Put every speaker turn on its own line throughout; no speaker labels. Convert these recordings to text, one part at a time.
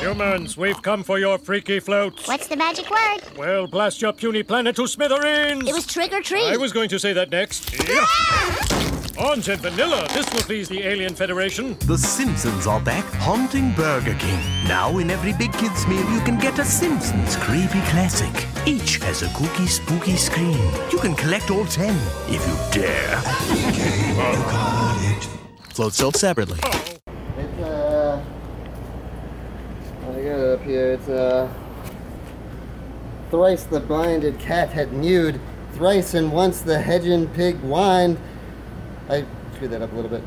Humans, we've come for your freaky floats.
What's the magic word?
Well, blast your puny planet to smithereens!
It was trick or treat.
I was going to say that next. Yeah.
Ah!
Orange and vanilla. This will please the Alien Federation.
The Simpsons are back, haunting Burger King. Now, in every big kids' meal, you can get a Simpsons creepy classic. Each has a kooky, spooky scream. You can collect all ten if you dare. Float sold separately.
It's uh, what do you got up here? It's uh, thrice the blinded cat had mewed, thrice and once the hedging pig whined. I screwed that up a little bit.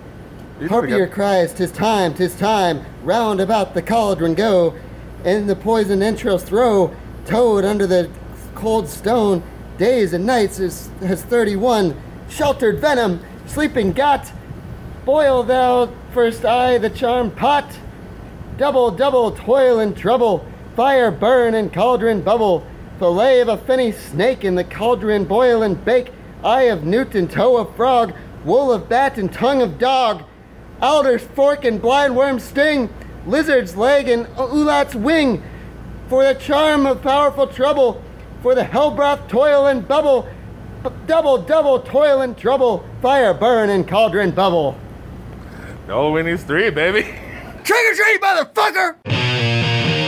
Harpier cries, "Tis time, 'tis time!" Round about the cauldron go, and the poison entrails throw. Toad under the cold stone, days and nights is has thirty-one. Sheltered venom, sleeping got. Boil thou first eye the charmed pot. Double, double, toil and trouble. Fire burn and cauldron bubble. Fillet of a finny snake in the cauldron boil and bake. Eye of newt and toe of frog. Wool of bat and tongue of dog. Alder's fork and blindworm's sting. Lizard's leg and oulat's wing. For the charm of powerful trouble. For the hell broth toil and bubble. B- double, double, toil and trouble. Fire burn and cauldron bubble.
All we need is three, baby.
Trick or treat, motherfucker!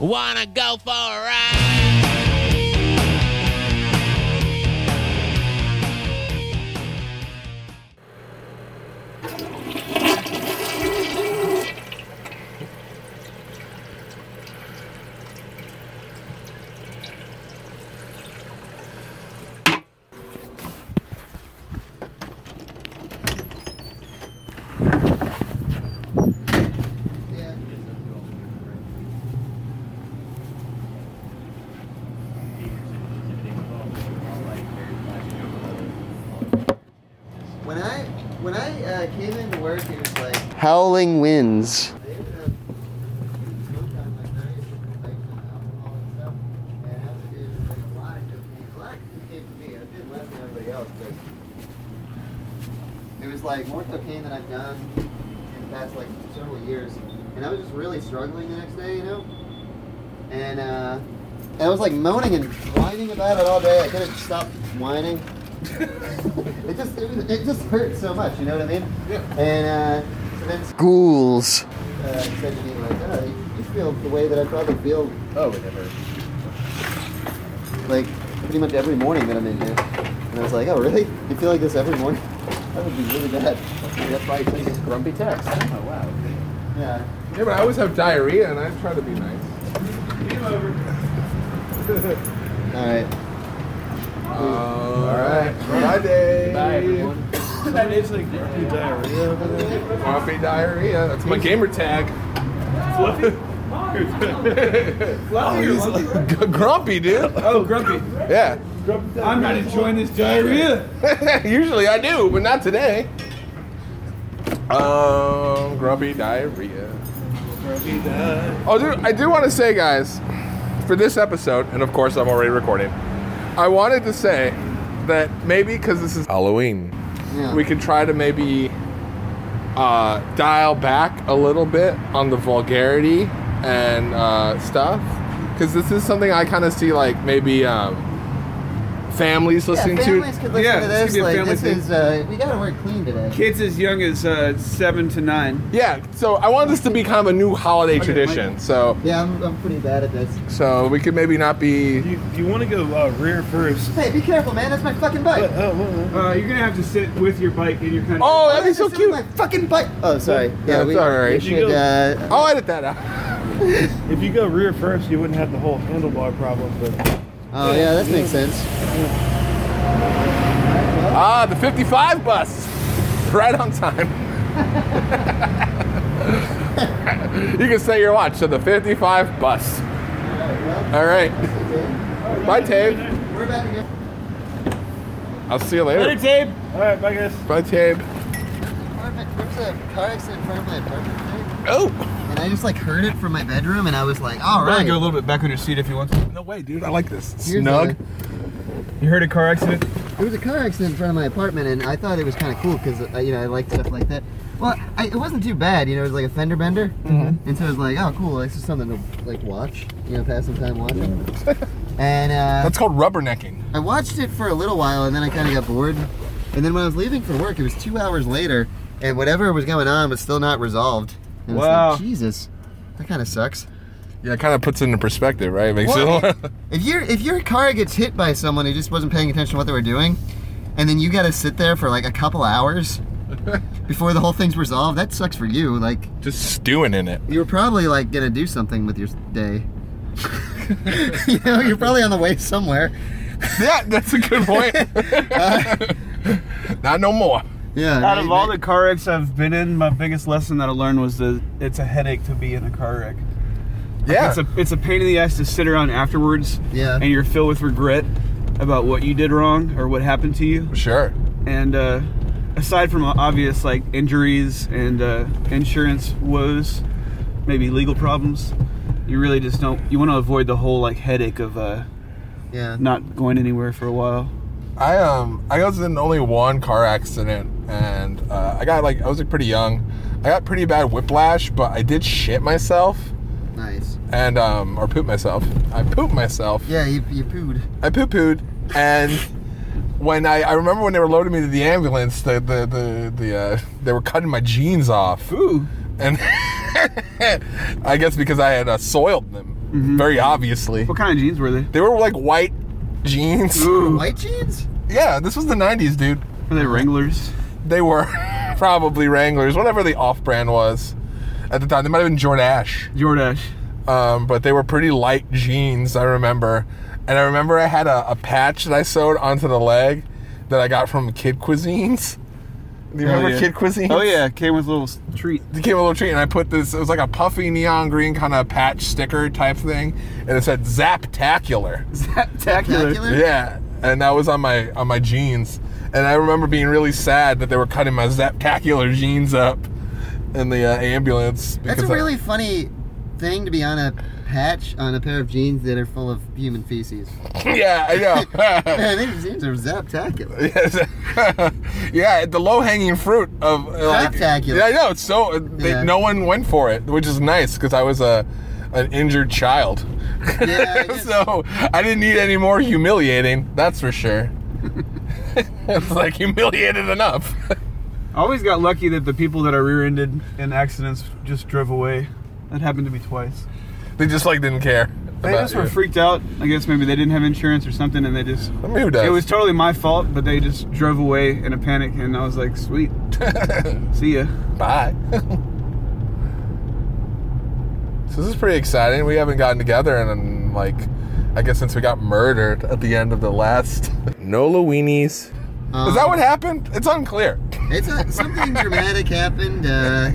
Wanna go for a ride?
When I when I uh, came into work, it was like howling winds. It was like more cocaine than I've done in the past like several years, and I was just really struggling the next day, you know. And uh, and I was like moaning and whining about it all day. I couldn't stop whining. It just it, was- it just hurt so much, you know what I mean? Yeah. And uh, so then schools uh, said to me like, oh, you, you feel the way that I probably feel. Oh, whatever. Like pretty much every morning that I'm in here, and I was like, oh really? You feel like this every morning? That would be really bad. That's why I sent this grumpy text. Oh wow. Yeah.
Yeah, but I always have diarrhea, and I try to be nice.
All right. Uh,
All right. Bye, Dave. Bye, everyone.
that is like grumpy diarrhea.
Coffee diarrhea. That's my gamer tag.
Fluffy? Fluffy or lumpy?
G- grumpy, dude.
Oh, grumpy.
Yeah.
I'm not enjoying this diarrhea.
Usually I do, but not today. Um, grumpy diarrhea.
Grumpy diarrhea.
Oh, dude, I do want to say, guys, for this episode, and of course I'm already recording, I wanted to say that maybe because this is Halloween,
Yeah.
we could try to maybe uh, dial back a little bit on the vulgarity and uh, stuff because this is something i kind of see like maybe um, families
Yeah,
listening
families
to
could listen
Yeah,
to
this could
this.
be a
Like,
family
this
thing.
is uh, we gotta work clean today.
Kids as young as uh, seven to nine.
yeah so i want this to become a new holiday tradition so
Yeah, I'm, I'm pretty bad at this.
so we could maybe not be
You, you want to go uh, rear first?
Hey, be careful, man. That's my fucking bike.
Oh, well,
Uh, you're gonna have to sit with your bike in your kind of.
oh
Why
that'd be
is
so
this in
cute
My fucking bike. Oh, sorry.
Yeah, it's all right.
We should, uh,
i'll edit that out
if you go rear first, you wouldn't have the whole handlebar problem. But
Oh, yeah, that makes sense.
Ah, the 55 bus. Right on time. you can set your watch to the 55 bus. All right. Bye, Tabe.
We're about to go.
I'll see you later.
Tape. All right, bye guys.
Bye, Tabe.
Perfect. There was a car accident in front of my apartment today,
Oh.
and I just like heard it from my bedroom, and I was like, all right.
little bit back on your seat if you want. to.
No way, dude. I like this.
Here's
Snug.
You heard a car accident?
There was a car accident in front of my apartment, and I thought it was kind of cool because you know I like stuff like that. Well, I, it wasn't too bad, you know. It was like a fender bender,
Mm-hmm.
and so I was like, "Oh, cool! This is something to like watch, you know, pass some time watching." and uh,
That's called rubbernecking.
I watched it for a little while, and then I kind of got bored. And then when I was leaving for work, it was two hours later, and whatever was going on was still not resolved. And it's
Wow.
like, Jesus, that kind of sucks.
Yeah, it kind of puts it into perspective, right? It makes
Well,
it.
if your if your car gets hit by someone who just wasn't paying attention to what they were doing, and then you got to sit there for like a couple hours before the whole thing's resolved, that sucks for you. Like
just stewing in it.
you were probably like gonna do something with your day. you know, you're probably on the way somewhere.
Yeah, that's a good point. Not no more.
Yeah.
Out of
right,
all the
right.
car wrecks I've been in, my biggest lesson that I learned was that it's a headache to be in a car wreck.
Yeah.
It's a it's a pain in the ass to sit around afterwards.
Yeah.
And you're filled with regret about what you did wrong or what happened to you.
sure.
And uh, aside from obvious like injuries and uh, insurance woes, maybe legal problems, you really just don't. You want to avoid the whole like headache of uh,
yeah.
not going anywhere for a while.
I um I was in only one car accident and uh, I got like I was like pretty young. I got pretty bad whiplash, but I did shit myself
Nice.
and um or poop myself. I pooped myself.
Yeah, you, you pooed.
I poo pooed, and when I, I remember when they were loading me to the ambulance, the the the, the uh, they were cutting my jeans off,
Ooh.
and I guess because I had uh, soiled them very obviously.
Mm-hmm. What kind of jeans were they?
They were like white jeans.
Ooh.
White jeans?
Yeah, this was the '90s, dude.
Were they Wranglers?
They were probably Wranglers, whatever the off-brand was at the time. They might have been Jordache.
Jordache.
um, but they were pretty light jeans. I remember, and I remember I had a, a patch that I sewed onto the leg that I got from Kid Cuisines. Do you
Hell
remember
yeah.
Kid Cuisines?
Oh yeah, came with a little s- treat.
It came a little treat, and I put this. It was like a puffy neon green kind of patch sticker type thing, and it said Zaptacular.
Spectacular.
Spectacular?
Yeah, and that was on my on my jeans, and I remember being really sad that they were cutting my Zaptacular jeans up in the uh, ambulance.
That's a
I-
really funny thing to be on a patch on a pair of jeans that are full of human feces.
yeah, I know.
Man, these jeans are zaptacular.
yeah, the low hanging fruit of like,
Spectacular.
Yeah, I know. It's so uh, they,
Yeah.
no one went for it, which is nice because I was a an injured child.
Yeah, I guess-
so I didn't need any more humiliating. That's for sure. it's like humiliated enough.
I always got lucky that the people that I rear-ended in accidents just drove away. That happened to me twice.
they just like didn't care.
They
about
just were
you.
freaked out. I guess maybe they didn't have insurance or something, and they just.
I mean, who does?
It was totally my fault, but they just drove away in a panic, and I was like, "Sweet, see ya."
Bye. so this is pretty exciting. We haven't gotten together in um, like, I guess since we got murdered at the end of the last Nola Weenies. is that
Um,
what happened? It's unclear.
It's a, something dramatic happened. Uh,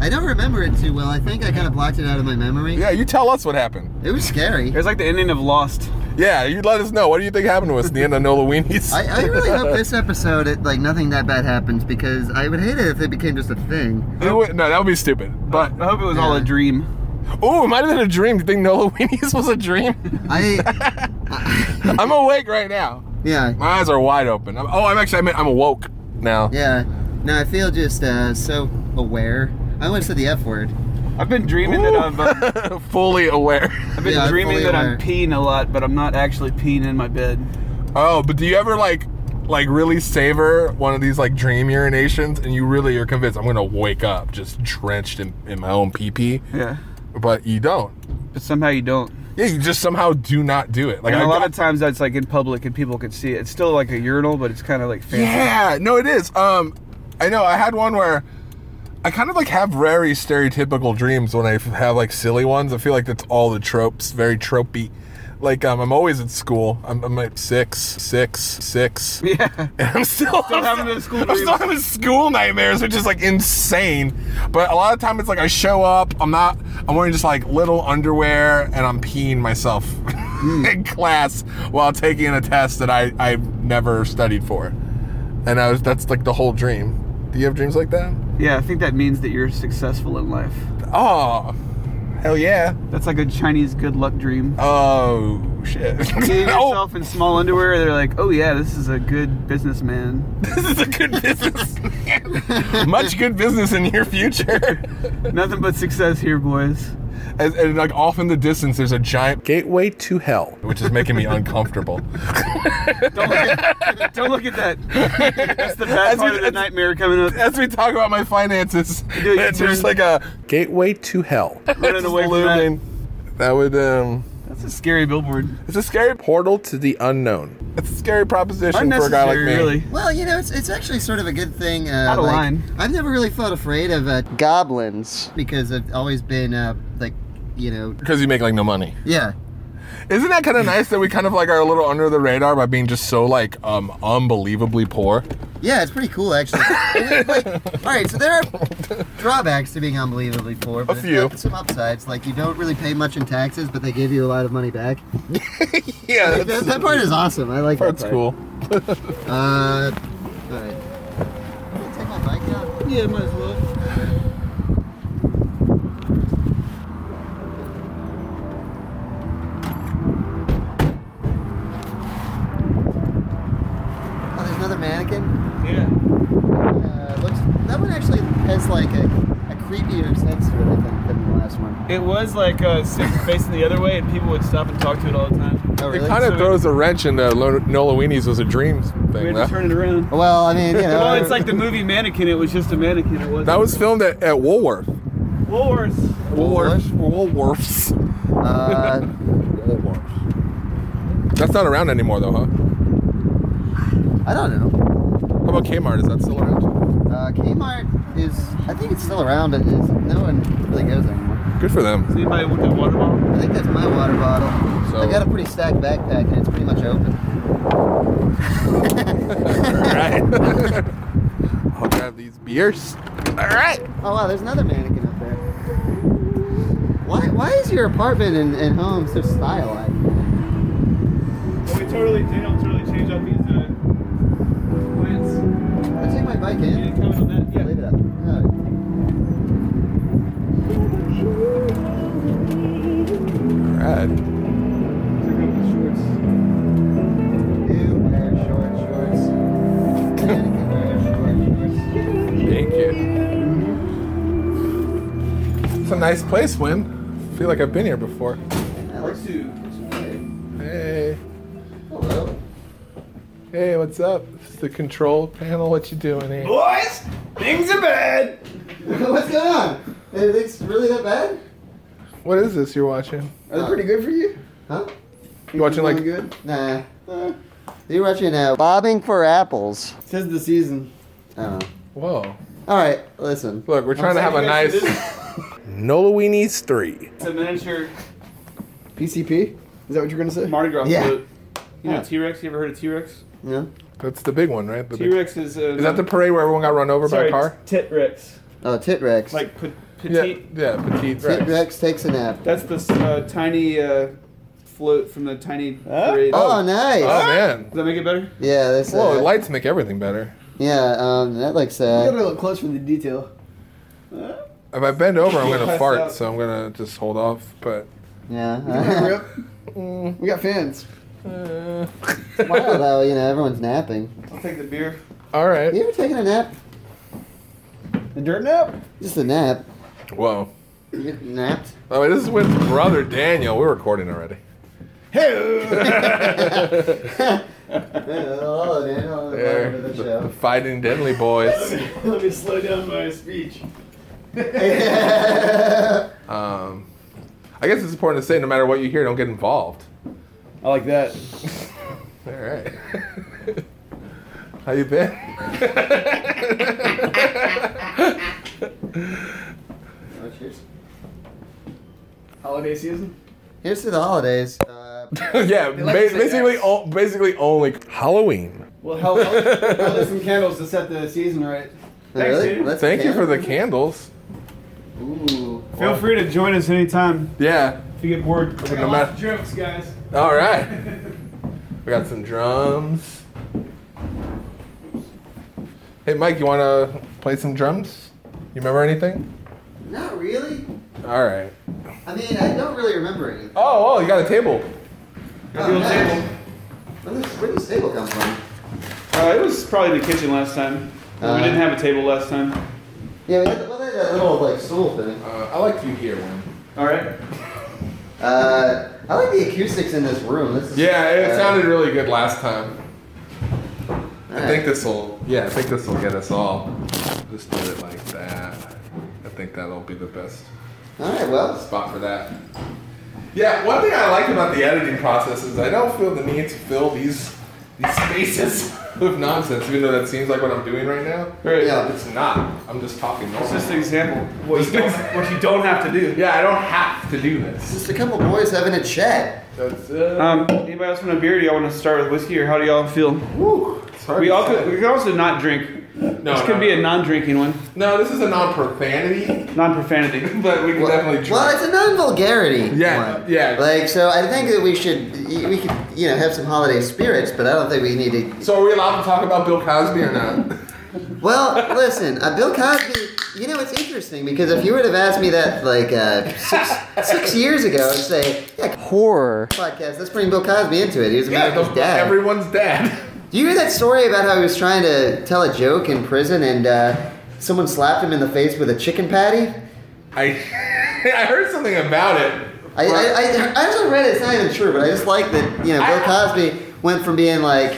I don't remember it too well. I think I kind of blocked it out of my memory.
Yeah, you tell us what happened.
It was scary.
It was like the ending of Lost.
Yeah, you let us know. What do you think happened to us at the end of Nola Weenies?
I, I really hope this episode, it, like nothing that bad happens because I would hate it if it became just a thing.
It would- no, that would be stupid. But
I hope it was all a
Yeah.
dream.
oh, it might have been a dream. You think Nola Weenies was a dream?
I,
I'm awake right now.
yeah,
My eyes are wide open. I'm, oh, I'm actually. I meant I'm awoke now.
yeah. No, I feel just uh, so aware. I almost said the F word.
I've been dreaming that I've, uh,
Ooh. fully aware.
I've been
Yeah, I'm
dreaming
fully
that
aware.
I'm peeing a lot, but I'm not actually peeing in my bed.
Oh, but do you ever like like really savor one of these like dream urinations and you really are convinced I'm gonna wake up just drenched in, in my own pee pee?
Yeah,
But you don't.
but somehow you don't.
Yeah, you just somehow do not do it. Like
And a
I
lot
got-
of times that's like in public and people can see it. It's still like a urinal, but it's kind of like fancy.
Yeah, no it is. Um I know I had one where I kind of like have very stereotypical dreams when I f- have like silly ones. I feel like that's all the tropes, very tropey Like um, I'm always at school. I'm, I'm like six, six, six.
Yeah.
And I'm still, I'm
having
still-
those school
I'm still
dreams.
having school nightmares, which is like insane. But a lot of time it's like I show up, I'm not, I'm wearing just like little underwear, and I'm peeing myself
Hmm.
in class while taking a test that I I never studied for, and I was that's like the whole dream. Do you have dreams like that?
Yeah, I think that means that you're successful in life.
Oh, hell yeah.
That's like a Chinese good luck dream.
Oh shit.
Seeing
oh,
yourself in small underwear, they're like, oh yeah, this is a good businessman.
this is a good business. Much good business in your future.
Nothing but success here, boys.
and, and like off in the distance, there's a giant gateway to hell, which is making me uncomfortable.
Don't look at, don't look at that. That's the
That's-
bad part of the
that's-
nightmare coming up.
As we talk about my finances,
Dude,
it's
dude.
just like a gateway to hell.
Running away from that.
That would um.
That's a scary billboard.
It's a scary portal to the unknown. It's a scary proposition for a guy like
Unnecessary,
me.
really.
Well, you know, it's, it's actually sort of a good thing. Uh,
Out of
like,
line.
I've never really felt afraid of uh, goblins because I've always been, uh, like, you know,
Because you make like no money.
yeah.
Isn't that kind of nice that we kind of like are a little under the radar by being just so like um unbelievably poor?
Yeah, it's pretty cool, actually. And it's like, all right, so there are drawbacks to being unbelievably poor, but it's
few.
got some upsides. Like, you don't really pay much in taxes, but they give you a lot of money back.
Yeah,
That, that part is awesome. I like
that's
that part.
cool.
Uh, all right. Take my bike out.
Yeah, might as well.
Oh, there's another mannequin.
Yeah.
Uh, looks, that one actually has like a, a creepier sense to it, I think, than the last one.
It was like uh, facing the other way, and people would stop and talk to it all the time.
Oh, really?
It kind of
So-
throws a wrench into Lo- Nola Weenie's was a dreams
We
thing.
had to
Though.
turn it around.
Well, I mean, you know.
Well, it's like the movie Mannequin. It was just a mannequin. It wasn't.
That was filmed at, at Woolworth.
Wars.
Woolworth?
Woolworths.
Uh,
Woolworths. That's not around anymore though, huh?
I don't know.
How about Kmart? Is that still around?
Uh, Kmart is. I think it's still around. It is. No one really goes anymore.
Good for them.
Does anybody want that water bottle?
I think that's my water bottle.
So-
I got a pretty stacked backpack and it's pretty much open.
Alright. I'll grab these beers. Alright.
Oh wow, there's another mannequin up there. Why? Why is your apartment and, and home so stylized?
We totally, they don't totally change up these uh, plants.
I take my bike in.
Any comment on that?
Yeah,
Yeah.
leave it up. No.
Alright.
Check out the shorts.
You wear short shorts. Mannequin wears short shorts.
Thank you. It's a nice place, Win. I feel like I've been here before.
uh,
Alex,
Hey.
hello.
Hey, what's up? This is the control panel. What you doing here?
Boys, things are bad.
What's going on? Everything's really that bad?
What is this you're watching?
Are they pretty good for you?
Huh?
You watching like
Feeling good? Nah. Uh, you're watching uh, Bobbing for Apples.
Says the season.
Oh.
Whoa.
All right, listen.
Look, we're trying to have a nice Nolaweenies three.
It's a miniature
PCP? Is that what you're gonna say?
Mardi Gras
Yeah.
float. You
Yeah.
know T Rex? You ever heard of T Rex?
Yeah.
That's the big one, right? The
T
big,
Rex is. Uh,
is that the parade where everyone got run over by
sorry,
a car?
Tit Rex.
Oh, Tit Rex.
Like pe-
Yeah,
petite.
yeah, petite.
Tit
Rex.
Rex takes a nap.
That's the uh, tiny uh, float from the tiny parade.
Oh, nice.
Oh man.
Does that make it better?
Yeah, that's. Uh,
Whoa, lights make everything better.
yeah, um, that looks.
You gotta
Uh,
look close for the detail.
If I bend over, I'm gonna
Passed
fart,
out.
so I'm gonna just hold off. But
yeah.
Mm.
We got fans.
wow, though, you know, everyone's napping.
I'll take the beer.
all right.
You ever taken a nap?
The dirt nap?
Just a nap.
Whoa.
You get napped?
Oh, wait, this is with brother Daniel. We're recording already.
Yeah, hello, Daniel.
There,
Welcome
the,
to the
the
show.
fighting deadly boys.
Let me slow down my speech.
Um, I guess it's important to say, no matter what you hear, don't get involved.
I like that.
All right. How you been?
Oh, cheers.
Holiday season?
Here's to the holidays. Uh, up.
yeah, ba-
like to say
basically,
that.
o- basically only Halloween.
Well, hell, hell, there's some candles to set the season right.
really? That's
Thank you for the
canon?
candles.
Ooh.
Feel free to join us anytime
Yeah.
if you get bored.
No matter-
jokes, guys.
All right. We got some drums. Hey, Mike, you want to play some drums? You remember anything?
Not really.
All right.
I mean, I don't really remember anything.
Oh, oh, you got a table.
Oh, nice. Where did- Where did this table come from?
Uh, it was probably the kitchen last time.
Uh.
we didn't have a table last time.
Yeah, we had, well, they had that little like stool thing.
Uh, I like you here, one.
All right.
Uh, I like the acoustics in this room. This is,
Yeah, it
uh,
sounded really good last time. I
alright.
think this will. Yeah, I think this will get us all. Just do it like that. I think that'll be the best
All right. Well,
spot for that. Yeah, one thing I like about the editing process is I don't feel the need to fill these these spaces with nonsense, even though that seems like what I'm doing right now.
Right.
Yeah.
It's not. I'm just talking
It's
normal.
just an example. of What you don't, what you don't have to do.
Yeah, I don't have to do this.
just a couple boys having a chat.
That's uh,
Um, anybody else want a beer? Do y'all want to start with whiskey, or how do y'all feel?
whew, it's hard
We
to
all
say.
could, we could also not drink.
no,
this could
no,
be a
no.
non-drinking one,
no. This is a non-profanity,
non-profanity.
but we can definitely drink.
Well, it's a non-vulgarity.
Yeah,
one.
yeah.
Like, so I think that we should we could you know have some holiday spirits, but I don't think we need to
So are we allowed to talk about Bill Cosby or not?
Well, listen, uh, Bill Cosby. You know, it's interesting because if you would have asked me that like uh, six, six years ago and say, yeah, horror podcast, let's bring Bill Cosby into it. He was America's
the-
dad.
Everyone's dad.
Do you hear that story about how he was trying to tell a joke in prison and uh, someone slapped him in the face with a chicken patty?
I I heard something about it.
I, I, I, I also read it. It's not even true, but I just like that. You know, Bill Cosby went from being like,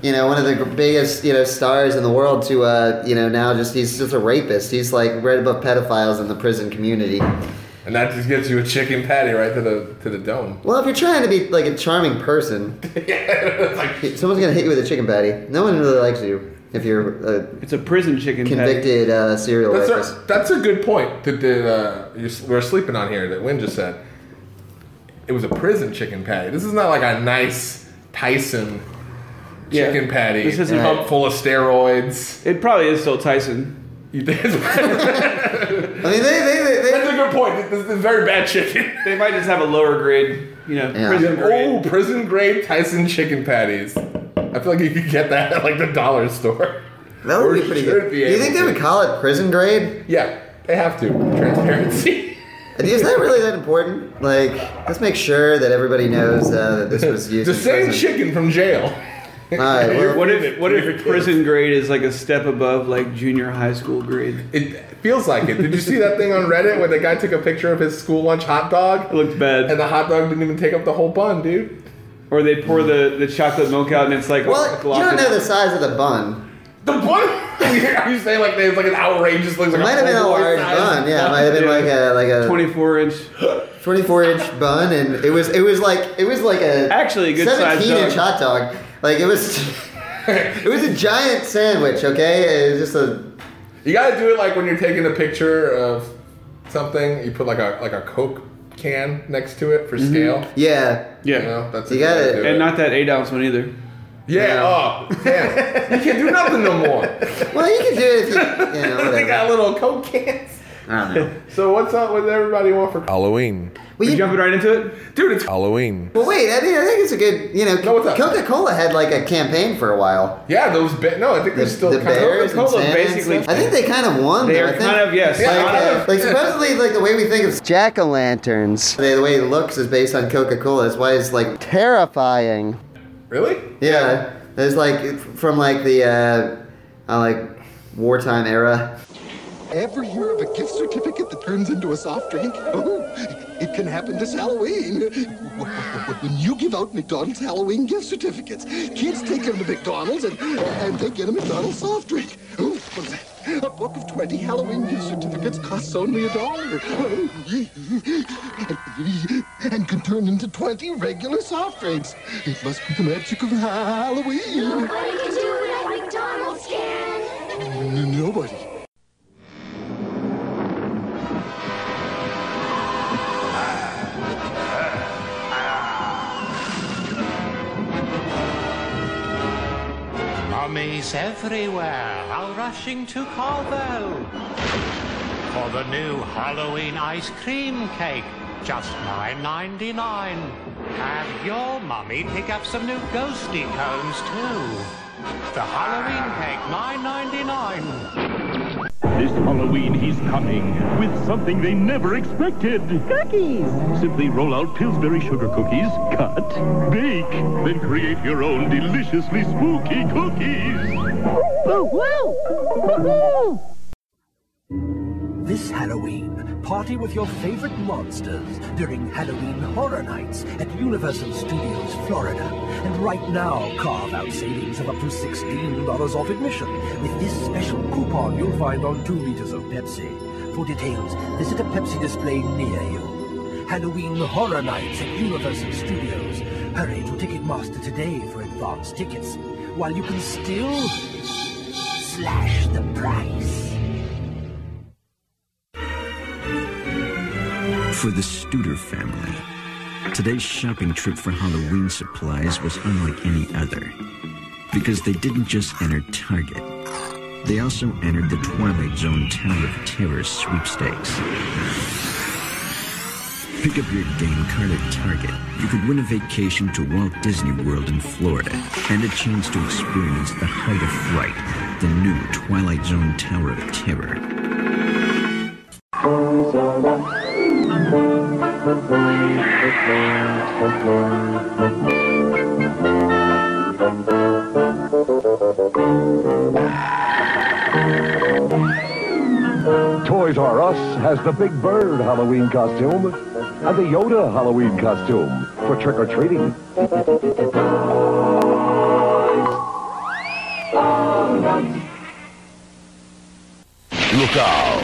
you know, one of the biggest you know stars in the world to uh, you know now just he's just a rapist. He's like right above pedophiles in the prison community.
and that just gives you a chicken patty right to the to the dome.
Well, if you're trying to be like a charming person,
It's like,
someone's gonna hit you with a chicken patty. No one really likes you if you're a
It's a prison chicken patty.
convicted uh, serial
that's
rapist.
a, that's a good point that, that uh, you're, s- we're sleeping on here that Wynn just said. It was a prison chicken patty. This is not like a nice Tyson
Yeah.
chicken patty.
This isn't-
Pumped full of steroids.
It probably is still Tyson.
You did- that's
I mean, they they they. they
a good point. This is very bad chicken.
They might just have a lower grade, you know,
Yeah.
prison grade.
Oh, prison grade Tyson chicken patties. I feel like you could get that at like the dollar store.
that would
Or
be pretty
should
good.
be
Do you think
able
they would
to.
call it prison grade?
Yeah, they have to. Transparency.
Is that really that important? Like, let's make sure that everybody knows uh, that this was used.
the
in
same
prison.
chicken from jail.
All right, well,
What if what if prison grade is like a step above like junior high school grade?
It feels like it. Did you see that thing on Reddit where the guy took a picture of his school lunch hot dog?
It looked bad.
And the hot dog didn't even take up the whole bun, dude.
Or they pour the, the chocolate milk out and it's like
well,
a
you don't know the size of the bun.
The bun? Are you saying like there's like an outrageous thing?
It might have been a large bun. Yeah, it might have been like a like a
twenty four inch.
24 inch bun, and it was it was like it was like a
Actually a good size
17 inch
dog.
hot dog. Like it was, it was a giant sandwich. Okay, it was just a
You gotta do it like when you're taking a picture of something. You put like a like a Coke can next to it for
Mm-hmm.
scale.
yeah.
Yeah.
You know, that's
You
a good
got
way to
it.
do
And not that eight ounce one either.
yeah.
Yeah.
Oh, damn. you can't do nothing no more.
Well, you can do it if you, you know
they
whatever.
got little Coke cans.
I don't know.
So what's up with everybody want for Halloween?
Well,
You
you,
jumping right into it?
Dude, it's Halloween.
well, wait. I mean, I think it's a good you know.
No, what's up?
Coca Cola had like a campaign for a while.
Yeah, those ba- no, I think
The,
they're still
the
kind of-
Bears and
Coca-Cola
Santa
basically-
and stuff? I think they kind of won.
They
though,
are
I think.
kind of- yes,
Yeah,
Like,
kind
uh,
of.
like supposedly, like the way we think of jack o' lanterns, the way it looks is based on Coca Cola. That's why it's like terrifying.
Really?
Yeah, there's like from like the uh, uh, like wartime era.
every year of a gift certificate that turns into a soft drink? Oh, it can happen this Halloween. When you give out McDonald's Halloween gift certificates, kids take them to McDonald's and, and they get a McDonald's soft drink. Oh, what's that? A book of 20 Halloween gift certificates costs only a dollar. Oh, And can turn into 20 regular soft drinks. It must be the magic of Halloween.
Nobody can do what McDonald's can.
N- Nobody.
Armies everywhere are rushing to Carvel for the new Halloween ice cream cake, just $9.99. Have your mummy pick up some new ghosty cones too. The Halloween cake, $9.99.
This Halloween, he's coming with something they never expected.
Cookies!
Simply roll out Pillsbury sugar cookies, cut, bake, then create your own deliciously spooky cookies.
Woo-woo!
This Halloween, party with your favorite monsters during Halloween Horror Nights at Universal Studios, Florida. And right now, carve out savings of up to $16 off admission with this special coupon you'll find on 2 liters of Pepsi. For details, visit a Pepsi display near you. Halloween Horror Nights at Universal Studios. Hurry to Ticketmaster today for advance tickets, while you can still slash the price.
For the Studer family, today's shopping trip for Halloween supplies was unlike any other. Because they didn't just enter Target, they also entered the Twilight Zone Tower of Terror sweepstakes. Pick up your game card at Target. You could win a vacation to Walt Disney World in Florida and a chance to experience the height of fright, the new Twilight Zone Tower of Terror.
Toys R Us has the Big Bird Halloween costume and the Yoda Halloween costume for trick or treating.
Look out!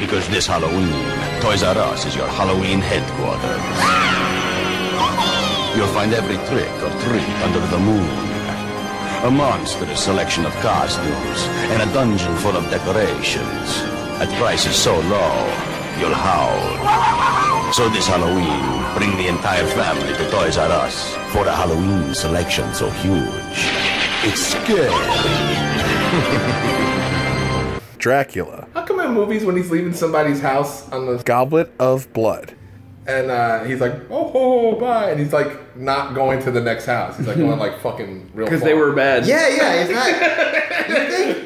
Because this Halloween, Toys R Us is your Halloween headquarters. You'll find every trick or treat under the moon. A monstrous selection of costumes and a dungeon full of decorations. At prices so low, you'll howl. So this Halloween, bring the entire family to Toys R Us for a Halloween selection so huge. It's scary.
Dracula. How come in movies when he's leaving somebody's house on the goblet of blood? And uh, he's like, oh, oh, oh, bye. And he's like, not going to the next house. He's like, going like fucking real
Because they were bad.
Yeah, yeah. He's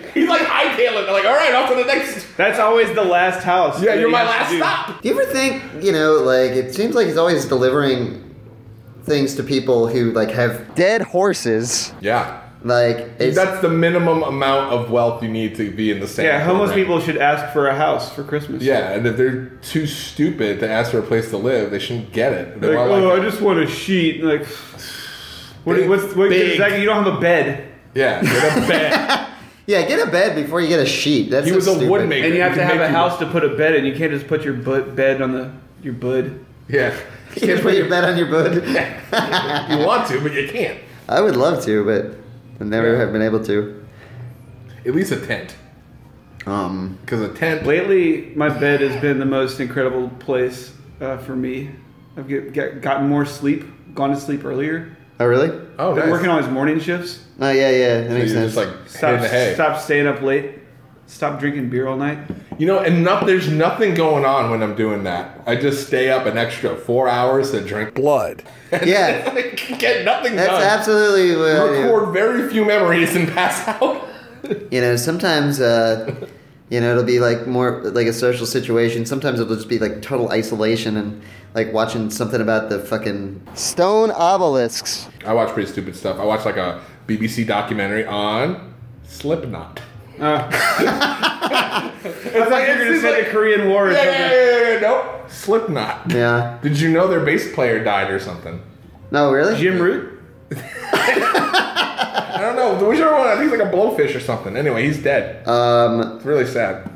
not.
he's like hightailing. They're like, all right, off to the next.
That's always the last house.
Yeah, you're my last stop.
Do you ever think, you know, like, it seems like he's always delivering things to people who, like, have dead horses.
Yeah.
Like
that's the minimum amount of wealth you need to be in the same.
Yeah, homeless program. people should ask for a house for Christmas.
Yeah, and if they're too stupid to ask for a place to live, they shouldn't get it.
They like, oh, like I just want a sheet. Like, what? Big, what's what, exactly? You don't have a bed.
Yeah, get a bed.
yeah, get a bed before you get a sheet. That's
he was
so
a woodmaker,
and you have you to have a house work. to put a bed in. You can't just put your butt bed on the your bud.
Yeah,
you can't put your bed on your bud.
uh,
Yeah. you want to, but you can't.
I would love to, but and never yeah. have been able to.
At least a tent.
Um,
because a tent.
Lately, my bed has been the most incredible place uh, for me. I've get, get, gotten more sleep, gone to sleep earlier.
Oh really?
Oh,
been
nice.
working on his morning shifts.
Oh yeah, yeah, that so makes sense.
Just, like
stop,
hey.
stop staying up late. Stop drinking beer all night.
You know, and not, there's nothing going on when I'm doing that. I just stay up an extra four hours to drink blood.
Yeah,
get nothing
That's
done.
absolutely what
record yeah. very few memories and pass out.
you know, sometimes. Uh, you know, it'll be like more like a social situation. Sometimes it'll just be like total isolation and like watching something about the fucking stone obelisks.
I watch pretty stupid stuff. I watch like a BBC documentary on Slipknot.
Uh, it's like you're gonna say the Korean War.
Yeah, yeah, yeah, yeah, nope. Slipknot.
Yeah.
Did you know their bass player died or something?
No, really.
Jim Root.
I don't know. Whichever one. I think it's like a blowfish or something. Anyway, he's dead.
Um,
it's really sad.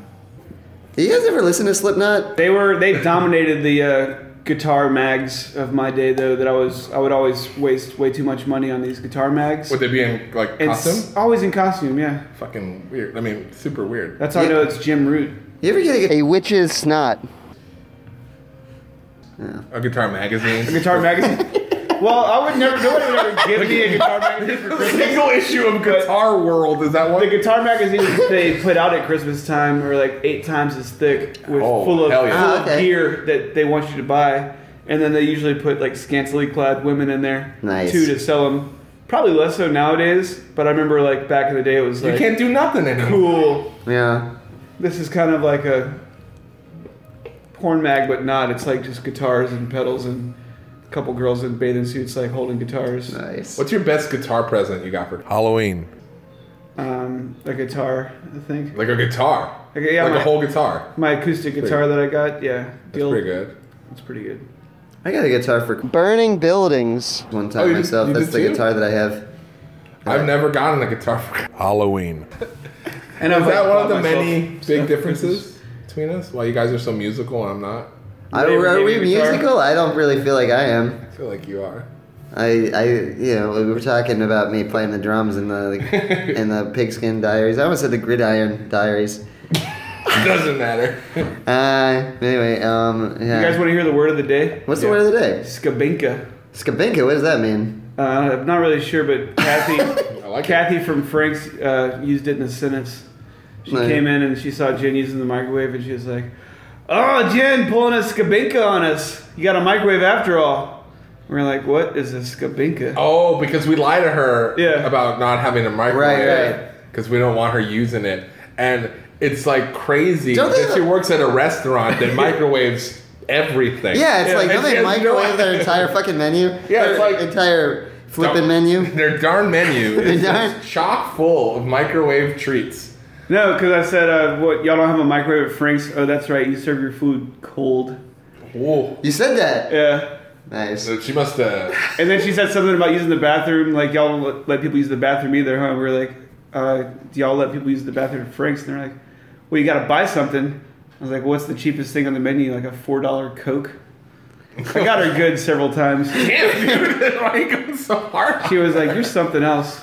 Do you guys ever listen to Slipknot?
They were they dominated the uh, guitar mags of my day though that I was I would always waste way too much money on these guitar mags.
Would they be in like costume?
It's always in costume, yeah.
Fucking weird. I mean, super weird.
That's how yeah. I know it's Jim Root.
You ever get a, a witch's snot?
Yeah. A guitar magazine.
A guitar magazine. Well, I would never. Nobody would ever give me a guitar magazine for Christmas. Single issue of Guitar
World is that one?
The guitar magazine that they put out at Christmas time are like eight times as thick, with
Oh,
full of,
hell yeah.
full
Ah,
of
okay.
gear that they want you to buy, and then they usually put like scantily clad women in there,
Nice.
too, to sell them. Probably less so nowadays, but I remember like back in the day it was
You
like
can't do nothing anymore.
Cool.
Yeah.
This is kind of like a porn mag, but not. It's like just guitars and pedals and a couple girls in bathing suits, like holding guitars.
Nice. What's your best guitar present you got for Halloween?
Um, a guitar, I think.
Like a guitar.
Okay, yeah,
like
my-
a whole guitar.
My acoustic guitar that I got, yeah.
That's pretty good.
It's pretty good.
I got a guitar for burning buildings one time
Oh, you did-
myself.
you
That's
did
the
too?
guitar that I have.
I've never gotten a guitar for Halloween.
And
is
I've,
that
like,
one of the
bought myself
many
stuff
big
for
differences between us? Why you guys are so musical and I'm not?
I, are we musical? I don't really feel like I am.
I feel like you are.
I, I, you know, we were talking about me playing the drums in the in the Pigskin Diaries. I almost said the Gridiron Diaries.
Doesn't matter.
Uh, anyway, um, yeah.
You guys want to hear the word of the day?
What's the word of the day?
Skabinka.
Skabinka. What does that mean?
Uh, I'm not really sure, but Kathy, Kathy from Frank's uh, used it in a sentence. She
Nice.
came in and she saw Jen using the microwave, and she was like, "Oh, Jen, pulling a skabinka on us. You got a microwave after all." We're like, "What is a skabinka?"
Oh, because we lie to her about not having a microwave.
Right, right.
Because we don't want her using it. And it's like crazy
Don't they
that she works at a restaurant that microwaves everything.
Yeah, it's like
And
don't
she
they
has no
microwave their
idea.
entire fucking menu?
Yeah, it's
Their
like-
entire flipping
No.
menu.
Their darn menu
Their
is
darn-
just chock full of microwave treats.
No, because I said, uh, "What? Y'all don't have a microwave at Frank's?" Oh, that's right. You serve your food cold.
Whoa.
You said that.
Yeah.
Nice.
she must uh, have.
And then she said something about using the bathroom. Like y'all don't let- let people use the bathroom either, huh? We were like, uh, "Do y'all let people use the bathroom at Frank's?" And they're like, "Well, you got to buy something." I was like, "What's the cheapest thing on the menu? Like a four dollar Coke." I got her good several times.
Why are you going so hard?
She was like, "You're something else."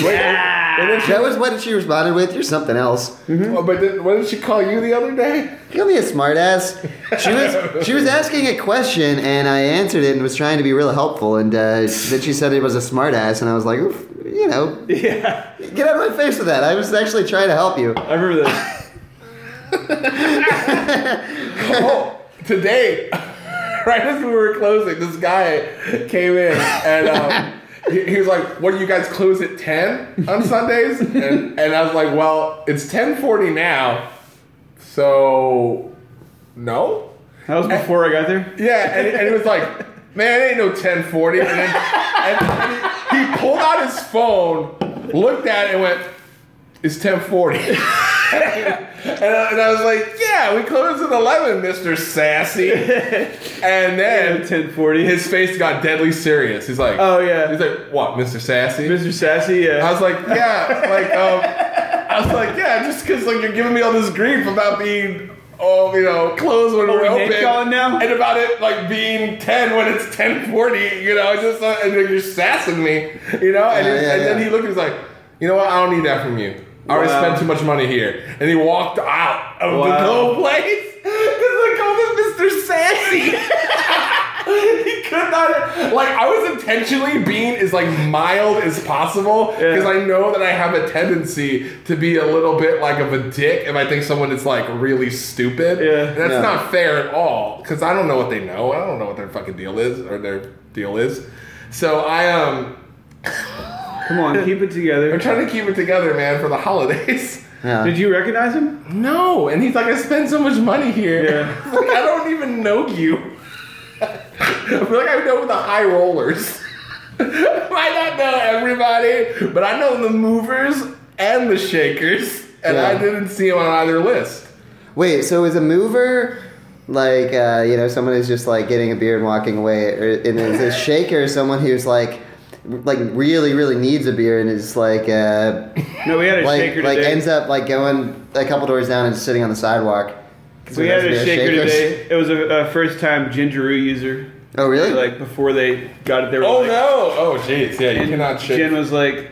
That was what she responded with. You're something else.
Oh, but then, what did she call you the other day?
Call me a smartass. She was she was asking a question and I answered it and was trying to be real helpful and uh, then she said it was a smartass and I was like, Oof, you know,
yeah,
get out of my face with that. I was actually trying to help you. I
remember that.
oh, today, right as we were closing, this guy came in and um, he, he was like, "What do you guys close at 10 on Sundays?" and, and I was like, "Well, it's 10:40 now, so no."
That was before I got there.
Yeah, and, and he was like, "Man, it ain't no 10:40." And then and he, he pulled out his phone, looked at it, and went, "It's 10:40." And I, and I was like, "Yeah, we close at 11, Mister Sassy." And then
10:40,
his face got deadly serious. He's like,
"Oh yeah."
He's like, "What, Mister Sassy?"
Mister Sassy, yeah.
I was like, "Yeah, like, um, I was like, yeah, just because like you're giving me all this grief about being." Oh, you know, closed when
Oh,
we're
we name
open,
calling now?
and about it like being ten when it's ten forty. You know, it's just uh, and then you're sassing me. You know, and,
Yeah,
he-
yeah,
and then
yeah.
he looked. He was like, you know what? I don't need that from you. I already
Wow.
spent too much money here, and he walked out of the
Wow.
whole place. Because I called him Mr. Sassy. he could not. e-, Like I was intentionally being as like mild as possible because I know that I have a tendency to be a little bit like of a dick if I think someone is like really stupid. Yeah, and that's
Yeah.
not fair at all because I don't know what they know. I don't know what their fucking deal is or their deal is. So I um.
Come on, keep it together.
I'm trying to keep it together, man, for the holidays.
Yeah.
Did you recognize him?
No, and he's like, I spend so much money here. like, I don't even know you. I feel like I know the high rollers. I might not know everybody, but I know the movers and the shakers, and I
Yeah.
didn't see him on either list.
Wait, so is a mover like uh, you know someone who's just like getting a beer and walking away, or and is a shaker someone who's like like really really needs a beer and is like uh,
No, we had a
like
shaker
like
today.
ends up like going a couple doors down and sitting on the sidewalk. 'Cause
we
there
had
has
a
to be
shaker today. It was a, a first time Gingeroo user.
Oh really?
Like before they got it, they were
Oh
like,
no! Oh jeez, yeah, you
And
cannot shake.
Jen was like,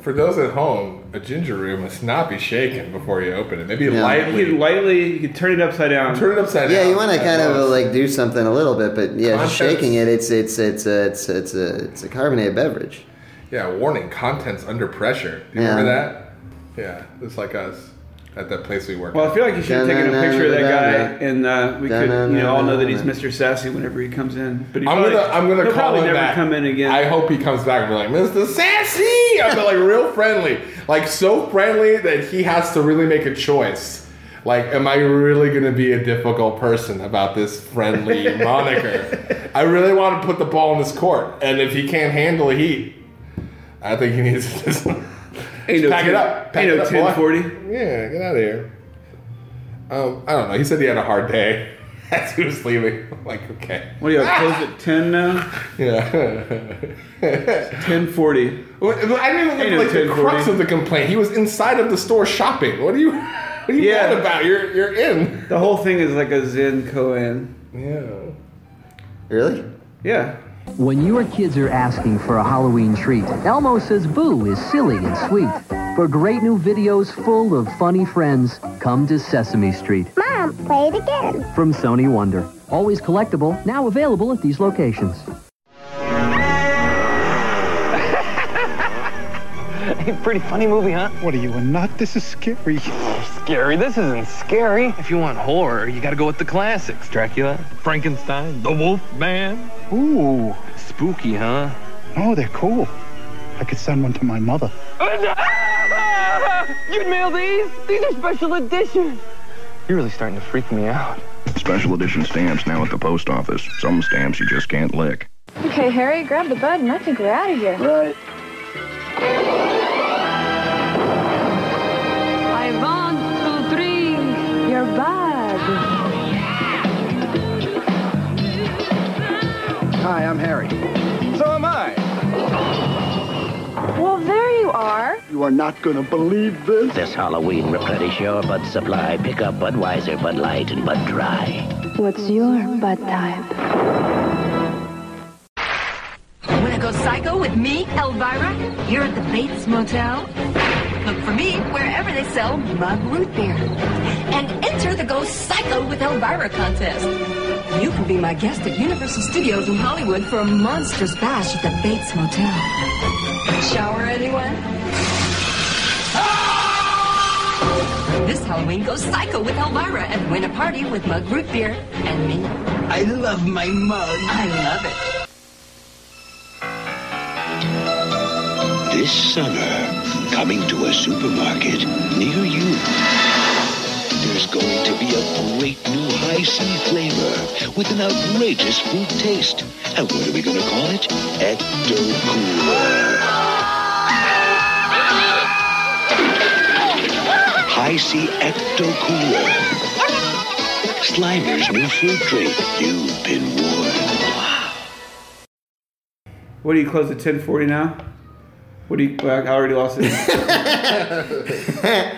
For those at home, a ginger ale must not be shaken before you open it. Maybe
Yeah.
lightly.
You can lightly. You can turn it upside down.
Turn it upside
Yeah,
down.
you want to
That
kind of
was-
uh, like do something a little bit, but yeah,
Contents.
just shaking it, it's it's it's a it's it's a it's a carbonated beverage.
Yeah, warning: contents under pressure. Do you
Yeah.
remember that? Yeah, it's like us at that place we work.
Well, I
at.
feel like you should have taken a picture of that guy, and uh, we could, you know, all know that he's Mr. Sassy whenever he comes in. But he
I'm
probably,
gonna, I'm gonna
he'll
call
probably
him
never
back.
come in again.
I hope he comes back and be like, Mr. Sassy. I feel like real friendly, like so friendly that he has to really make a choice. Like, am I really gonna be a difficult person about this friendly moniker? I really want to put the ball in his court, and if he can't handle the heat, I think he needs to just
Ain't no
pack
10
it up. Pack
ain't
it
no
up, boy.
1040.
Yeah, get out of here. Um, I don't know. He said he had a hard day as he was leaving. I'm like, okay.
What do you have, close at 10 now?
Ah! Yeah.
1040.
Well, I didn't even
Ain't
get
no
to, like the
1040.
crux of the complaint. He was inside of the store shopping. What are you? What are you
Yeah.
mad about? You're you're in.
The whole thing is like a Zen koan.
Yeah.
Really?
Yeah.
When your kids are asking for a Halloween treat, Elmo says Boo is silly and sweet. For great new videos full of funny friends, come to Sesame Street.
Mom, play it again.
From Sony Wonder. Always collectible, now available at these locations.
Hey, pretty funny movie, huh? What are you, a nut? This is scary. scary? This isn't scary. If you want horror, you gotta go with the classics. Dracula, Frankenstein, The Wolf Man. Ooh. Spooky, huh?
Oh, they're cool. I could send one to my mother.
You'd mail these? These are special edition. You're really starting to freak me out.
Special edition stamps now at the post office. Some stamps you just can't lick.
Okay, Harry, grab the bud, and I think we're out of here. Right. I want to drink your bud.
Hi, I'm Harry.
So am I.
Well, there you are.
You are not going to believe this.
This Halloween, replenish your Bud supply. Pick up Budweiser, Bud Light, and Bud Dry.
What's your bud type?
Wanna go psycho with me, Elvira? Here at the Bates Motel? Look for me wherever they sell mug root beer. And enter the Go Psycho with Elvira contest. You can be my guest at Universal Studios in Hollywood for a monstrous bash at the Bates Motel. Shower anyone? This Halloween, go psycho with Elvira and win a party with mug root beer and me. I love my mug. I love it.
This summer, coming to a supermarket near you, there's going to be a great new high sea flavor with an outrageous fruit taste. And what are we going to call it? Ecto Cooler. High sea Ecto Cooler. Slimer's new fruit drink. You've been warned.
What do you close at 1040 now? What do you, well, I already lost it.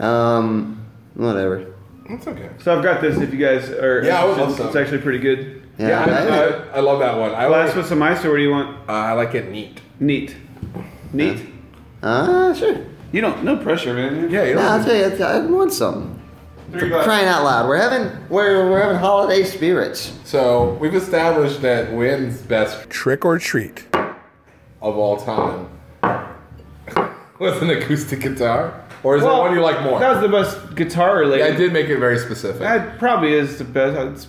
Um, whatever.
That's okay.
so I've got this if you guys are.
Yeah, I would love
it's, it's
some.
actually pretty good.
Yeah, I, I, I love that one. I
Glass
like,
with some ice, or what do you want?
Uh, I like it neat.
Neat. Neat?
Ah, sure.
You don't, no pressure, man.
Yeah,
No, I'll tell you, I'll- I want something. For crying out loud, we're having we're, we're having holiday spirits.
So we've established that wins best trick or treat of all time was an acoustic guitar, or is
Well,
that one you like more?
That was the best guitar
Yeah,
related.
I did make it very specific.
That probably is the best that's-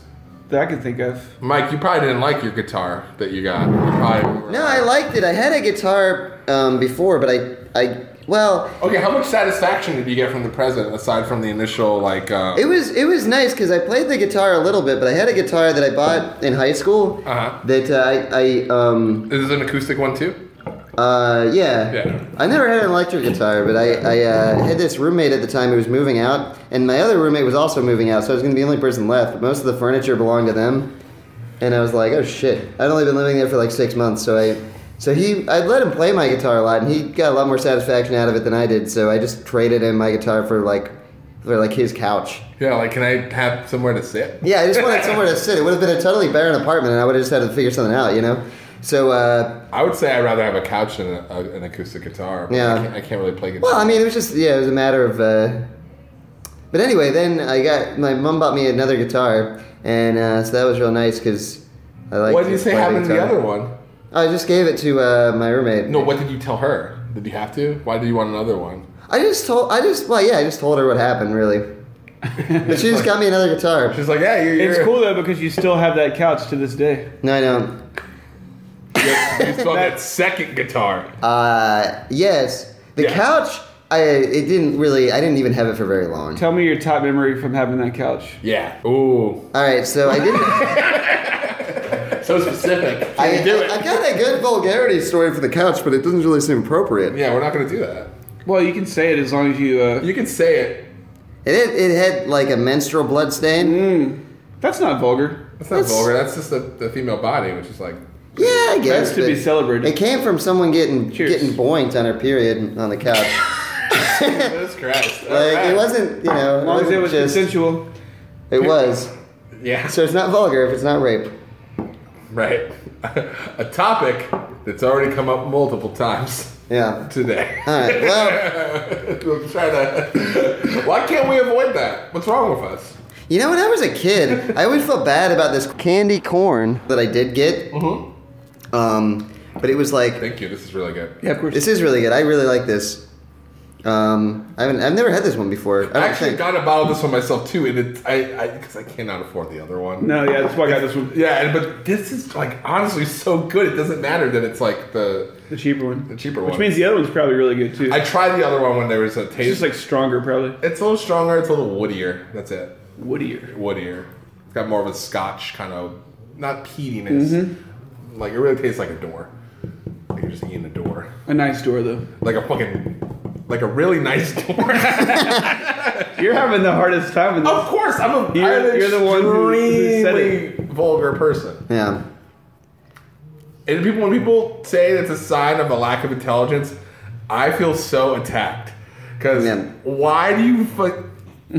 that I can think of.
Mike, you probably didn't like your guitar that you got. You probably were-
No, I liked it. I had a guitar um, before, but I I well.
Okay, how much satisfaction did you get from the present aside from the initial like? Um,
It was it was nice because I played the guitar a little bit, but I had a guitar that I bought in high school
Uh-huh.
that uh, I, I um.
Is this an acoustic one too?
Uh yeah.
Yeah.
I never had an electric guitar, but I I uh, had this roommate at the time who was moving out, and my other roommate was also moving out, so I was gonna be the only person left. But most of the furniture belonged to them, and I was like, oh shit, I'd only been living there for like six months, so I. So he, I let him play my guitar a lot, and he got a lot more satisfaction out of it than I did. So I just traded him my guitar for like, for like his couch.
Yeah, like can I have somewhere to sit?
Yeah, I just wanted somewhere to sit. It would have been a totally barren apartment, and I would have just had to figure something out, you know. So, uh,
I would say I'd rather have a couch than a, a, an acoustic guitar. but
Yeah.
I can't, I can't really play guitar.
well, I mean, it was just yeah, it was a matter of. Uh, but anyway, then I got my mom bought me another guitar, and uh, so that was real nice because I like.
what did you say happened to the other one?
I just gave it to uh, my roommate.
No, what did you tell her? Did you have to? Why did you want another one?
I just told. I just well, yeah, I just told her what happened really. But she just got me another guitar.
She's like, yeah, you're.
It's cool though because you still have that couch to this day.
No, I don't.
You still have that second guitar.
Uh, yes, the couch. I it didn't really. I didn't even have it for very long.
Tell me your top memory from having that couch.
Yeah. Ooh. All
right, so I didn't.
So specific.
I, I, I got a good vulgarity story for the couch, but it doesn't really seem appropriate.
Yeah, we're not going to do that.
Well, you can say it as long as you. Uh,
you can say it.
It had, it had like a menstrual blood stain. Mm,
that's not vulgar.
That's not vulgar. That's just the, the female body, which is like.
Yeah, I guess.
That's to be
but
celebrated.
It came from someone getting getting boinked on her period on the couch.
Jesus Christ. All
like
right.
it wasn't, you know,
As long as it
wasn't
was
just-
consensual.
It was.
Yeah.
So it's not vulgar if it's not rape.
Right. a topic that's already come up multiple times.
Yeah.
Today.
All right,
We'll try to. Why can't we avoid that? What's wrong with us?
You know, when I was a kid, I always felt bad about this candy corn that I did get. Mm-hmm. Um, but it was like.
Thank you. This is really good.
Yeah, of course. This is really good. I really like this. Um, I haven't, I've never had this one before. I don't
I actually
think.
got a bottle of this one myself too, and it, I because I, cannot afford the other one.
No, yeah, that's why I got this one.
Yeah, and- but this is like honestly so good. It doesn't matter that it's like the
the cheaper one,
the cheaper
Which
one.
means the other one's probably really good too.
I tried the other one when there was a taste.
just, like, stronger, probably.
It's a little stronger. It's a little woodier. That's it.
Woodier.
Woodier. It's got more of a Scotch kind of not peatiness.
Mm-hmm.
Mm-hmm.
Like it really tastes like a door. Like you're just eating a door.
A nice door though.
Like a fucking, like a really nice door.
You're having the hardest time. With this.
Of course, I'm a.
You're, you're the one who, who said it.
extremely vulgar person.
Yeah.
And people, when people say that's a sign of a lack of intelligence, I feel so attacked. Because why do you fu-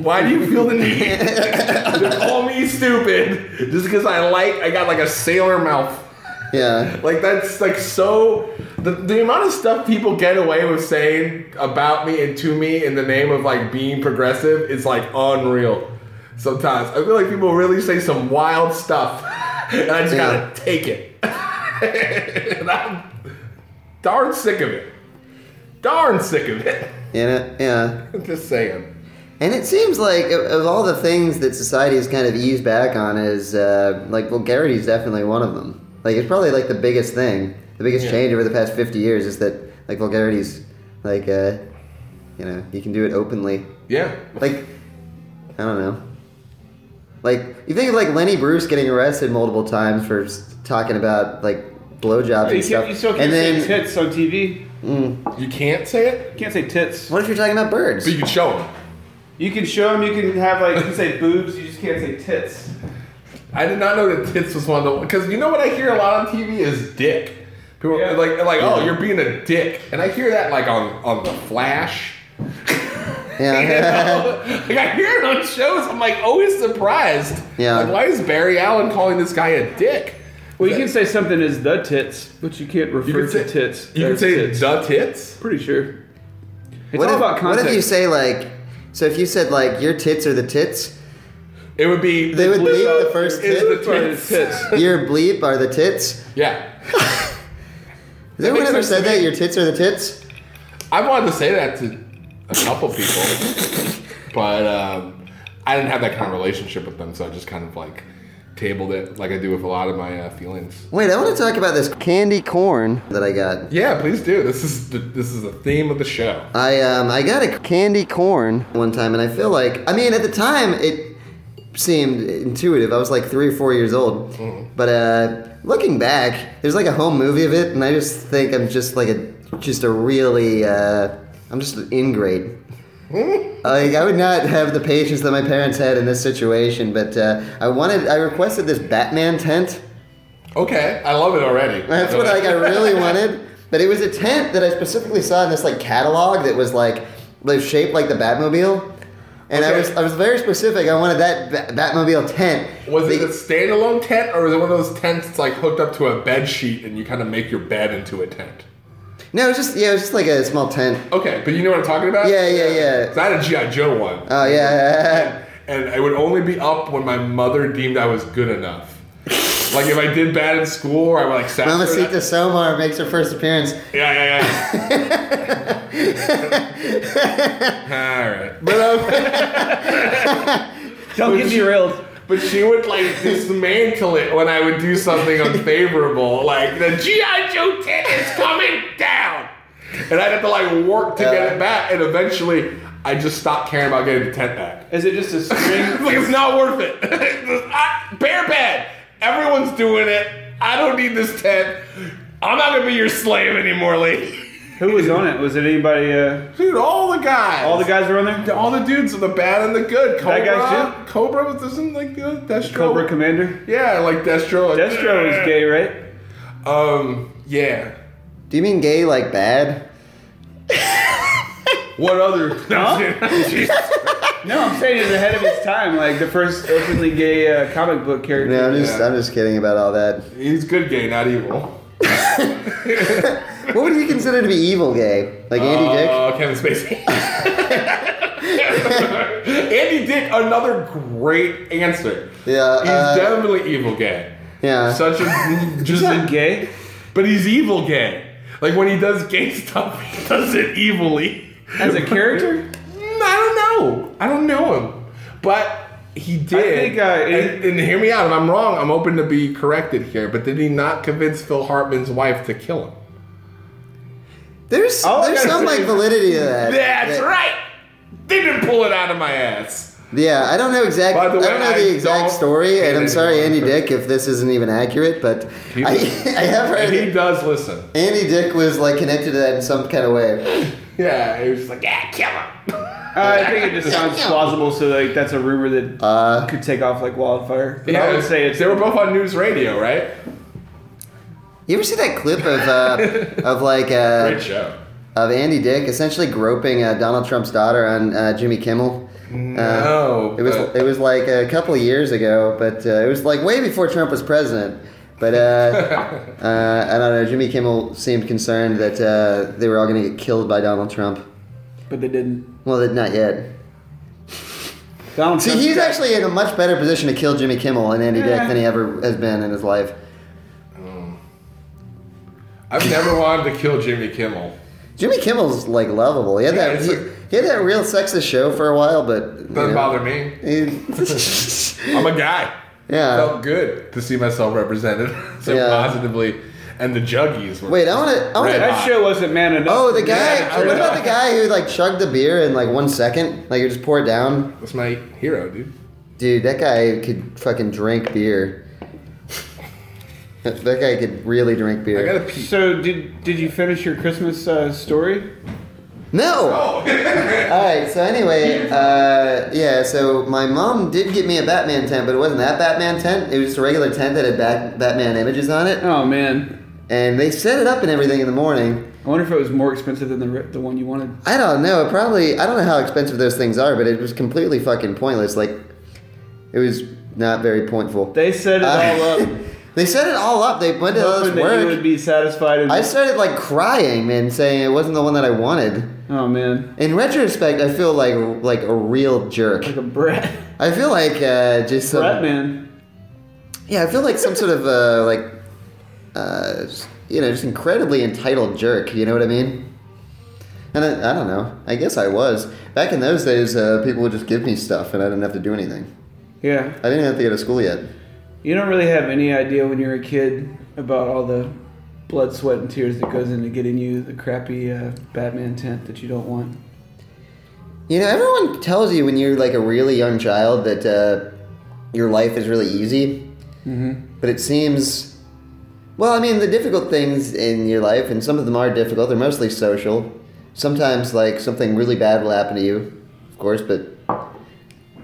why do you feel the need to call me stupid just because I like I got like a sailor mouth?
Yeah.
Like that's like so the, the amount of stuff people get away with saying about me and to me in the name of like being progressive is like unreal. Sometimes I feel like people really say some wild stuff, and I just gotta take it. and I'm darn sick of it. Darn sick of it.
Yeah. Yeah.
just saying.
And it seems like of, of all the things that society has kind of eased back on is uh, like vulgarity is definitely one of them. Like it's probably like the biggest thing, the biggest
Yeah.
change over the past fifty years is that like vulgarity's like uh, you know you can do it openly.
Yeah.
Like I don't know. Like you think of like Lenny Bruce getting arrested multiple times for s- talking about like blowjobs
You,
and stuff,
can't, you still can't
and
say
then
tits on TV.
You can't say it.
You can't say tits.
What if you're talking about birds?
But you can show them.
You can show them. You can have like you can say boobs. You just can't say tits.
I did not know that tits was one of the because you know what I hear a lot on TV is dick. People are like like oh you're being a dick, and I hear that like on on the Flash. You know? like I hear it on shows. I'm like always surprised.
Yeah.
Like why is Barry Allen calling this guy a dick?
Well, you can say something as the tits, but you can't refer
can say-
to tits.
you can
as
say the tits.
Pretty sure. It's
what
all
if,
about context.
What if you say like? So if you said like your tits are the tits,
it would be
they would bleep the first
is
tit.
the tits.
your bleep are the tits.
Yeah.
Has anyone ever said that? Your tits are the tits.
I wanted to say that to a couple people, but um, I didn't have that kind of relationship with them, so I just kind of like tabled it, like I do with a lot of my uh, feelings.
Wait, I want to talk about this candy corn that I got.
Yeah, please do. This is the, this is the theme of the show.
I um I got a candy corn one time, and I feel like I mean at the time it seemed intuitive. I was like three or four years old,
Mm-hmm.
but uh, looking back, there's like a home movie of it, and I just think I'm just like a just a really uh, I'm just an ingrate. Like I would not have the patience that my parents had in this situation, but uh, I wanted I requested this Batman tent.
Okay, I love it already.
That's what like, I really wanted. But it was a tent that I specifically saw in this like catalog that was like like shaped like the Batmobile. And I was I was very specific. I wanted that Bat- Batmobile tent.
Was it a standalone tent, or was it one of those tents that's like hooked up to a bed sheet and you kind of make your bed into a tent?
No, it was just yeah, it was just like a small tent.
Okay, but you know what I'm talking about?
Yeah, yeah, yeah.
'Cause I had a GI Joe one.
Oh yeah.
and it would only be up when my mother deemed I was good enough. like if I did bad in school or I like sat.
Mama
through that-
Sita Somar makes her first appearance.
Yeah, yeah, yeah. All right. But um,
don't get derailed.
But she would like dismantle it when I would do something unfavorable, like the GI Joe tent is coming down, and I'd have to like work to get it back, and eventually. I just stopped caring about getting the tent back.
Is it just a string?
it's not worth it. I- Bear bad. Everyone's doing it. I don't need this tent. I'm not gonna be your slave anymore, lady.
Who was on it? Was it anybody? Uh,
Dude, all the guys.
all the guys were on there.
All the dudes are the bad and the good. Cobra,
That guy's
Cobra was isn't like the Destro.
Cobra Commander.
Yeah, like Destro. Like,
Destro was gay, right?
Um, yeah.
Do you mean gay like bad?
What other?
No, I'm saying he's ahead of his time. Like the first openly gay uh, comic book character.
No, I'm just I'm just kidding about all that.
He's good gay, not evil.
what would you consider to be evil gay? Like Andy Dick?
Uh, Kevin Spacey. Andy Dick, another great answer.
Yeah.
He's
uh,
definitely evil gay.
yeah.
Such a just a
gay,
but he's evil gay. Like when he does gay stuff, he does it evilly.
As a character?
Mm, I don't know. I don't know him, but he did.
think, uh,
and, and hear me out. If I'm wrong, I'm open to be corrected here. But did he not convince Phil Hartman's wife to kill him?
There's
All I
there's
gotta
some
say
like
is-
validity to that.
That's
That-
right. They didn't pull it out of my ass.
Yeah, I don't know exact.
By the way,
I don't know
I
the exact
don't
story, and I'm
hate
sorry, Andy
anyone.
Dick, if this isn't even accurate, but
He-
I, I have heard
And he does listen.
Andy Dick was like connected to that in some kind of way.
Yeah, he was just like, yeah, kill him.
Uh, I think it just sounds plausible. So like that's a rumor that
Uh,
could take off like wildfire. But
Yeah,
I would say it's
they were both on news radio, right?
You ever see that clip of uh, of like
Great
uh,
show.
of Andy Dick essentially groping uh, Donald Trump's daughter on uh, Jimmy Kimmel? Uh,
No,
it was
but-
it was like a couple of years ago, but uh, it was like way before Trump was president. But uh, uh, I don't know. Jimmy Kimmel seemed concerned that uh, they were all going to get killed by Donald Trump.
but they didn't.
Well, that- not yet.
Donald
See,
Trump's
he's
got-
actually in a much better position to kill Jimmy Kimmel and Andy
Yeah.
Dick than he ever has been in his life.
I've never wanted to kill Jimmy Kimmel.
Jimmy Kimmel's like lovable. He had
Yeah,
that
it's
he,
like-
he had that real sexist show for a while, but
Doesn't
you know,
bother me.
he-
I'm a guy.
Yeah.
Felt good to see myself represented so
Yeah.
positively. And the juggies were.
Wait, I wanna- I wanna-
red
That
hot.
show wasn't man enough.
oh, the guy.
Yeah,
what
sure.
about the guy who like chugged the beer in like one second? Like you just pour it down.
That's my hero, dude.
Dude, that guy could fucking drink beer. that guy could really drink
I
beer.
gotta pee.
So did did you finish your Christmas uh, story?
No. All right. So anyway, uh, yeah. So my mom did get me a Batman tent, but it wasn't that Batman tent. It was just a regular tent that had Bat- Batman images on it.
Oh man,
And they set it up and everything in the morning.
I wonder if it was more expensive than the ri- the one you wanted.
I don't know. It probably. I don't know how expensive those things are, but it was completely fucking pointless. Like, it was not very pointful.
They set it all up,
Uh, They set it all up. They put it all
hoping
this
that you
work.
would be satisfied. And
I started like crying and saying it wasn't the one that I wanted.
oh man,
In retrospect, I feel like like a real jerk.
like a brat,
I feel like uh, just some,
brat man.
yeah, I feel like some sort of uh, like uh, you know, just incredibly entitled jerk. You know what I mean? And I, I don't know. I guess I was back in those days. Uh, people would just give me stuff, and I didn't have to do anything.
Yeah,
I didn't have to go to school yet.
you don't really have any idea when you're a kid about all the blood, sweat, and tears that goes into getting you the crappy uh, Batman tent that you don't want.
You know, everyone tells you when you're like a really young child that uh, your life is really easy,
Mm-hmm.
but it seems. Well, I mean, the difficult things in your life, and some of them are difficult. They're mostly social. Sometimes, like something really bad will happen to you, of course, but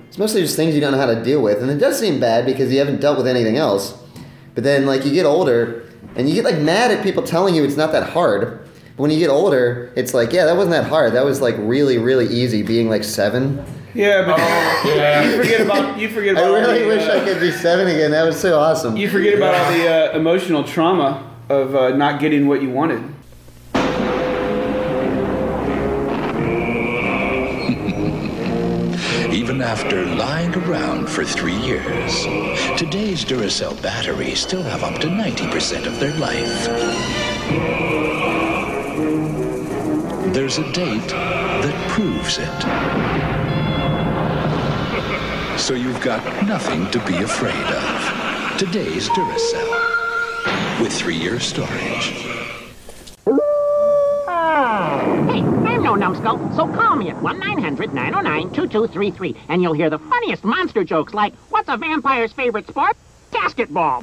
it's mostly just things you don't know how to deal with. And it does seem bad because you haven't dealt with anything else. But then, like, you get older and you get, like, mad at people telling you it's not that hard. But when you get older, it's like, yeah, that wasn't that hard. That was, like, really, really easy being, like, seven.
Yeah, but you forget about you forget
I
about. all
really
the,
wish
uh,
I could be seven again. That was so awesome.
You forget about all the uh, emotional trauma of uh, not getting what you wanted.
Even after lying around for three years, today's Duracell batteries still have up to 90% of their life. There's a date that proves it. So you've got nothing to be afraid of. Today's Duracell with three-year storage.
Hey, I'm no numbskull, so call me at 1-900-909-2233, and you'll hear the funniest monster jokes like, what's a vampire's favorite sport? Basketball.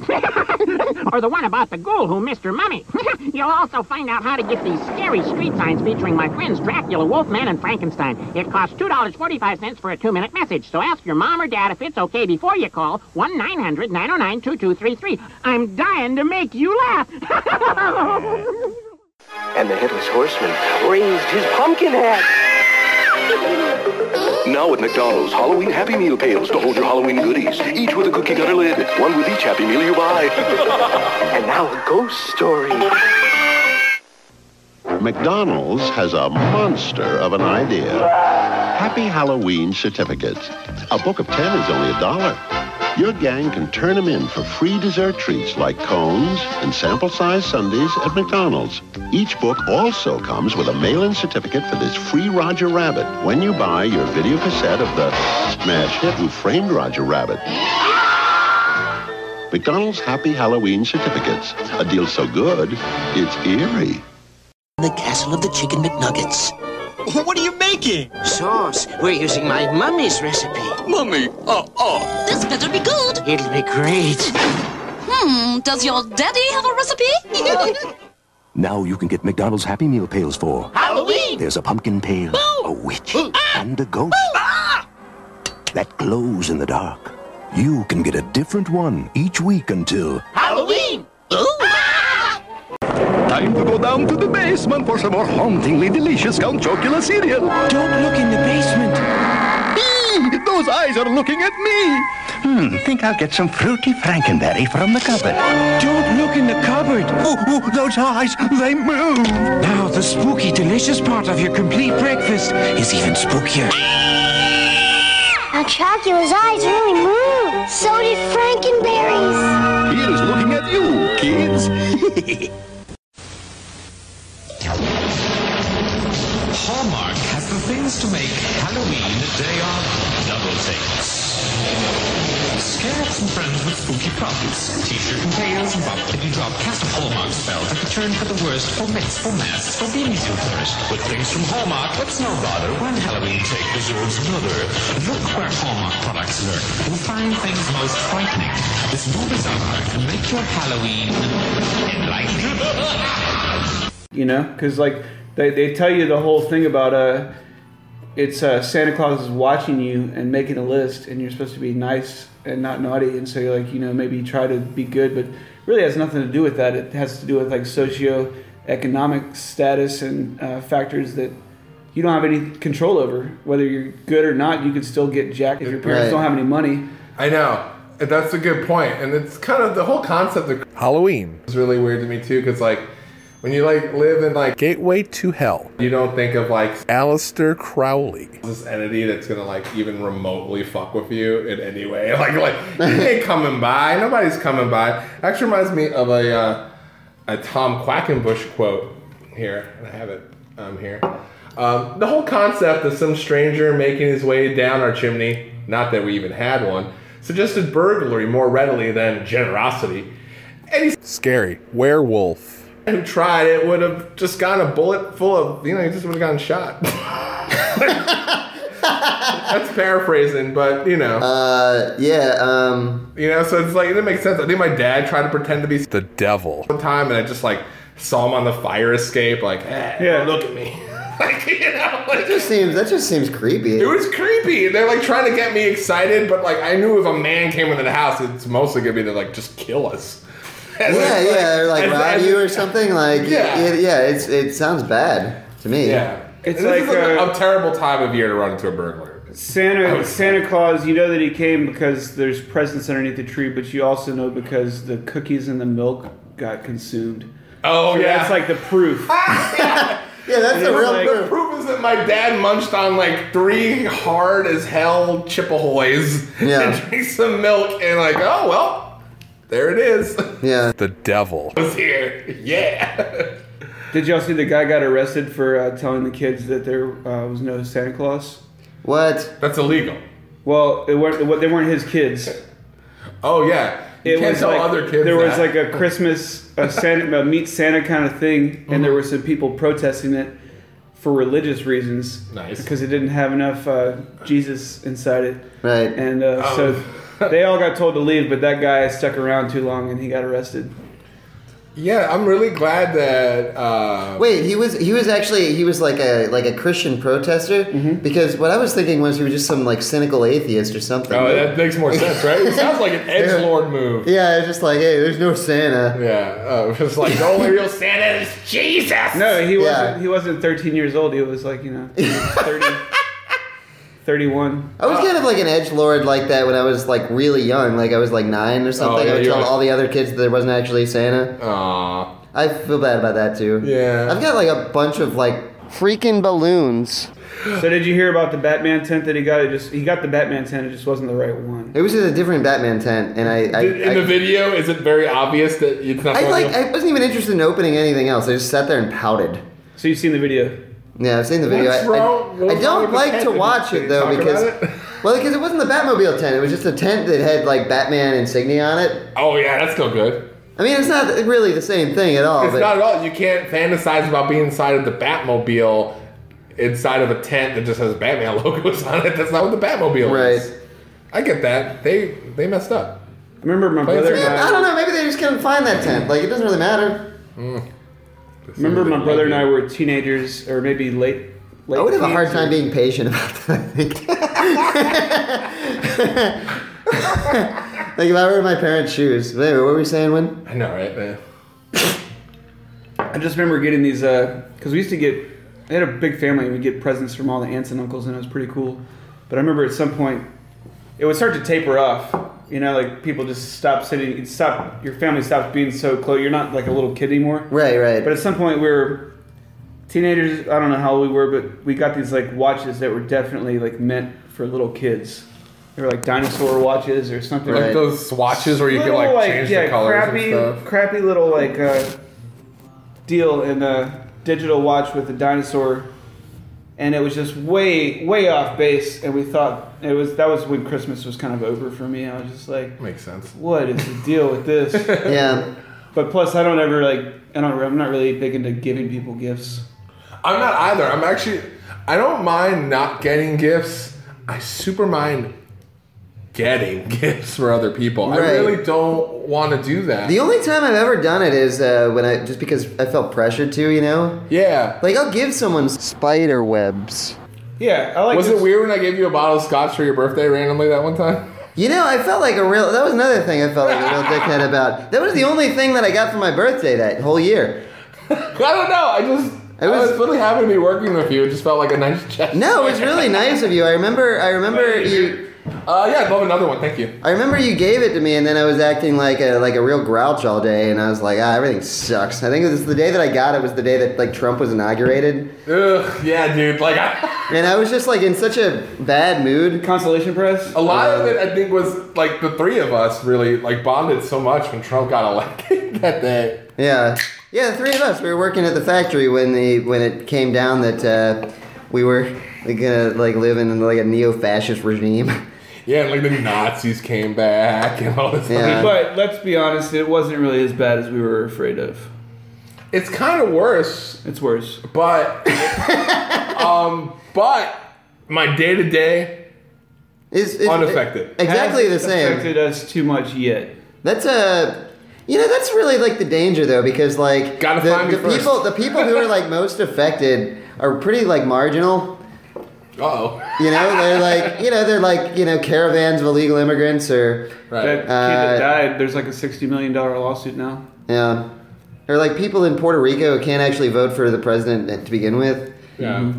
or the one about the ghoul who missed her mummy. you'll also find out how to get these scary street signs featuring my friends Dracula, Wolfman, and Frankenstein. It costs $2.45 for a two-minute message, so ask your mom or dad if it's okay before you call 1-900-909-2233. I'm dying to make you laugh.
And the headless horseman raised his pumpkin hat.
Now at McDonald's, Halloween Happy Meal pails to hold your Halloween goodies. Each with a cookie cutter lid, one with each Happy Meal you buy.
and now a ghost story.
McDonald's has a monster of an idea. Happy Halloween certificates. A book of 10 is only a dollar. Your gang can turn them in for free dessert treats like cones and sample-sized sundaes at McDonald's. Each book also comes with a mail-in certificate for this free Roger Rabbit when you buy your video cassette of the smash hit Who Framed Roger Rabbit. McDonald's Happy Halloween certificates. A deal so good, it's eerie.
The castle of the chicken McNuggets. What are you making? Sauce. We're using my mummy's recipe. Mummy? Oh, oh.
This better be good.
It'll be great.
Hmm, does your daddy have a recipe?
Now you can get McDonald's Happy Meal pails for
Halloween!
There's a pumpkin pail, a witch, and a ghost that glows in the dark. You can get a different one each week until
Halloween!
time to go down to the basement for some more hauntingly delicious Count Chocula cereal. Don't look in the basement.
Those eyes are looking at me. Hmm, think I'll get some fruity frankenberry from the cupboard. Don't look in the cupboard. Oh, oh, those eyes, they move. Now the spooky, delicious part of your complete breakfast is even spookier.
Now Chocula's eyes really moved. So did Frankenberry's.
He is looking at you, kids.
Hallmark has the things to make Halloween a day of double takes. Scare up some friends with spooky problems. T-shirt and tails and bob and drop. Cast a Hallmark spell that could turn for the worst for myths, for masks, for babies who flourish. With things from Hallmark, it's no bother when Halloween take deserves another. Look where Hallmark products lurk. You'll find things most frightening. This movie's hour can make your Halloween enlightening.
you know because like they, they tell you the whole thing about uh it's uh, santa claus is watching you and making a list and you're supposed to be nice and not naughty and so you're like you know maybe try to be good but really has nothing to do with that it has to do with like socio economic status and uh, factors that you don't have any control over whether you're good or not you can still get jacked if your parents
Right.
don't have any money
I know. And That's a good point. And it's kind of the whole concept of Halloween is really weird to me too, because like when you like live in like gateway to hell, you don't think of like Alistair Crowley, this entity that's gonna like even remotely fuck with you in any way. Like like he ain't coming by. Nobody's coming by. Actually reminds me of a uh, a Tom Quackenbush quote here, and I have it um, here. Um, the whole concept of some stranger making his way down our chimney, not that we even had one, suggested burglary more readily than generosity. Any scary werewolf who tried it would have just gotten a bullet full of, you know, he just would have gotten shot. That's paraphrasing, but you know.
Uh, yeah. Um,
you know, so it's like it makes sense. I think my dad tried to pretend to be the devil one time, and I just like saw him on the fire escape, like, eh, yeah, look at me. like, you know, like,
That just seems that just seems creepy.
It was creepy. They're like trying to get me excited, but like I knew if a man came into the house, it's mostly gonna be to like just kill us.
yeah,
And it's like-
yeah, or like
and-
rob
and-
you or something. Like
Yeah.
yeah, it, yeah. It's it sounds bad to me.
Yeah, it's like a, a terrible time of year to run into a burglar.
Santa Santa Claus, you know that he came because there's presents underneath the tree, but you also know because the cookies and the milk got consumed.
Oh,
So
yeah.
that's like the proof.
Yeah,
that's a real
The proof is that my dad munched on like three hard as hell Chippehoys and drank some milk and like, oh well, there it is.
Yeah.
The devil was here. Yeah.
Did y'all see the guy got arrested for uh, telling the kids that there uh, was no Santa Claus?
What?
That's illegal.
Well, it weren't. It, they weren't his kids.
Oh yeah. You
it
can't
was
tell
like
other kids
there was
that.
like a Christmas a Santa a meet Santa kind of thing, and there
Mm-hmm.
were some people protesting it for religious reasons.
Nice.
because it didn't have enough uh, Jesus inside it.
Right.
And uh,
Oh.
so they all got told to leave, but that guy stuck around too long and he got arrested.
Yeah, I'm really glad that. Uh,
Wait, he was he was actually he was like a like a Christian protester
Mm-hmm.
because what I was thinking was he was just some like cynical atheist or something.
Oh, that makes more sense, right? It sounds like an edge lord move.
yeah, it's just like hey, there's no Santa.
Yeah, oh, it's like the only real Santa is Jesus.
No, he
Yeah.
wasn't. He wasn't 13 years old. He was like you know 30, 31.
I was kind of like an edge lord like that when I was like really young, like I was like nine or something.
Oh,
yeah,
I would
you
tell
were-
all the other kids that there wasn't actually Santa.
Aww.
I feel bad about that too.
Yeah.
I've got like a bunch of like freaking balloons.
So did you hear about the Batman tent that he got? It just he got the Batman tent. It just wasn't the right one.
It was just a different Batman tent, and I I,
in
I,
the video, is it very obvious that it's not?
I
the
like
real-
I wasn't even interested in opening anything else. I just sat there and pouted.
So you've seen the video?
Yeah, I've seen the video.
What's
I, I-
wrong-
I,
what's wrong with
don't
the
like
tent?
to
Did
watch
you-
it
did
though
you talk
because
about
well because it wasn't the Batmobile tent. It was just a tent that had like Batman insignia on it.
oh yeah, that's still good.
I mean, it's not really the same thing at all.
it's
but
not at all. You can't fantasize about being inside of the Batmobile, inside of a tent that just has Batman logos on it. That's not what the Batmobile is. Right. I get that. They they messed up.
Remember my
Yeah, I don't know. Maybe they just couldn't find that tent. Like it doesn't really matter.
Remember my brother and I were teenagers, or maybe late. late
I would have a hard
teens,
time
or-
being patient about that. I think. like if I were in my parents' shoes. Wait, what were we saying when?
I know, right? Man.
I just remember getting these because we used to get. I had a big family, and we would get presents from all the aunts and uncles, and it was pretty cool. But I remember at some point, it would start to taper off. You know, like people just stop sitting, you'd stop. Your family stops being so close. You're not like a little kid anymore.
Right, right.
But at some point, we were teenagers. I don't know how old we were, but we got these like watches that were definitely like meant for little kids. They were like dinosaur watches or something.
Like those swatches where you can
Little,
like change the colors and
crappy,
stuff.
Crappy little like uh, deal in a digital watch with a dinosaur, and it was just way way off base. And we thought it was that was when Christmas was kind of over for me. I was just like,
makes sense.
What is the deal with this?
yeah.
But plus, I don't ever like I don't I'm not really big into giving people gifts.
I'm not either. I'm actually. I don't mind not getting gifts. I super mind getting gifts for other people. I
Right.
really don't want to do that.
The only time I've ever done it is uh, when I just because I felt pressured to, you know.
Yeah.
Like I'll give someone spider webs.
Yeah, I like.
Was it weird when I gave you a bottle of scotch for your birthday randomly that one time?
You know, I felt like a real. That was another thing I felt like a real dickhead about. That was the only thing that I got for my birthday that whole year.
I don't know. I just. I was, really happy to be working with you. It just felt like a nice chat.
No, it was really nice of you. I remember. I remember you.
Uh, yeah, I'd love another one. Thank you.
I remember you gave it to me, and then I was acting like a like a real grouch all day, and I was like, ah, everything sucks. I think it was the day that I got it was the day that like Trump was inaugurated,
Ugh, yeah, dude. Like, I,
and I was just like in such a bad mood. Uh,
Consolation press.
a lot of it, I think, was like the three of us really like bonded so much when Trump got elected that day.
Yeah, yeah. The three of us we were working at the factory when the when it came down that uh, we were gonna like live in like a neo-fascist regime.
Yeah, and, like the Nazis came back and all this. other-
But let's be honest, it wasn't really as bad as we were afraid of.
It's kind of worse.
It's worse.
But um, but my day to day
is
unaffected.
Exactly the same.
Affected us too much yet.
That's a you know that's really like the danger though because like Gotta the,
find me
the
first.
people the people who are like most affected are pretty like marginal.
Oh,
You know they're like you know they're like you know caravans of illegal immigrants or uh,
That kid that died, there's like a sixty million dollar lawsuit now.
yeah or like people in Puerto Rico who can't actually vote for the president to begin with. Mm-hmm.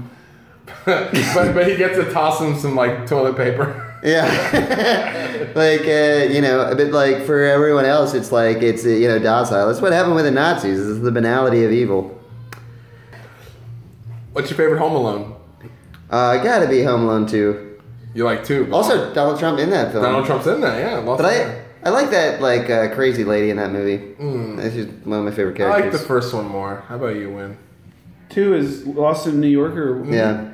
Yeah. but, but he gets to toss him some like toilet paper.
Yeah. like, uh, you know, but like for everyone else, it's like, it's, uh, you know, docile. That's what happened with the Nazis. It's the banality of evil.
What's your favorite Home Alone?
Uh, gotta be Home Alone 2.
You like 2.
Also, Donald Trump in that film.
Donald Trump's in that, yeah. lots
But
of-
I, I like that, like, uh, crazy lady in that movie.
Mm.
That's just one of my favorite
I like
characters.
the first one more. How about you, Win?
Two is Lost in New York or
Yeah.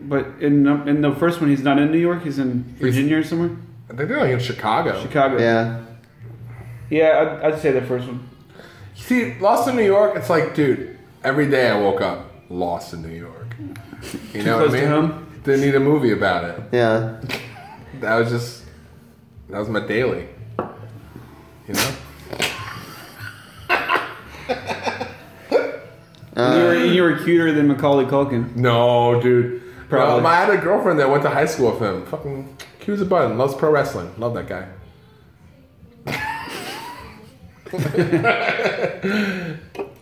But in the- in the first one, he's not in New York. He's in Virginia or somewhere.
I think they're like in Chicago.
Chicago.
Yeah.
Yeah, I'd, I'd say the first one.
You see, Lost in New York, it's like, dude, every day I woke up lost in New York. You
Too
know what I
close to
mean? Didn't need a movie about it.
Yeah.
That was just, that was my daily. You know?
Uh,
you, were, you were cuter than Macaulay Culkin.
No, dude.
Probably.
No, I had a girlfriend that went to high school with him. Fucking cute as a button. Loves pro wrestling. Love that guy.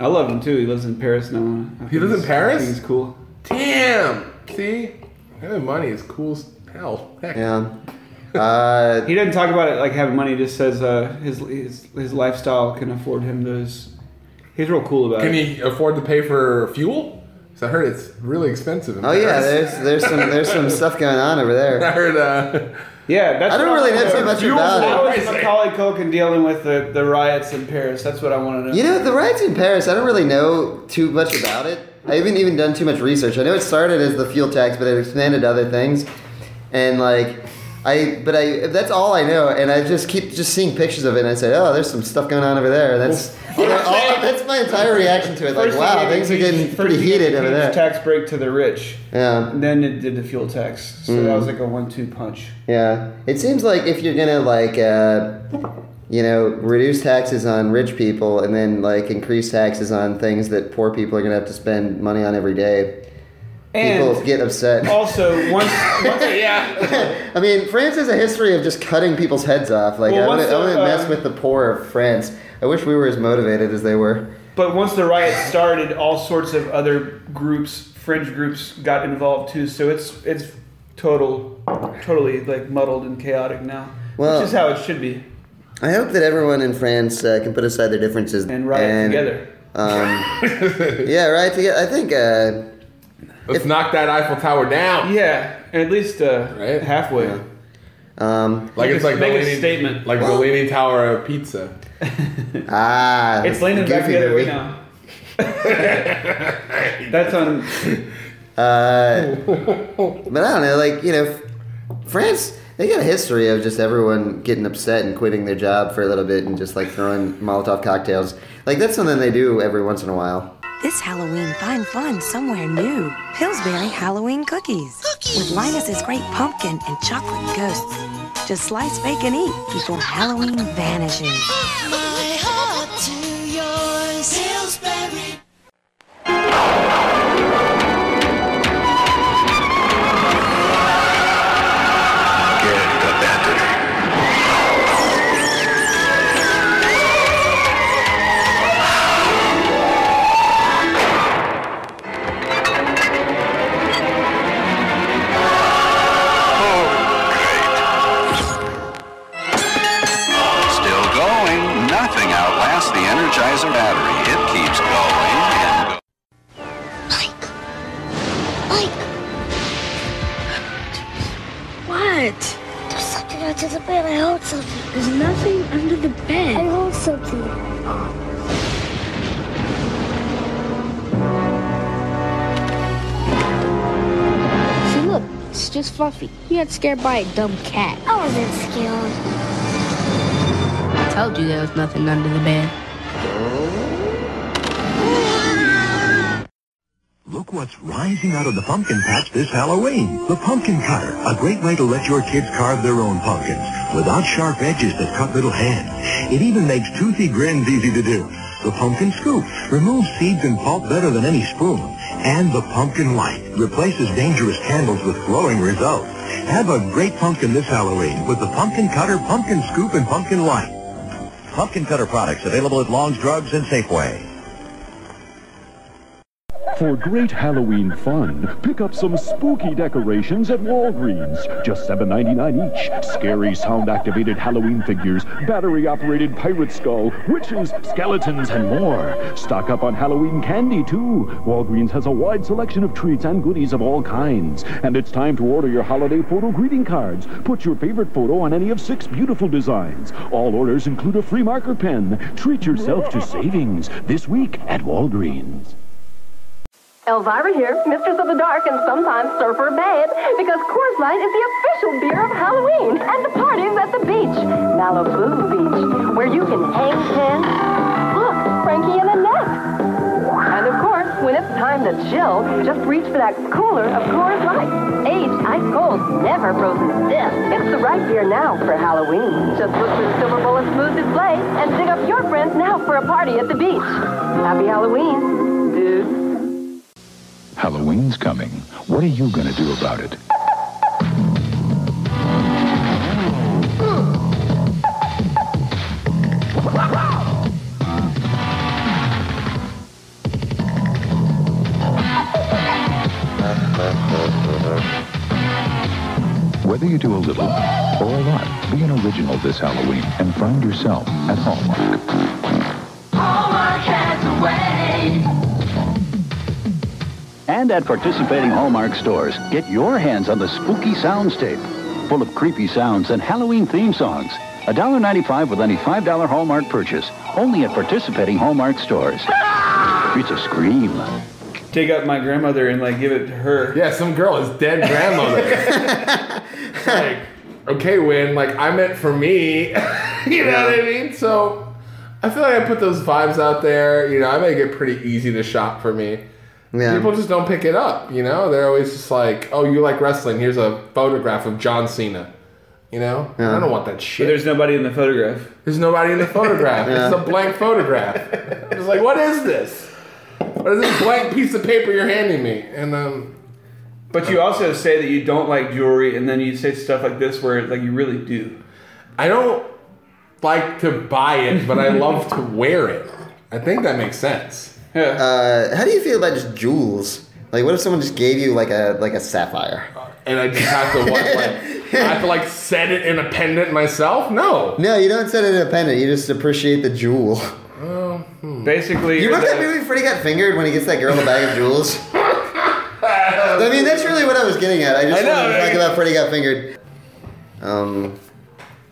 I love him too. He lives in Paris now. I
He
think
lives in
he's-
Paris?
I think he's cool.
Damn! See? Having money is cool as hell. Heck.
Yeah. Uh,
he doesn't talk about it like having money. He just says uh, his, his his lifestyle can afford him those. He's real cool about
Can
it.
he afford to pay for fuel? Because I heard it's really expensive. In
Oh yeah,
Paris.
there's there's some there's some stuff going on over
I
there.
heard. Uh,
yeah, that's
I don't
what
really
wanna
know too much
Fuel's
about it.
How is Macaulay Culkin dealing with the, the riots in Paris? That's what I want to know.
You know, the riots in Paris, I don't really know too much about it. I haven't even done too much research. I know it started as the fuel tax, but it expanded to other things. And like, I but I that's all I know. And I just keep just seeing pictures of it, and I say, oh, there's some stuff going on over there. That's all- Oh, that's my entire reaction to it. Like,
First
wow,
he gave
things are
the-
getting
first
pretty
he gave
heated
the
over
huge
there.
Tax break to the rich.
Yeah.
And then it did the fuel tax. So that
Mm.
was like a one-two punch.
Yeah, it seems like if you're gonna like, uh, you know, reduce taxes on rich people and then like increase taxes on things that poor people are gonna have to spend money on every day,
And-
people get upset.
Also, once, once
I mean, France has a history of just cutting people's heads off. Like,
Well,
I
once
wouldn't, I
the,
wouldn't mess
um,
with the poor of France. I wish we were as motivated as they were.
But once the riot started, all sorts of other groups, French groups, got involved too. So it's it's total, totally like muddled and chaotic now,
Well-
which is how it should be.
I hope that everyone in France uh, can put aside their differences and
riot together.
Um, yeah, riot together. I think. Uh,
Let's knock that Eiffel Tower down.
Yeah, at least uh, halfway.
Um,
Like
Make
it's
a-
like
make
the
a
leaning,
statement.
Like the
Wow.
leaning tower of pizza.
ah,
It's leaning back the other way now. That's on.
Uh, but I don't know, like you know, F- France they got a history of just everyone getting upset and quitting their job for a little bit and just like throwing Molotov cocktails. Like that's something they do every once in a while.
This Halloween, find fun somewhere new. Pillsbury Halloween cookies. With Linus's great pumpkin and chocolate ghosts. Just slice, bake, and eat before Halloween vanishes.
My heart to yours. Pillsbury.
Still going. Nothing outlasts the Energizer battery. It keeps going and going.
What? There's something under the bed. I hold something. There's nothing under the bed. I hold something.
See, look, it's just Fluffy. He got scared by a dumb cat.
I wasn't scared.
Oh. I told you there was nothing under the bed.
Look what's rising out of the pumpkin patch this Halloween. The pumpkin cutter, a great way to let your kids carve their own pumpkins without sharp edges that cut little hands. It even makes toothy grins easy to do. The pumpkin scoop removes seeds and pulp better than any spoon. And the pumpkin light replaces dangerous candles with glowing results. Have a great pumpkin this Halloween with the pumpkin cutter, pumpkin scoop, and pumpkin light. Pumpkin cutter products available at Long's Drugs and Safeway.
For great Halloween fun, pick up some spooky decorations at Walgreens. Just $7.99 each. Scary sound-activated Halloween figures, battery-operated pirate skull, witches, skeletons, and more. Stock up on Halloween candy, too. Walgreens has a wide selection of treats and goodies of all kinds. And it's time to order your holiday photo greeting cards. Put your favorite photo on any of six beautiful designs. All orders include a free marker pen. Treat yourself to savings this week at Walgreens.
Elvira here, mistress of the dark and sometimes surfer babe, because Coors Light is the official beer of Halloween and the parties at the beach, Malibu Beach, where you can hang ten. Look, Frankie and Annette. And of course, when it's time to chill, just reach for that cooler of Coors Light. Aged ice cold, never frozen to death. It's the right beer now for Halloween. Just look for the silver bullet smooth display and dig up your friends now for a party at the beach. Happy Halloween, dudes.
Halloween's coming. What are you going to do about it? Whether you do a little or a lot, be an original this Halloween and find yourself at Hallmark.
Hallmark has a way.
And at participating Hallmark stores, get your hands on the spooky sounds tape, full of creepy sounds and Halloween theme songs. $1.95 with any $5 Hallmark purchase, only at participating Hallmark stores. It's a scream.
Take up my grandmother and like give it to her.
Yeah, some girl is dead grandmother. It's like, okay, Win, like I meant for me. you know what I mean? So I feel like I put those vibes out there. You know, I make it pretty easy to shop for me.
Yeah.
People just don't pick it up, you know? They're always just like, oh, you like wrestling. Here's a photograph of John Cena. You know? I don't want that shit.
But there's nobody in the photograph.
There's nobody in the photograph.
Yeah.
It's a blank photograph. It's like, what is this? What is this blank piece of paper you're handing me? And um,
But you also say that you don't like jewelry, and then you say stuff like this where like you really do.
I don't like to buy it, but I love to wear it. I think that makes sense.
Uh, how do you feel about just jewels? Like, what if someone just gave you like a like a sapphire?
And I just have to what, like, I have to like set it in a pendant myself? No.
No, you don't set it in a pendant. You just appreciate the jewel.
Well,
Basically,
You remember that movie Freddy got fingered when he gets that girl in the bag of jewels? I mean, that's really what I was getting at. I just
I know,
wanted to talk
right?
about Freddy got fingered. Um,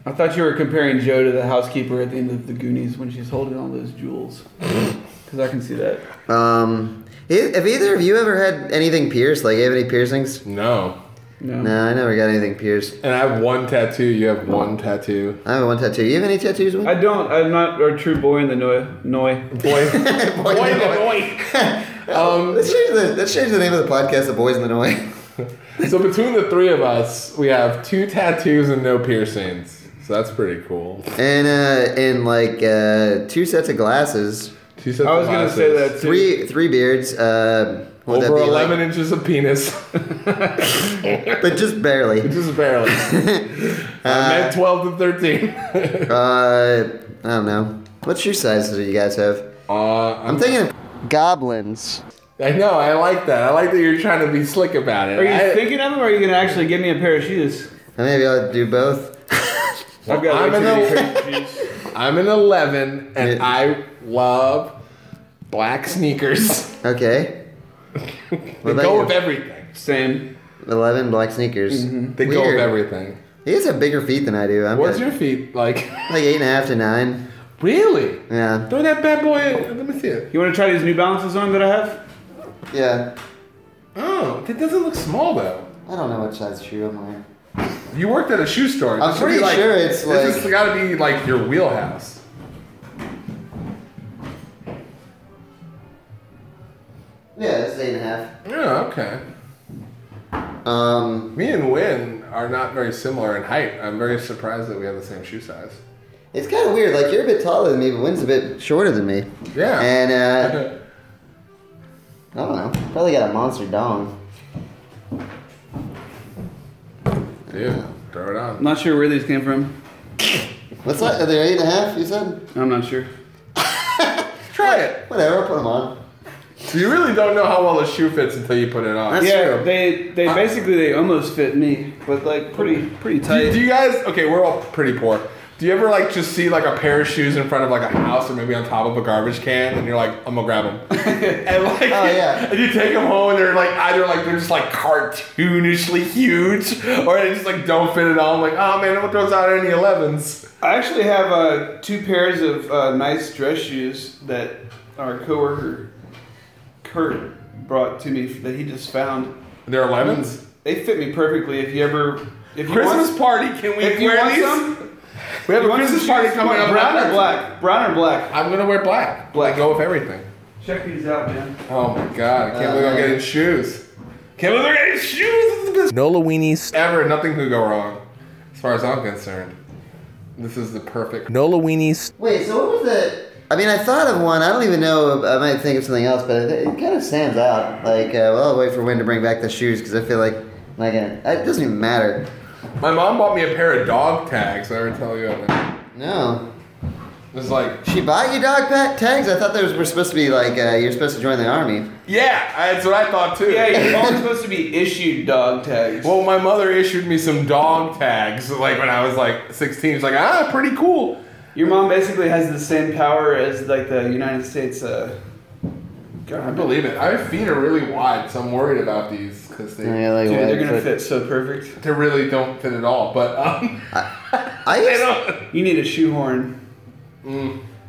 I thought you were comparing Joe to the housekeeper at the end of the Goonies when she's holding all those jewels. Because I can see that.
Um, e- have either of you ever had anything pierced? Like, you have any piercings?
No.
No.
No, I never got anything pierced.
And I have one tattoo. You have one tattoo.
I have one tattoo. You have any tattoos? Will?
I don't. I'm not a true boy in the noi. noi.
Boy.
boy in the noi.
Um, let's change the let's change the name of the podcast. The boys in the noise.
so between the three of us, we have two tattoos and no piercings. So that's pretty cool.
and uh, and like uh, two sets of glasses.
Two sets I was of gonna say glasses. that, too.
Three three beards. Uh, what'd that
Over
be, like-
eleven inches of penis.
but just barely.
Just barely. I meant twelve to thirteen.
uh, I don't know. What shoe sizes do you guys have?
Uh, I'm,
thinking of goblins.
I know. I like that. I like that you're trying to be slick about it.
Are you
I,
thinking of them, or are you gonna actually give me a pair of shoes?
Maybe I'll do both.
I've got
I'm
way too many
an
pairs of shoes.
I'm an eleven, and I love black sneakers.
Okay.
They
about
go
you?
with everything.
Same.
Eleven black sneakers.
Mhm. They go with everything.
You guys have bigger feet than I do. I'm
What's your feet like?
Like eight and a half to nine.
Really?
Yeah.
Throw that bad boy. in- Let me see it.
You want to try these New Balances on that I have?
Yeah.
Oh, that doesn't look small though.
I don't know what size shoe I'm wearing.
You worked at a shoe store.
I'm
This should be
pretty sure it's
this
like-
has got to be like your wheelhouse.
Yeah, it's eight and a half.
Yeah. Okay.
Um,
Me and Win are not very similar in height. I'm very surprised that we have the same shoe size.
It's kind of weird. Like you're a bit taller than me, but Wynn's a bit shorter than me.
Yeah.
And uh, I don't know. Probably got a monster dong.
Dude, throw it on.
I'm not sure where these came from.
What's that? Are they eight and a half? You said?
I'm not sure.
Try it.
Whatever. I'll put them on.
So you really don't know how well a shoe fits until you put it on.
yeah, they they basically they almost fit me, but like pretty pretty tight.
Do, do you guys? Okay, we're all pretty poor. Do you ever like just see like a pair of shoes in front of like a house or maybe on top of a garbage can and you're like, I'm gonna grab them, and like,
yeah.
and you take them home and they're like either like they're just like cartoonishly huge or they just like don't fit at all. I'm like, oh man, what throws out any 11s?
I actually have uh, two pairs of uh, nice dress shoes that our coworker Kurt brought to me that he just found.
They're 11s?
They fit me perfectly. If you ever, if you
Christmas
want,
party, can we
if you
wear
want
these?
some,
We have
you
a
want
Christmas
some
party
shoes?
coming up.
Brown or black? Brown or black?
I'm gonna wear black. Black go with everything.
Check these out, man.
Oh my god, I can't
Uh,
believe I'm getting shoes. Can't believe I'm getting shoes. No Loweenies ever. Nothing could go wrong, as far as I'm concerned. This is the perfect No Loweenies.
Wait, so what was that? I mean, I thought of one. I don't even know. I might think of something else, but it, it kind of stands out. Like, uh, well, I'll wait for Wynn to bring back the shoes because I feel like I'm not gonna. It doesn't even matter.
My mom bought me a pair of dog tags. Did I ever tell you about that?
No.
It's like
she bought Ah, you dog pat tags. I thought those were supposed to be like uh, you're supposed to join the army.
Yeah, I- that's what I thought too.
Yeah, you're only supposed to be issued dog tags.
Well, my mother issued me some dog tags like when I was like 16. She's like, ah, pretty cool.
Your mom basically has the same power as like the United States. Uh,
I believe it. My feet are really wide, so I'm worried about these because they
Oh, Yeah, like
Dude, they're
wide
gonna
foot.
fit so perfect.
They really don't fit at all. But um,
I
you need a shoehorn.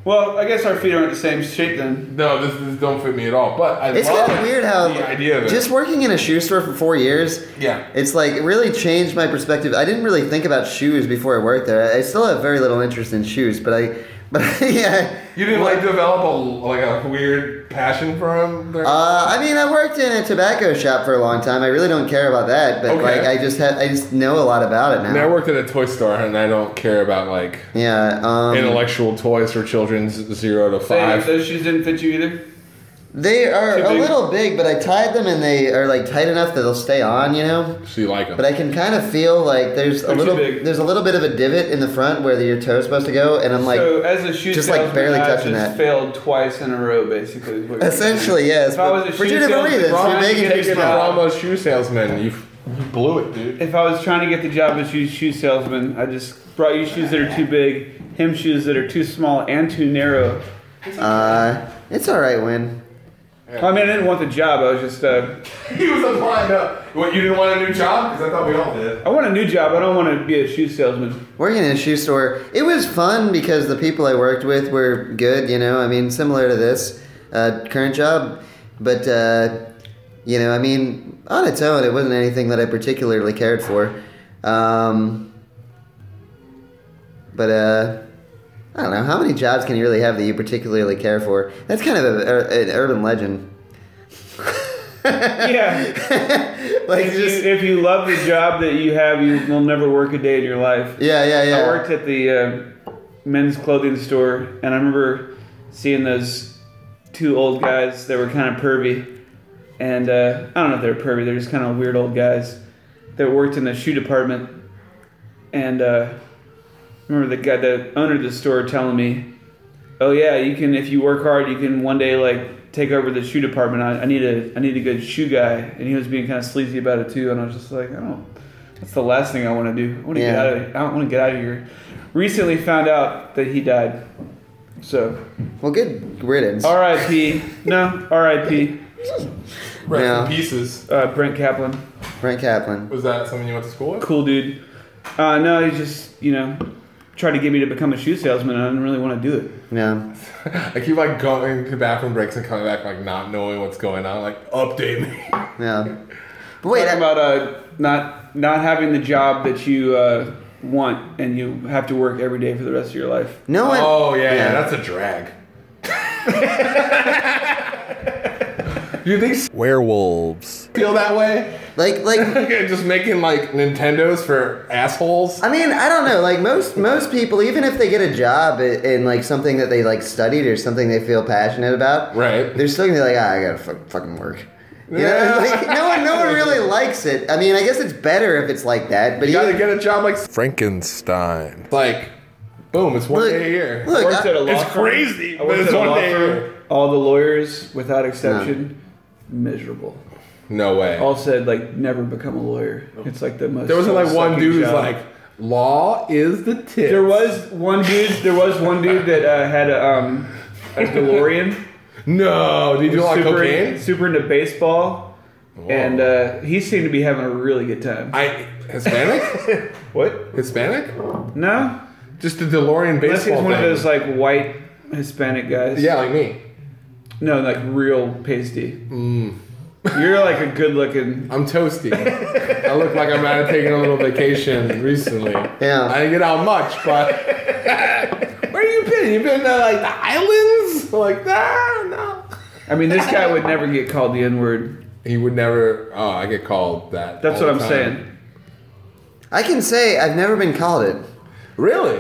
Well, I guess our feet aren't the same shape then.
Mm. No, this, this don't fit me at all. But I
It's
love
kind of weird how
the idea of it.
just working in a shoe store for four years.
Yeah.
It's like it really changed my perspective. I didn't really think about shoes before I worked there. I still have very little interest in shoes, but I, but yeah.
You didn't like develop a like a weird passion for him. There?
Uh, I mean, I worked in a tobacco shop for a long time. I really don't care about that, but
Okay.
like, I just have, I just know a lot about it
I mean, I
now.
worked at a toy store, and I don't care about like
yeah um,
intellectual toys for children z- zero to
They-
five.
those shoes didn't fit you either.
They are
Too
a
big.
little big, but I tied them and they are like tight enough that they'll stay on. You know.
So you like them?
But I can kind of feel like there's a
They're too
little
big.
there's a little bit of a divot in the front where your toe's supposed to go, and I'm like
so as a shoe
just
salesman,
like barely
I
touching
just
that.
failed twice in a row, basically. is what you're saying.
Essentially, yes.
If I was a
but
shoe
for two different
salesman,
reasons,
Ron,
too
I'd
big
get
and too
this
small.
Almost shoe salesman. You you blew it, dude.
If I was trying to get the job as shoe, shoe salesman, I just brought you shoes that are too big, him shoes that are too small and too narrow.
Uh, it's all right, Win.
I mean, I didn't want the job. I was just. Uh,
he was applying up. What you didn't want a new job? Because I thought we all did.
I want a new job. I don't want to be a shoe salesman.
Working in a shoe store, it was fun because the people I worked with were good. You know, I mean, similar to this uh, current job, but uh, you know, I mean, on its own, it wasn't anything that I particularly cared for. Um, but uh, I don't know how many jobs can you really have that you particularly care for. That's kind of a, an urban legend.
yeah. like if, you, if you love the job that you have, you will never work a day in your life.
Yeah, yeah, yeah.
I worked at the uh, men's clothing store, and I remember seeing those two old guys that were kind of pervy, and uh, I don't know if they're pervy. They're just kind of weird old guys that worked in the shoe department, and. Uh, remember the guy the owner of the store telling me oh yeah you can if you work hard you can one day like take over the shoe department i, I need a i need a good shoe guy and he was being kind of sleazy about it too and i was just like i don't that's the last thing i want to do i want to get
Yeah.
out of i don't want to get out of here recently found out that he died so
well good riddance
rip no rip
Rest in
Yeah.
pieces.
uh, brent kaplan
Brent Kaplan.
Was that someone you went to school with?
cool dude uh, no he just you know tried to get me to become a shoe salesman and i didn't really want to do it
Yeah.
I keep like going to bathroom breaks and coming back like not knowing what's going on. Like update me.
Yeah. But wait,
Talk about uh, not not having the job that you uh, want and you have to work every day for the rest of your life.
No one.
Oh yeah, yeah, that's a drag. you think werewolves feel that way?
Like like
just making like Nintendos for assholes.
I mean, I don't know. Like most most people, even if they get a job i- in like something that they like studied or something they feel passionate about,
right?
They're still gonna be like, ah, I gotta fuck, fucking work. You know, like, no one no one really likes it. I mean, I guess it's better if it's like that. But
you gotta
even-
get a job like Frankenstein. Like, Boom! It's one
Look,
day a year.
look, Worked I- at a law
it's
firm.
crazy,
I
but
worked
it's
at a
one
law
day a
firm.
year.
All the lawyers, without exception, miserable.
No way.
All said like never become a lawyer. It's like the most.
There wasn't like one
sucking
dude who's
job.
like, law is the tip.
There was one dude. There was one dude that uh, had a, um, a DeLorean.
No, did he do a lot of
super
cocaine?
super into baseball, and uh, he seemed to be having a really good time.
I Hispanic?
what
Hispanic?
No,
just a DeLorean
Unless he's
baseball
one of
thing.
those like white Hispanic guys.
Yeah, like me. Mm.
No, like real pasty. You're like a good looking.
I'm toasty. I look like I might have taken a little vacation recently. Yeah. I didn't get out much, but where you been? You been uh, like the islands? Like that? No.
I mean, this guy would never get called the N word.
He would never. Oh, I get called that.
That's
all
what I'm
the time.
saying.
I can say I've never been called it.
Really?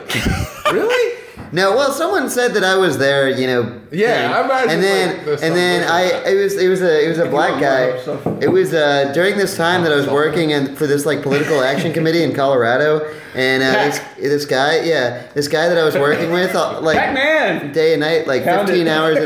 really?
No, well, someone said that I was there, you know.
Yeah, I imagine,
And
like,
then,
there's
and then
something-
I, it was, it was a, it was a black guy. It was uh, during this time that I was working in, for this like political action committee in Colorado, and uh, this, this guy, yeah, this guy that I was working with, uh, like day and night, like
Found it.
fifteen hours a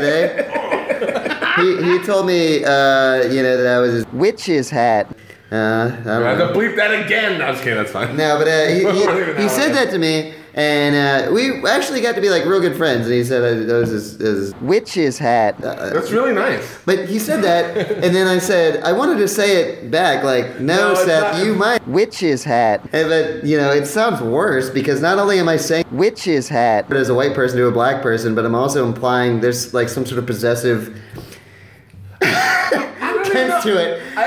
day. he, he told me, uh, you know, that I was his witch's hat. Uh, I don't
I have
know.
to bleep that again. No, I was kidding. That's fine.
No, but uh, he,
We're not even
he, he
out
said
yet.
that to me, and uh, we actually got to be like real good friends. And he said uh, that was his, his witch's hat. Uh,
That's really nice.
But he said that, and then I said I wanted to say it back, like,
No,
no,
it's
Seth,
not-
you might witch's hat. And, but you know, it sounds worse because not only am I saying witch's hat, but as a white person to a black person, but I'm also implying there's like some sort of possessive. tense to it.
I,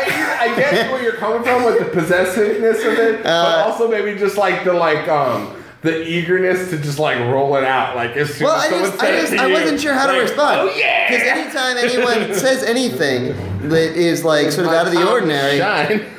I get where you're coming from with the possessiveness of it,
Uh,
but also maybe just like the like um the eagerness to just like roll it out like as soon
Well,
as
I
someone
just, I
said it
just,
to
I
you,
wasn't sure how to
like,
respond.
Oh yeah,
Because anytime anyone says anything that is like sort of out of the ordinary,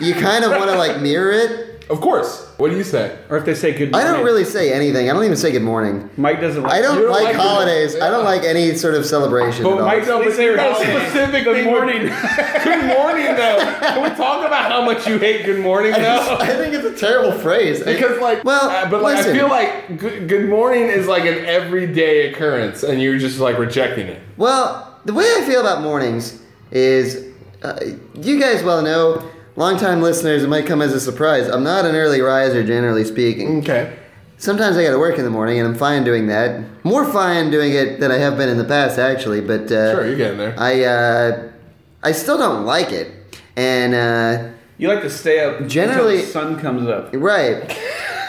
you kind of want to like mirror it.
Of course. What do you say?
Or if they say good
I don't really say anything. I don't even say good morning.
Mike doesn't.
I
You
don't
don't
like,
like-
holidays. I don't like any sort of celebration.
But
at all.
Mike, no, but you got a specific good morning. good morning, though. Can we talk about how much you hate good morning,
I
though?
just- I think it's a terrible phrase. I-
Because like,
well,
uh, but like,
listen.
I feel like good, good morning is like an everyday occurrence, and you're just like rejecting it.
Well, the way I feel about mornings is, uh, you guys well know, longtime listeners, it might come as a surprise. I'm not an early riser, generally speaking.
Okay.
Sometimes I got to work in the morning, and I'm fine doing that. More fine doing it than I have been in the past, actually. But uh,
Sure, you're getting there.
I uh, I still don't like it, and uh,
you like to stay up
generally.
until the sun comes up.
Right.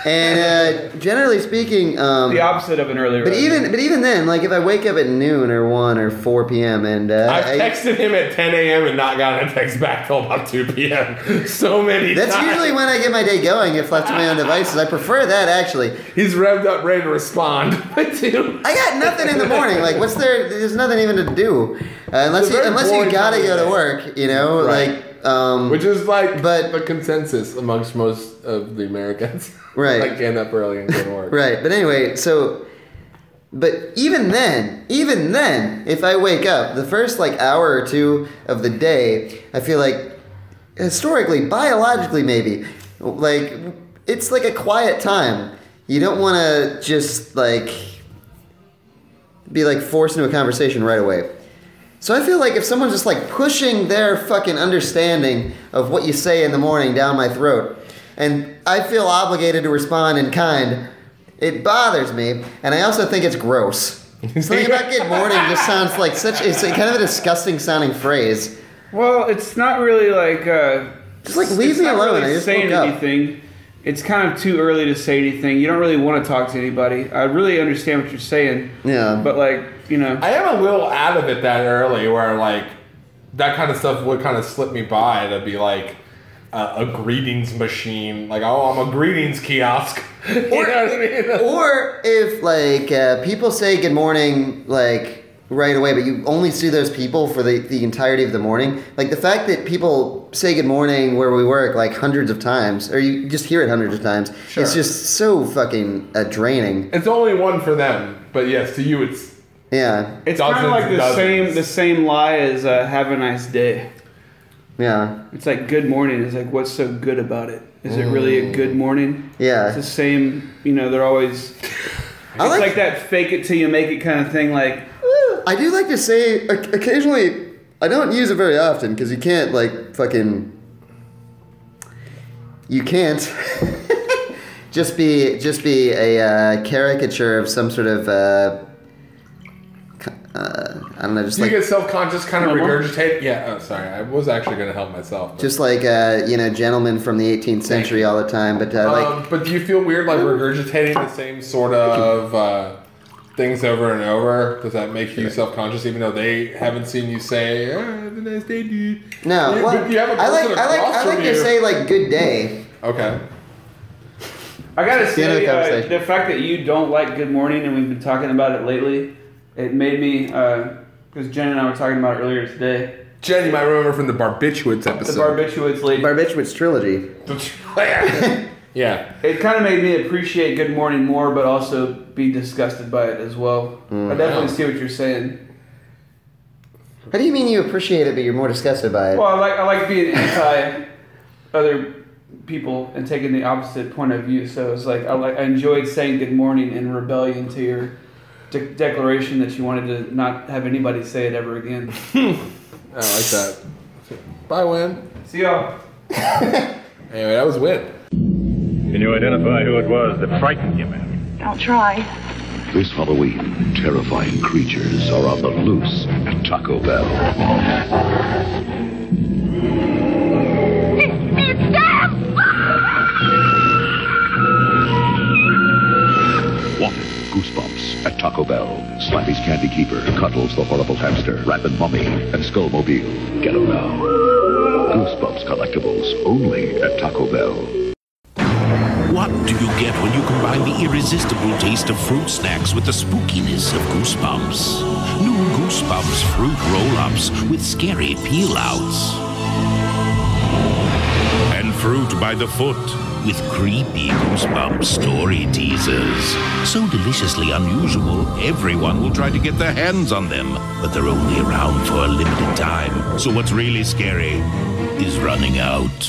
And uh, generally speaking, um,
The opposite of an early.
but
riser.
even but even then, like if I wake up at noon or one or four p.m. and uh,
I've
I-
texted him at 10 a.m. and not gotten a text back till about 2 p.m. So many
That's
times.
usually when I get my day going if left to my own devices. I prefer that actually.
He's revved up, ready to respond. Dude.
I got nothing in the morning. Like, what's there? There's nothing even to do uh, unless
It's a
you
very
unless you
boring
gotta
time of
go to
day.
work. You know,
Right.
like um,
Which is like
but-
the consensus amongst most of the Americans.
Right.
like getting up early and going to work.
right. But anyway, so but even then, even then, if I wake up, the first like hour or two of the day, I feel like historically, biologically, maybe, like it's like a quiet time. You don't want to just like be like forced into a conversation right away. So I feel like if someone's just like pushing their fucking understanding of what you say in the morning down my throat, and I feel obligated to respond in kind, it bothers me, and I also think it's gross. Something about good morning just sounds like such it's a kind of a disgusting sounding phrase.
Well, it's not really like uh,
Just, like, leave
it's
me
not
alone.
Really
I just
saying
woke up.
anything. It's kind of too early to say anything. You don't really want to talk to anybody. I really understand what you're saying.
Yeah.
But like you know,
I am a little out of it that early where like that kind of stuff would kind of slip me by to be like a, a greetings machine. Like, oh, I'm a greetings kiosk. you know what I mean?
Or if like uh, people say good morning like right away, but you only see those people for the, the entirety of the morning. Like the fact that people say good morning where we work like hundreds of times, or you just hear it hundreds of times,
Sure.
it's just so fucking uh, draining.
It's only one for them, but yes, to you it's
Yeah,
it's kind of
Dozens
like
and
the
dozens.
same the same lie as uh, "Have a nice day."
yeah,
It's like good morning. It's like what's so good about it? Is it really a good morning?
Mm. yeah.
It's the same. You know, they're always It's like, that fake it till you make it kind of thing. Like
I do like to say oc- occasionally. I don't use it very often because you can't like fucking. You can't just be just be a uh, caricature of some sort of. Uh, c- uh, I don't know, just
you
like
get self conscious, kind of
No, what?
regurgitate. Yeah, oh, sorry. I was actually going to help myself.
just like uh, you know gentlemen from the 18th century all the time, but uh, like
um, but do you feel weird like regurgitating the same sort of uh, things over and over? Does that make you self conscious, even though they haven't seen you say "Ah, "Have a nice day, dude"?
No,
Um, You-
well,
but you have a
I like-
person
I like-
across
I like
from
to
you-
say, like, "Good day."
Okay.
I gotta
It's the end of
say,
the
uh,
conversation.
the fact that you don't like Good Morning and we've been talking about it lately, it made me because Jen and I were talking about it earlier today.
Jen, you might remember from the barbiturates episode.
The barbiturates lady.
Barbiturates trilogy.
Yeah.
It kind of made me appreciate Good Morning more, but also be disgusted by it as well.
Mm.
I definitely
Yeah.
see what you're saying.
how do you mean you appreciate it, but you're more disgusted by it?
Well, I like I like being anti other people and taking the opposite point of view. So it's like I like I enjoyed saying Good Morning in rebellion to your de- declaration that you wanted to not have anybody say it ever again.
I like that. Bye, Win.
See y'all.
Anyway, that was Win.
Can you identify who it was that frightened you, man?
I'll try.
This Halloween, terrifying creatures are on the loose at Taco Bell.
It's
Wanted Goosebumps at Taco Bell. Slappy's Candy Keeper, Cuddles the Horrible Hamster, Rapid Mummy, and Skullmobile. Get 'em now. Goosebumps collectibles only at Taco Bell.
What do you get when you combine the irresistible taste of fruit snacks with the spookiness of goosebumps? New goosebumps fruit roll ups with scary peel outs. And fruit by the foot with creepy goosebumps story teasers. So deliciously unusual, everyone will try to get their hands on them, but they're only around for a limited time. So what's really scary is running out.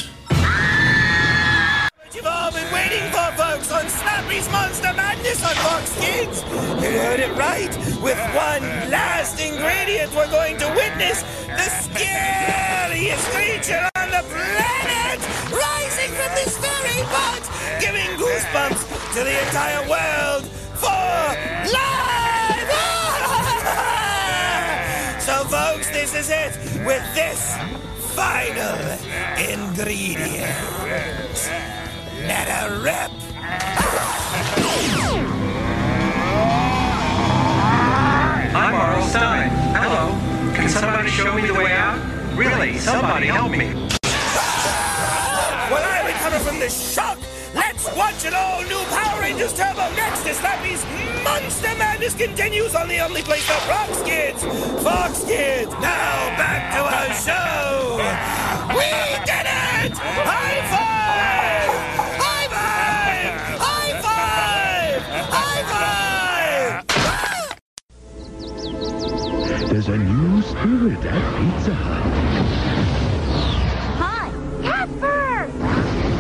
What you've all been waiting for, folks, on Slappy's Monster Madness on Fox Kids. You heard it right. With one last ingredient, we're going to witness the scariest creature on the planet rising from this fairy pot, giving goosebumps to the entire world for life. so, folks, this is it. With this final ingredient. Meta rep.
I'm Arl Stein. Hello. Can somebody show me the way out? Really, somebody help me.
While I recover from this shock, let's watch an all-new Power Rangers Turbo next as Slappy's Monster Madness continues on the only place that rocks, kids. Fox Kids. Now back to our show. We did it! High five! High five! High five! High five!
There's a new spirit at Pizza
Hi, Casper.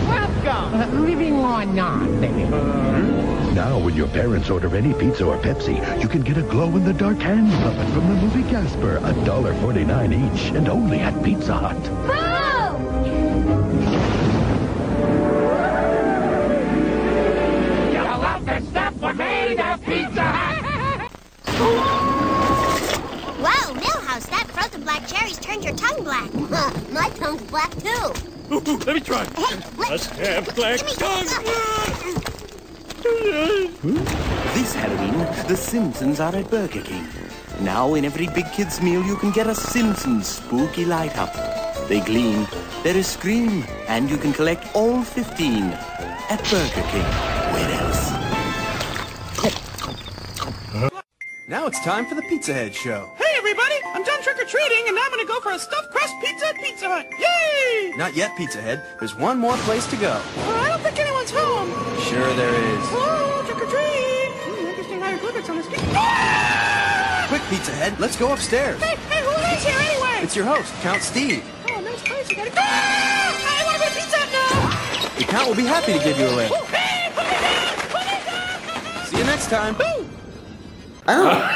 Welcome. living or not,
Hut. Hmm? Now, when your parents order any pizza or Pepsi, you can get a glow-in-the-dark hand puppet from the movie Casper, $1.49 each, and only at Pizza Hut.
You'll love this stuff for me, the Pizza Hut.
Whoa, Millhouse, that frozen black cherry's turned your tongue black. My tongue's black, too.
Let me try. Let's have black tongue.
This Halloween, the Simpsons are at Burger King. Now, in every big kid's meal, you can get a Simpsons spooky light up. They gleam, there is scream, and you can collect all 15 at Burger King. Where else?
Now it's time for the Pizza Head Show.
Hey, everybody! I'm done trick-or-treating, and now I'm gonna go for a stuffed crust pizza at Pizza Hut. Yay!
Not yet, Pizza Head. There's one more place to go.
Well, I don't think anyone's home.
Sure there is.
Hello, trick or treat. Hmm, interesting how your Glubbert's on the street.
Ah! Quick, Pizza Head, let's go upstairs.
Hey, hey, who lives here anyway?
It's your host, Count Steve.
Oh, nice place. You gotta go. I want to pizza now.
The Count will be happy to give you a lift. See you next time.
Boo!
I don't.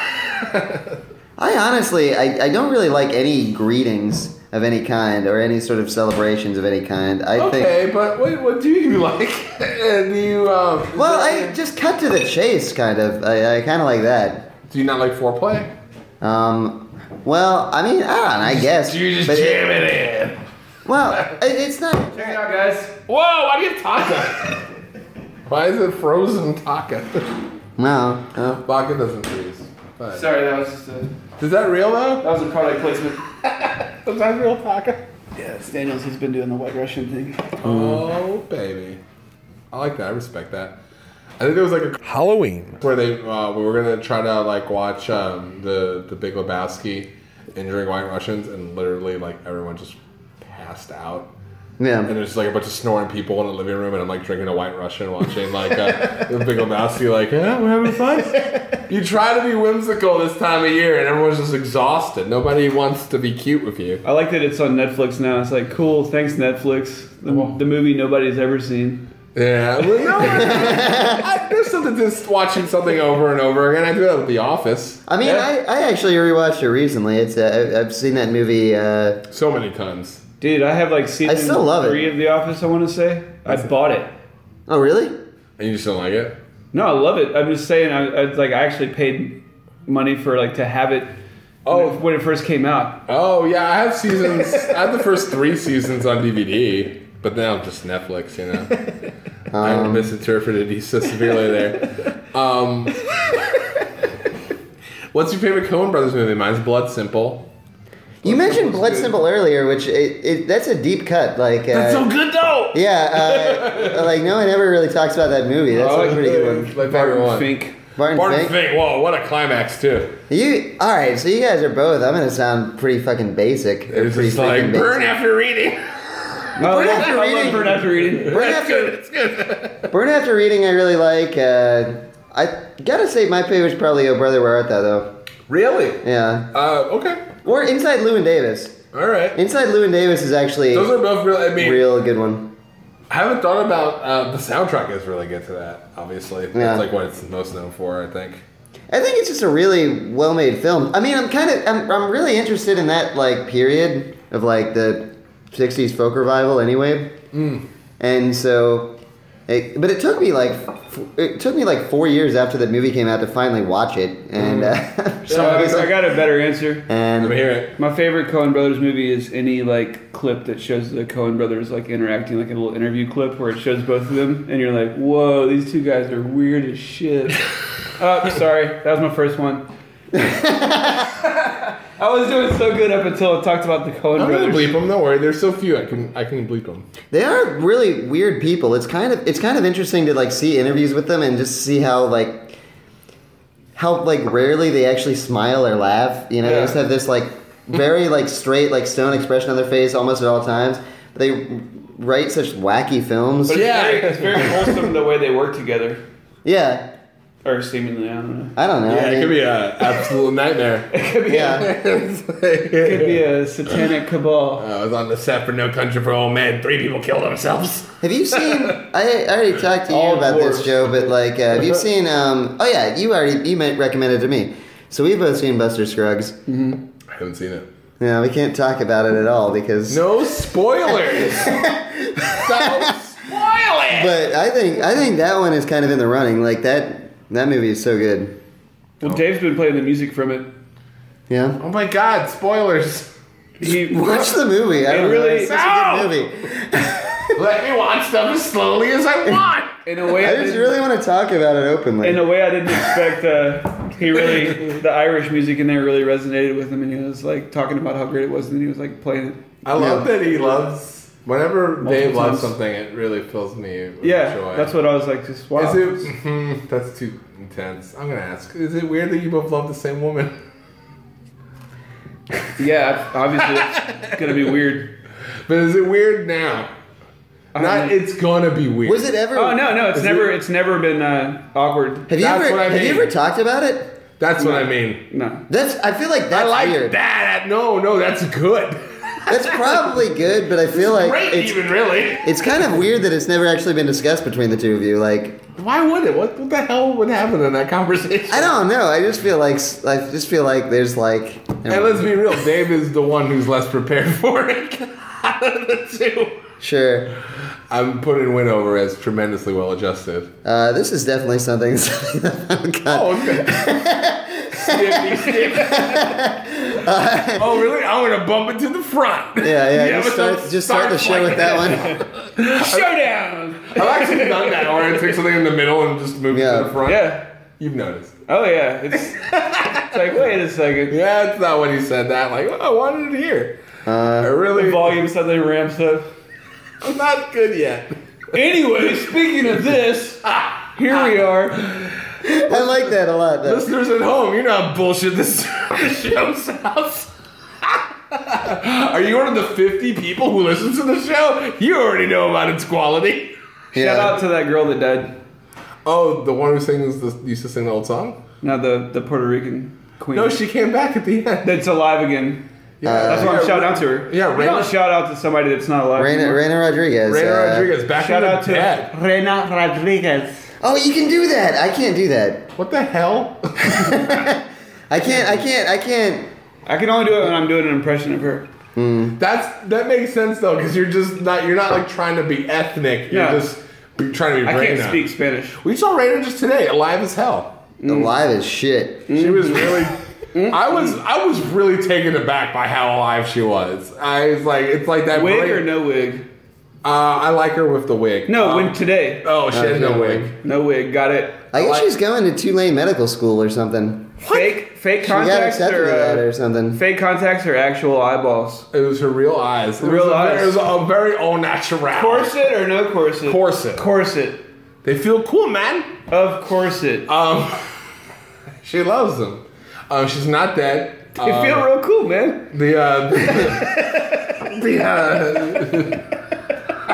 I honestly, I, I don't really like any greetings of any kind or any sort of celebrations of any kind. I
okay,
think.
but wait, what do you like? and you um,
Well, I just cut to the chase, kind of. I, I kind of like that.
Do you not like foreplay?
Um. Well, I mean, I don't. know, I guess.
you just
but
jam it in.
Well, it- it's not.
Check it out, guys. Whoa! Why do you have taco? why is it frozen taco?
No.
Vodka doesn't freeze. But-
Sorry, that was just a.
Is that real though?
That was a product placement.
Was that real taco?
Yeah, it's Daniels. He's been doing the White Russian thing.
Oh, baby. I like that. I respect that. I think there was like a Halloween where they uh, we were gonna try to like watch um, the the Big Lebowski and drink White Russians, and literally like everyone just passed out.
Yeah.
And there's like a bunch of snoring people in the living room, and I'm like drinking a White Russian, watching like uh, the Big Lebowski. Like, yeah, we're having fun. you try to be whimsical this time of year, and everyone's just exhausted. Nobody wants to be cute with you.
I like that it's on Netflix now. It's like, cool, thanks, Netflix. The, the movie nobody's ever seen.
Oh. Yeah. Well, no, I, there's something to just watching something over and over again. I do that with The Office.
I mean, I, I actually rewatched it recently. It's uh, I- I've seen that movie uh,
so many times.
Dude, I have like season
I still love
three
it.
of The Office, I want to say. I bought it.
Oh, really?
And you just don't like it?
No, I love it. I'm just saying, I, I like, I actually paid money for like to have it.
Oh.
when it- when it first came out.
Oh yeah, I have seasons. I have the first three seasons on DVD, but now just Netflix. You know, I
Um.
misinterpreted you so severely there. Um, what's your favorite Coen Brothers movie? Mine's Blood Simple.
You mentioned Blood Simple earlier, which it, it, that's a deep cut. Like uh,
That's so good though.
Yeah, uh, like no one ever really talks about that movie. That's a pretty good one.
My favorite one.
Barton
Barton
Fink?
Fink. Whoa, what a climax too.
You all right? So you guys are both. I'm gonna sound pretty fucking basic. or
It's
pretty
just like
freaking basic.
burn after reading.
Oh,
No, Burn I love- After I love Reading. Burn
After Reading.
Burn
That's
After-
good. It's good.
Burn after reading, I really like. Uh, I gotta say, my favorite's probably Oh Brother Where Art Thou, though.
Really?
Yeah.
Uh, okay.
Or Inside Lewin Davis.
All right.
Inside Lewin Davis is actually
Those are both real. I mean,
real good one.
I haven't thought about uh, the soundtrack is really good to that. Obviously, that's
Yeah.
like what it's most known for. I think.
I think it's just a really well-made film. I mean, I'm kind of, I'm, I'm really interested in that like period of like the '60s folk revival, anyway. And so, it, but it took me like, f- it took me like four years after that movie came out to finally watch it, and uh,
So I, I got a better answer.
and
My favorite Coen Brothers movie is any like clip that shows the Coen Brothers like interacting, like a little interview clip where it shows both of them, and you're like, "Whoa, these two guys are weird as shit." oh, sorry, that was my first one. I was doing so good up until I talked about the Coen
I'm gonna
Brothers.
bleep them. Don't worry. There's so few. I can I can bleep them.
They are really weird people. It's kind of it's kind of interesting to like see interviews with them and just see how like how like rarely they actually smile or laugh. You know, they
Yeah.
just have this like very like straight like stone expression on their face almost at all times. They write such wacky films.
But yeah, it's very, it's very wholesome the way they work together,
yeah.
or seemingly. I don't know.
I don't
Yeah,
know. I
it
mean-
could be a absolute nightmare. it could
be Yeah.
it
could be a satanic cabal.
Oh, I was on the set for No Country for Old Men. Three people killed themselves.
Have you seen? I, I already talked to you
All
about
dwarves.
this, Joe. But like, uh, have you seen? Um, oh yeah, you already you meant recommended to me. So we've both seen Buster Scruggs. Mm-hmm.
I haven't seen it.
Yeah, we can't talk about it at all because
No spoilers. Don't spoil it.
But I think I think that one is kind of in the running. Like that that movie is so good.
Well, Dave's been playing the music from it.
Yeah.
Oh my God! Spoilers.
He
Watch the movie. I
It
don't know.
really-
It's such a good movie.
Let me watch them as slowly as I want.
In a way,
I just really want to talk about it openly.
in a way I didn't expect. Uh, he really, the Irish music in there really resonated with him, and he was like talking about how great it was, and he was like playing it.
I love that he loves. Whenever Dave
Multiple
loves
times.
something, it really fills me with
Yeah,
joy.
that's what I was like. Just wow.
Is it? mhm, that's too intense. I'm gonna ask. Is it weird that you both love the same woman?
yeah, obviously it's gonna be weird.
But is it weird now? Not. It's gonna be weird.
Was it ever?
Oh no, no, it's
Is
never.
it-
It's never been uh, awkward.
Have you
That's
ever
what I
have you
mean.
ever talked about it?
That's what I mean.
No.
That's I feel like that's
I like
weird.
that. No, no, that's good.
That's probably good, but I feel like
great,
it's
even, really.
It's kind of weird that it's never actually been discussed between the two of you. Like,
Why would it? What, what the hell would happen in that conversation?
I don't know. I just feel like I just feel like there's like.
And let's be real, Dave is the one who's less prepared for it out of the two.
Sure.
I'm putting Winover as tremendously well adjusted.
Uh, this is definitely something. something that I've got.
Oh, okay. oh, really? I'm going to bump it to the front.
Yeah, yeah. just
but
start, just start the show with that one.
that's-
Showdown!
I've actually done that, or I take something in the middle and just move it to the front.
Yeah.
You've noticed.
Oh yeah, it's, it's like wait a second.
Yeah, it's not when he said that. Like, oh, I wanted it here.
Uh,
really,
volume suddenly ramps up.
I'm not good yet.
Anyway, speaking of this, here we are.
I like that a lot. Though.
Listeners at home, you know how bullshit this, this show sounds. Are you one of the 50 people who listen to the show? You already know about its quality.
Shout out to that girl that died.
Oh, the one who sings the, used to sing the old song?
No, the, the Puerto Rican queen.
No, she came back at the end.
That's alive again. Uh,
Yeah.
that's why I'm
Yeah,
shouting out to her.
yeah,
we
Reina-
don't shout out to somebody that's not alive.
Reina-
anymore.
Reina Rodriguez, Reina uh, Rodriguez,
back
shout
in the
out to
dead.
Reina Rodriguez.
Oh, you can do that. I can't do that.
What the hell?
I can't. I can't. I can't.
I can only do it when I'm doing an impression of her.
Hmm.
That's that makes sense though, because you're just not you're not like trying to be ethnic. You're
Yeah.
just be- trying to be.
I can't
Reina.
speak Spanish.
We saw Raina just today, alive as hell.
Mm. Alive as shit.
She was
Mm.
really. I was I was really taken aback by how alive she was. I was like, it's like that
Wig
brain-
or no wig?
Uh, I like her with the wig.
No,
Um,
when today.
Oh, she had no wig.
No wig. Got it.
I guess she's going to Tulane Medical School or something.
Fake fake
She got
contacts
accepted
or
to that
uh,
or something.
fake contacts or actual eyeballs?
It was her real eyes. It
Real
was a
eyes.
very- it was a very all natural.
Corset or no corset?
Corset.
Corset.
They feel cool, man.
Of corset.
Um, she loves them. Um, she's not dead. Um,
They feel real cool, man.
The uh, the, uh,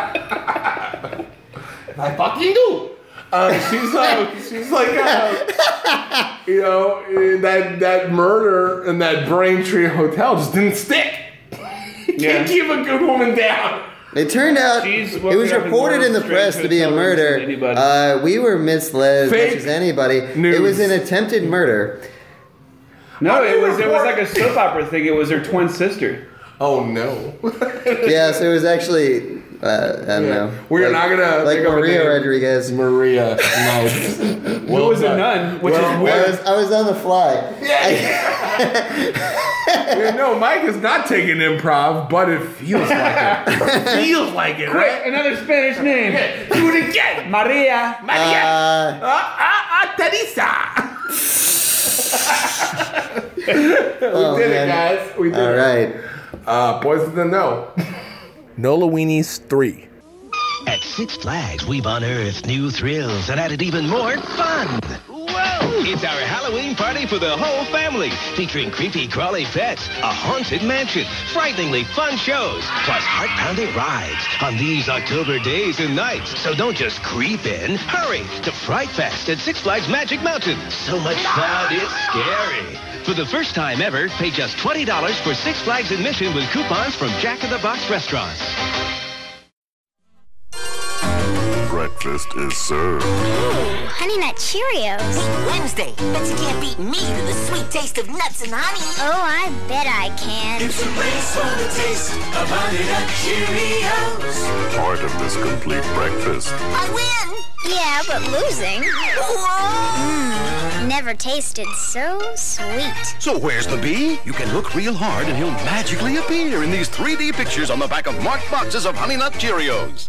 I fucking do. Um, she's uh, she's like uh, you know eh, that that murder in that Braintree hotel just didn't stick.
Yeah.
Can't keep a good woman down.
It turned out
She's
it
woken
was
up in
reported in the
Warren
press to be a
Strange
murder.
Hotel
Uh, we were misled as much
Fake
as anybody. It was an attempted murder.
No, it was it was like a soap opera thing. It was her twin sister.
Oh no.
yeah, so it was actually uh, I don't know.
We're not
Like-
gonna
like
make up a
Maria
name.
Rodriguez.
Maria, nice. well
Who was a
done.
nun, which
Well
is
I
weird.
was, I was on the fly.
Yeah, no, Mike is not taking improv, but it feels like it. feels like it, right?
Quick, another Spanish name.
Do it again,
Maria.
Maria.
Uh,
Ah, ah, ah, Teresa.
oh,
we did
man.
it, guys. We did
All
it.
right.
Uh, boys of the know. Nola Weenies three.
At Six Flags, we've unearthed new thrills and added even more fun. Whoa! It's our Halloween party for the whole family, featuring creepy crawly pets, a haunted mansion, frighteningly fun shows, plus heart-pounding rides on these October days and nights. So don't just creep in, hurry to Fright Fest at Six Flags Magic Mountain. So much fun, it's scary. For the first time ever, pay just $20 for Six Flags admission with coupons from Jack in the Box restaurants.
Breakfast is served.
Honey Nut Cheerios. Wednesday. Bet you can't beat me to the sweet taste of nuts and honey. Oh, I bet I can.
It's a race for the taste of Honey Nut Cheerios.
Part of this complete breakfast.
I win. Yeah, but losing. Mmm, never tasted so sweet.
So where's the bee? You can look real hard and he'll magically appear in these 3D pictures on the back of marked boxes of Honey Nut Cheerios.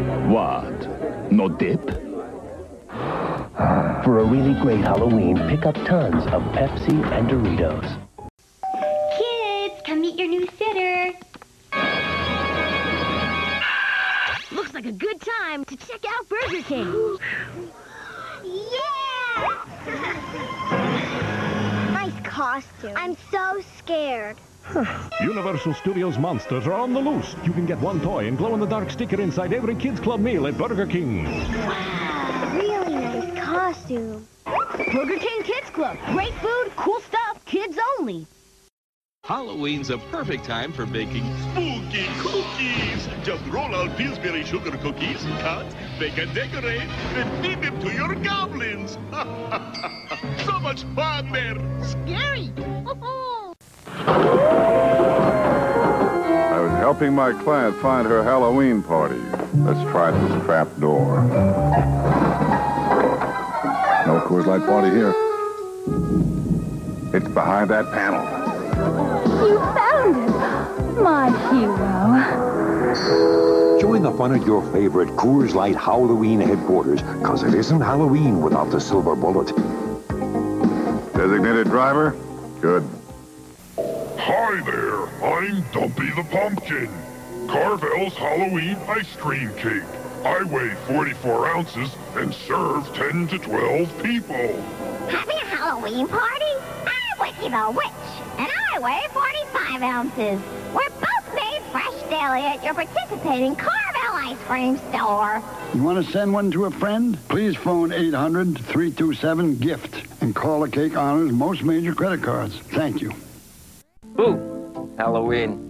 What? No dip? For a really great Halloween, pick up tons of Pepsi and Doritos.
Kids, come meet your new sitter. Looks like a good time to check out Burger King. Yeah!
costume. I'm so scared.
Universal Studios monsters are on the loose. You can get one toy and glow-in-the-dark sticker inside every Kids Club meal at Burger King.
Really nice costume.
Burger King Kids Club. Great food, cool stuff, kids only.
Halloween's a perfect time for baking
Spooky cookies! Just roll out Pillsbury sugar cookies, cut, bake and decorate, then feed them to your goblins! so much fun there!
Scary!
I was helping my client find her Halloween party. Let's try this trap door. No Coors Light party here. It's behind that panel.
You found it, my hero.
Join the fun at your favorite Coors Light Halloween headquarters, because it isn't Halloween without the silver bullet.
Designated driver? Good.
Hi there, I'm Dumpy the Pumpkin. Carvel's Halloween ice cream cake. I weigh 44 ounces and serve 10 to 12 people.
Having a Halloween party? I'm Wiki the Witch, and I weigh 45 ounces. We're both made fresh daily at your participating Carvel ice cream store.
You want to send one to a friend? Please phone 800-327-GIFT and call the cake honors most major credit cards. Thank you.
Ooh, Halloween.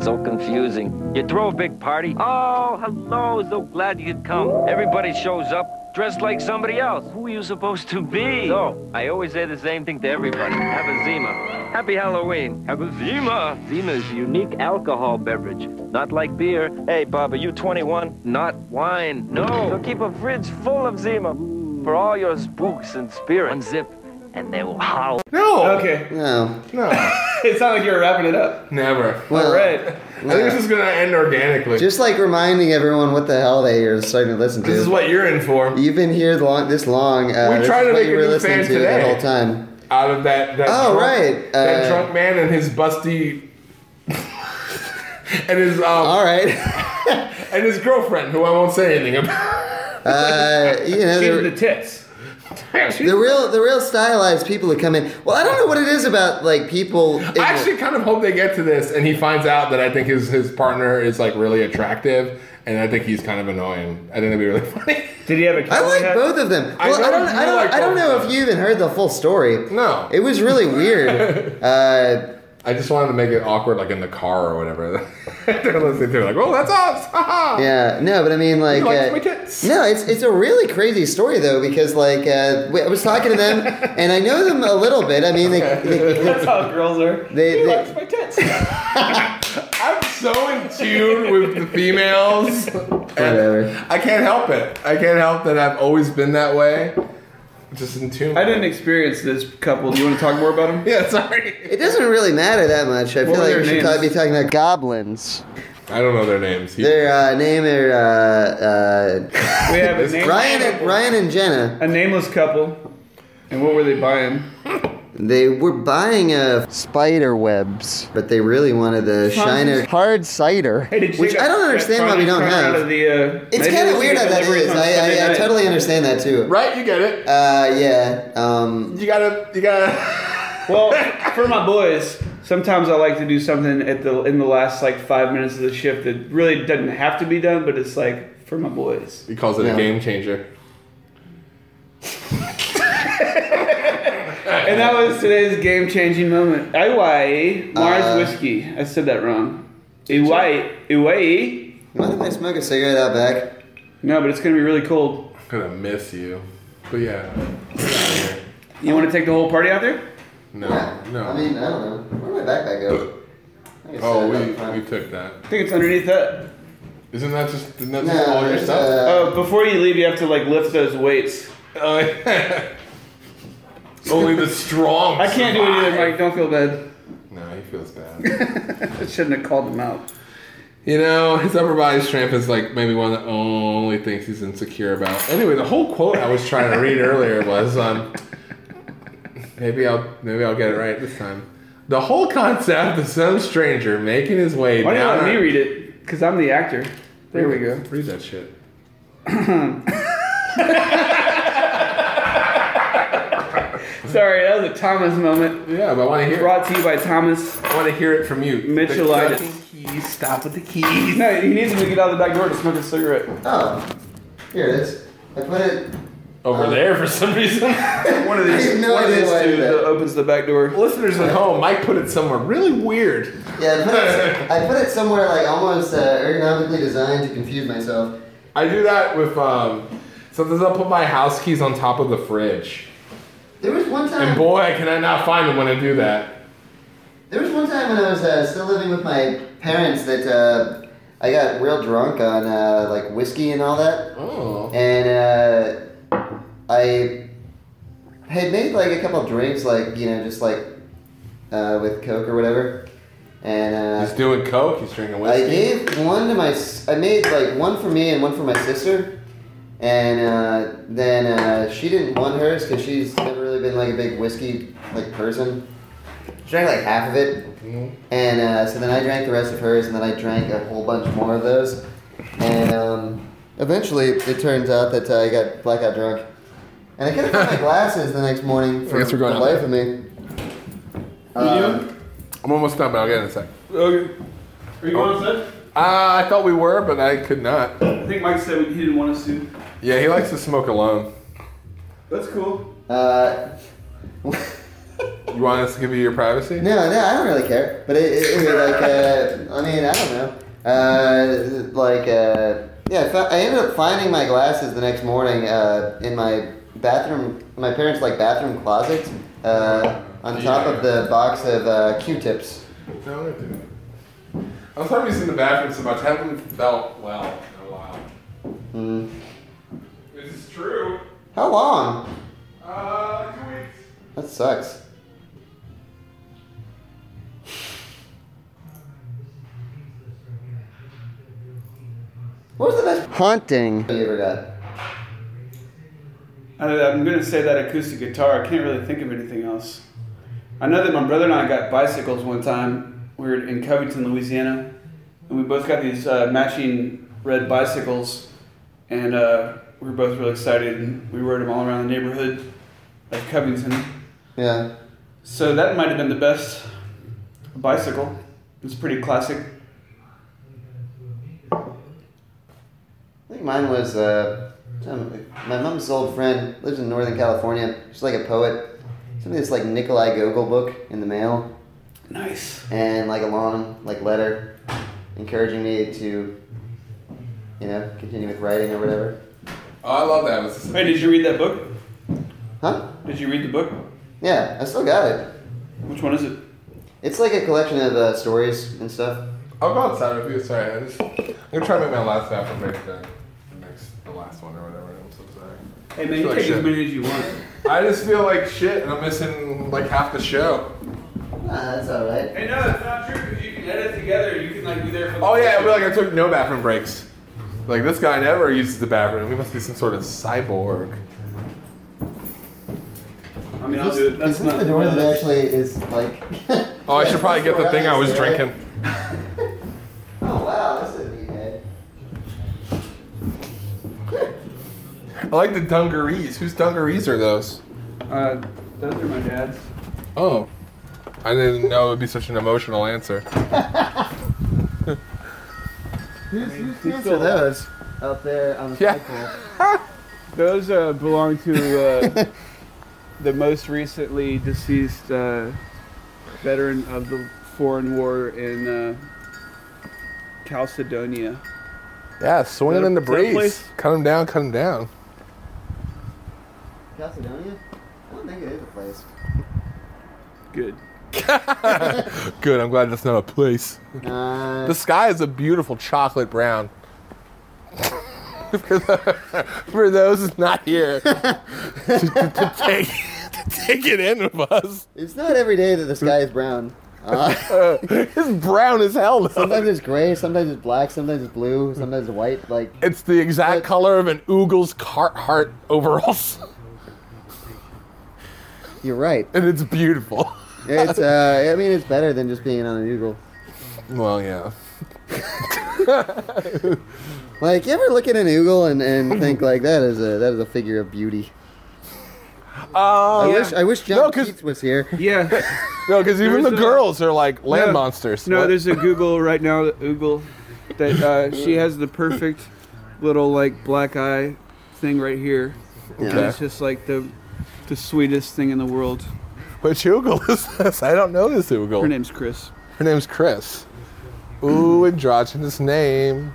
So confusing. You throw a big party. Oh, hello. So glad you could come. Everybody shows up dressed like somebody else. Who are you supposed to be? So, I always say the same thing to everybody. Have a Zima. Happy Halloween. Have a Zima. Zima is a unique alcohol beverage. Not like beer. Hey, Bob, are you 21? Not wine. No. So keep a fridge full of Zima for all your spooks and spirits. Unzip, and they will howl.
No. Okay.
No.
No. it's not like you were wrapping it up.
Never.
All right.
I think this is gonna end organically.
Just like reminding everyone what the hell they are starting to listen to.
This is what you're in for.
You've been here the long, this long. Uh,
We
this
tried
is
to
what
make
you
a
were
new
listening
fan
to
today.
the whole time.
out of that. that
Oh,
drunk,
right,
that
uh,
drunk man and his busty. and his um,
all right.
and his girlfriend, who I won't say anything about.
Uh, you know, the
tits.
the real, the real stylized people who come in. Well, I don't know what it is about like people.
I actually kind of hope they get to this, and he finds out that I think his his partner is like really attractive, and I think he's kind of annoying. I think that'd be really funny.
Did he have a
I like both of them.
I
Well, I,
know
don't,
you
I don't,
like
I don't
both
know
of
if you even heard the full story.
No,
it was really weird. uh,
I just wanted to make it awkward, like in the car or whatever. They're listening to it, like, oh, that's us. Ha ha.
Yeah, no, but I mean, like, uh, no, it's it's a really crazy story though because like uh, we- I was talking to them and I know them a little bit. I mean, they, they, they,
That's how girls are.
they-
He
they-
likes my tits.
I'm so in tune with the females. Whatever. I can't help it. I can't help that I've always been that way. Just in tune.
I didn't experience this couple. Do you want to talk more about them?
yeah, sorry.
it doesn't really matter that much. I
What
feel
were
like
their
we should
names?
probably be talking about goblins.
I don't know their names.
Their uh, name are uh, uh,
We have a nameless
Ryan and Ryan and Jenna.
A nameless couple. And what were they buying?
They were buying uh, spider webs, but they really wanted the
Fun.
shiner hard cider,
Hey, did you
which
check
I don't
out
understand
that
why we don't
product
have.
Out of the, uh,
It's
maybe
kind
we
of
should
weird how
get
that
deliveries
is.
on
I,
Sunday
I, I
night.
totally understand that too.
Right, you get it.
Uh, yeah. Um,
you gotta, you gotta.
well, for my boys, sometimes I like to do something at the in the last like five minutes of the shift that really doesn't have to be done, but it's like for my boys.
He calls it a game changer.
And that was today's game changing moment. Iwai Mars
Uh,
whiskey. I said that wrong. Iwai Iwai.
Why didn't I smoke a cigarette out back?
No, but it's gonna be really cold.
I'm gonna miss you. But yeah.
You want to take the whole party out there?
No, no.
I mean, I don't know. Where did my backpack go? I think it's
Oh, we,
set up.
we took that.
I think it's underneath that.
Isn't that just, isn't that
No,
just all your
there's,
stuff? Oh,
uh, oh, before you leave, you have to like lift those weights.
Only the strong.
I can't do it either, Mike. Don't feel bad.
no, he feels bad.
I shouldn't have called him out.
You know, his upper body strength is like maybe one of the only things he's insecure about. Anyway, the whole quote I was trying to read earlier was um, maybe I'll maybe I'll get it right this time. The whole concept of some stranger making his way
Why do you
down.
let me
a-
read it? Because I'm the actor. There we go.
Read that shit.
so Sorry, that was a Thomas moment.
Yeah, but I want to hear.
Brought to you by Thomas.
I want to hear it from you,
Mitchellitis.
Keys, stop with the keys.
No, he needs to get out of the back door to smoke a cigarette.
Oh, here it is. I put it.
Over there for some reason.
Uh, one of these, one of these two that opens the back door.
Listeners at home, Mike put it somewhere really weird.
Yeah, I put it, I put it somewhere like almost uh, ergonomically designed to confuse myself.
I do that with um. Sometimes I'll put my house keys on top of the fridge.
There was one time.
And boy, can I not find them when I do that.
There was one time when I was uh, still living with my parents that uh, I got real drunk on uh, like whiskey and all that.
Oh.
And uh, I had made like a couple drinks, like you know, just like uh, with Coke or whatever. And uh,
He's doing coke. He's drinking
I
whiskey.
gave one to my. s- I made like one for me and one for my sister, and uh, then uh, she didn't want hers because she's never really been like a big whiskey like person. She drank like half of it,
Mm-hmm.
and uh, so then I drank the rest of hers, and then I drank a whole bunch more of those, and um, eventually it turns out that uh, I got blackout drunk, and I could have my glasses the next morning for
I guess we're going
the
out
life
there.
of me.
I'm almost done, but I'll get it in a sec.
Okay. Are you on set?
Uh, I thought we were, but I could not.
I think Mike said he didn't want us to.
Yeah, he likes to smoke alone.
That's cool.
Uh,
You want us to give you your privacy?
No, no, I don't really care. But it, it, it like, uh, I mean, I don't know. Uh, like, uh, yeah, I, fo- I ended up finding my glasses the next morning uh, in my bathroom, my parents' like bathroom closet, uh, on top of the box of uh, Q-tips.
No, they're doing it. I'm sorry he's in the bathroom so much. I haven't felt well in a while.
Mm.
This is true.
How long?
Uh, two weeks.
That sucks. What was the best haunting you ever got?
I, I'm going to say that acoustic guitar. I can't really think of anything else. I know that my brother and I got bicycles one time. We were in Covington, Louisiana, and we both got these uh, matching red bicycles, and uh, we were both really excited, and we rode them all around the neighborhood of Covington.
Yeah.
So that might have been the best bicycle. It's pretty classic.
I think mine was uh, um, my mom's old friend lives in Northern California. She's like a poet. Something that's like Nikolai Gogol book in the mail,
Nice.
and like a long like letter encouraging me to, you know, continue with writing or whatever.
Oh, I love that. It's
Hey, did you read that book?
Huh?
Did you read the book?
Yeah, I still got it.
Which one is it?
It's like a collection of uh, stories and stuff.
I'll go outside with you. Sorry, I just, I'm gonna try to make my last apple break the, the next, the last one or whatever. I'm so sorry.
Hey
I
man,
feel
you
like
take as
shit.
many as you want.
I just feel like shit, and I'm missing like half the show.
Ah, that's all right.
Hey, no, it's not true because you can edit together. You can like be there for.
Oh yeah, I feel like I took no bathroom breaks. Like this guy never uses the bathroom. We must be some sort of cyborg.
I mean, I'll do it. That's
Is this
not
the door that actually is like?
Oh, I should probably get the thing I was drinking.
Oh wow, that's a neat head.
I like the dungarees. Whose dungarees are those?
Uh, those are my dad's.
Oh, I didn't know it would be such an emotional answer.
Who's, who's
he's
pants
still
are those out there on the
Yeah.
flagpole?
Those uh, belong to uh, the most recently deceased uh, veteran of the Foreign War in uh, Calcedonia.
Yeah, swing
Is that
it in the
a- is that a
breeze.
place?
Cut him down, cut him down.
Calcedonia? I don't think it is a place.
Good.
Good, I'm glad that's not a place.
Uh,
The sky is a beautiful chocolate brown. for, the- for those not here to, to- to take, to take it in with us.
It's not every day that the sky is brown. Uh,
it's brown as hell.
Sometimes it's gray, sometimes it's black, sometimes it's blue, sometimes it's white. Like
It's the exact color of an Oogle's Carhartt overalls.
you're right.
And it's beautiful.
It's uh, I mean, it's better than just being on an eagle.
Well, yeah.
Like you ever look at an eagle and, and think like that is a that is a figure of beauty.
Oh,
I wish I wish John Keats was here.
Yeah.
no, because even the
There's a-
girls are like land
No,
monsters.
No,
What?
there's a Google right now, Google, that uh, she has the perfect little like black eye thing right here.
Yeah.
And It's just like the the sweetest thing in the world.
Which Google is this? I don't know this Google.
Her name's Chris.
Her name's Chris. Ooh, androgynous name.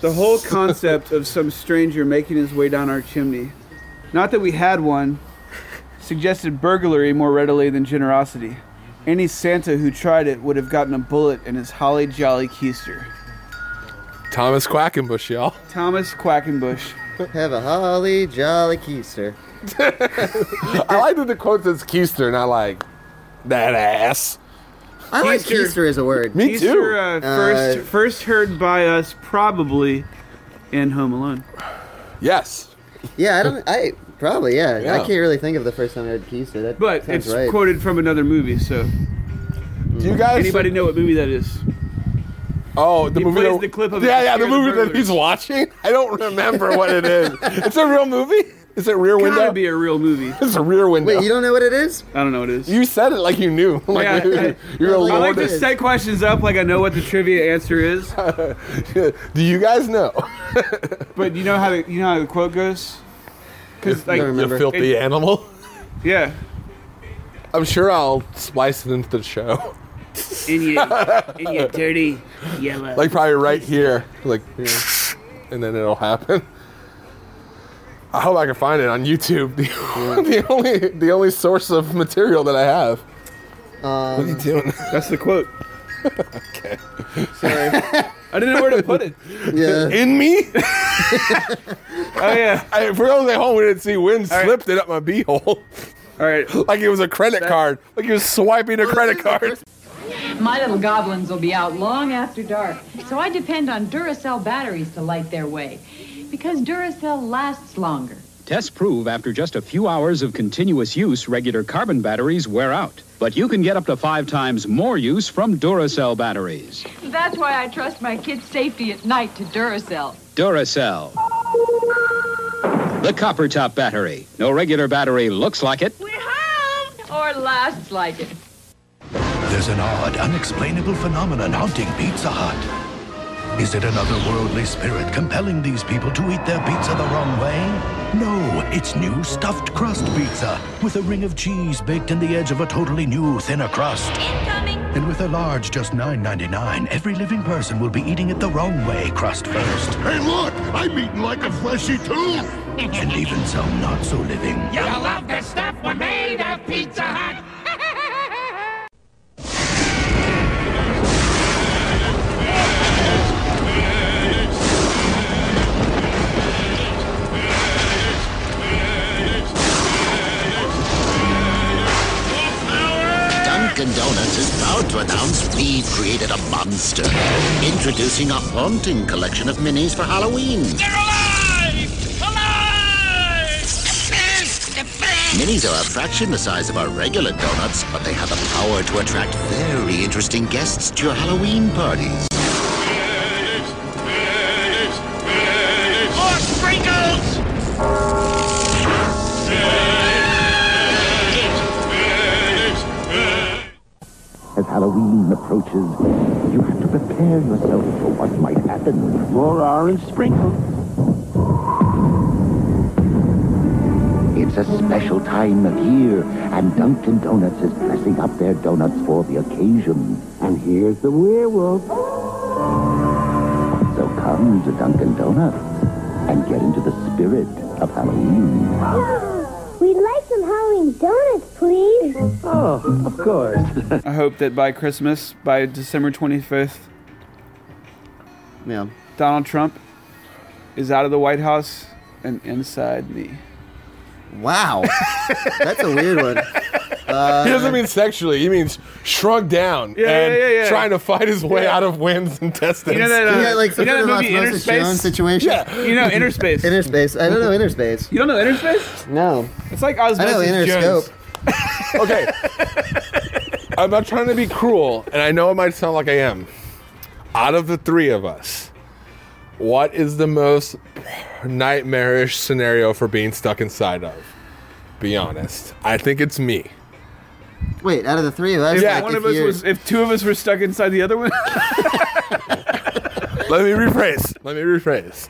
The whole concept of some stranger making his way down our chimney, not that we had one, suggested burglary more readily than generosity. Any Santa who tried it would have gotten a bullet in his holly jolly keister.
Thomas Quackenbush, y'all.
Thomas Quackenbush.
Have a holly jolly keister.
I like that the quote says Keister, not like that ass.
I like
Keister-
keister as a word.
These were, uh, first, first heard by us probably in Home Alone.
Yes.
Yeah, I don't. I probably yeah.
Yeah.
I can't really think of the first time I heard keister. That
But
sounds
it's
right.
quoted from another movie, so.
Do you guys-
Anybody know what movie that is?
Oh, the
He
movie.
plays
that-
the clip of
yeah,
it
yeah,
to
the
scare the
movie that
burglars.
he's watching. I don't remember what it is. It's a real movie. Is it Rear Window?
Gotta be a real movie.
It's a Rear Window.
Wait, you don't know what it is? Oh
I don't know what it is.
You said it like you knew. like
Yeah, I-
you're a
I like
lord.
to set questions up like I know what the trivia answer is.
Do you guys know?
but you know how the, you know how the quote goes? Because like
you filthy
it-
animal.
Yeah.
I'm sure I'll splice it into the show.
In you, in you dirty yellow.
Like probably right here. Like and then it'll happen. I hope I can find it on YouTube. The, the only the only source of material that I have. what are you doing?
Um, That's the quote.
okay.
Sorry. I didn't know where to put it.
Yeah.
In me?
Oh yeah.
I, for those at home, we didn't see wind slipped it up my beehole. All
right.
like it was a credit card. Like he was swiping a credit card.
My little goblins will be out long after dark, so I depend on Duracell batteries to light their way. Because Duracell lasts longer.
Tests prove after just a few hours of continuous use, regular carbon batteries wear out. But you can get up to five times more use from Duracell batteries.
That's why I trust my kids' safety at night to Duracell.
Duracell. The copper top battery. No regular battery looks like it.
Or lasts like it.
There's an odd, unexplainable phenomenon haunting Pizza Hut. Is it another worldly spirit compelling these people to eat their pizza the wrong way? No, it's new stuffed crust pizza with a ring of cheese baked in the edge of a totally new thinner crust. Incoming! And with a large just $9.99, every living person will be eating it the wrong way crust first. Hey, look! I'm eating like a fleshy too! And even some not so living.
You'll love the stuff we made at Pizza Hut.
Dunkin' Donuts is proud to announce we've created a monster. Introducing a haunting collection of minis for Halloween. Minis are a fraction the size of our regular donuts, but they have the power to attract very interesting guests to your Halloween parties.
More sprinkles!
As Halloween approaches, you have to prepare yourself for what might happen. More orange sprinkles. It's a special time of year, and Dunkin' Donuts is dressing up their donuts for the occasion. And here's the werewolf. So come to Dunkin' Donuts and get into the spirit of Halloween.
We'd like some Halloween donuts, please.
Oh, of course.
I hope that by Christmas, by December 25th,
yeah.
Donald Trump is out of the White House and inside me.
Wow. That's a weird one. Uh,
he doesn't mean sexually. He means shrunk down
Yeah,
and
yeah, yeah, yeah.
trying to fight his way
Yeah.
out of winds and testings.
You know that, uh, Yeah, like some you know sort that of movie osmosis Interspace? Jones situation?
Yeah.
You know
Interspace.
Interspace. I don't know Interspace.
You don't know Interspace?
No.
It's like
I know
Osmosis
Interscope.
okay. I'm not trying to be cruel, and I know it might sound like I am. Out of the three of us, what is the most nightmarish scenario for being stuck inside of? be honest. I think it's me.
Wait, out of the three of us,
If
like,
one
if
of us
you're-
was, if two of us were stuck inside the other one,
Let me rephrase. Let me rephrase.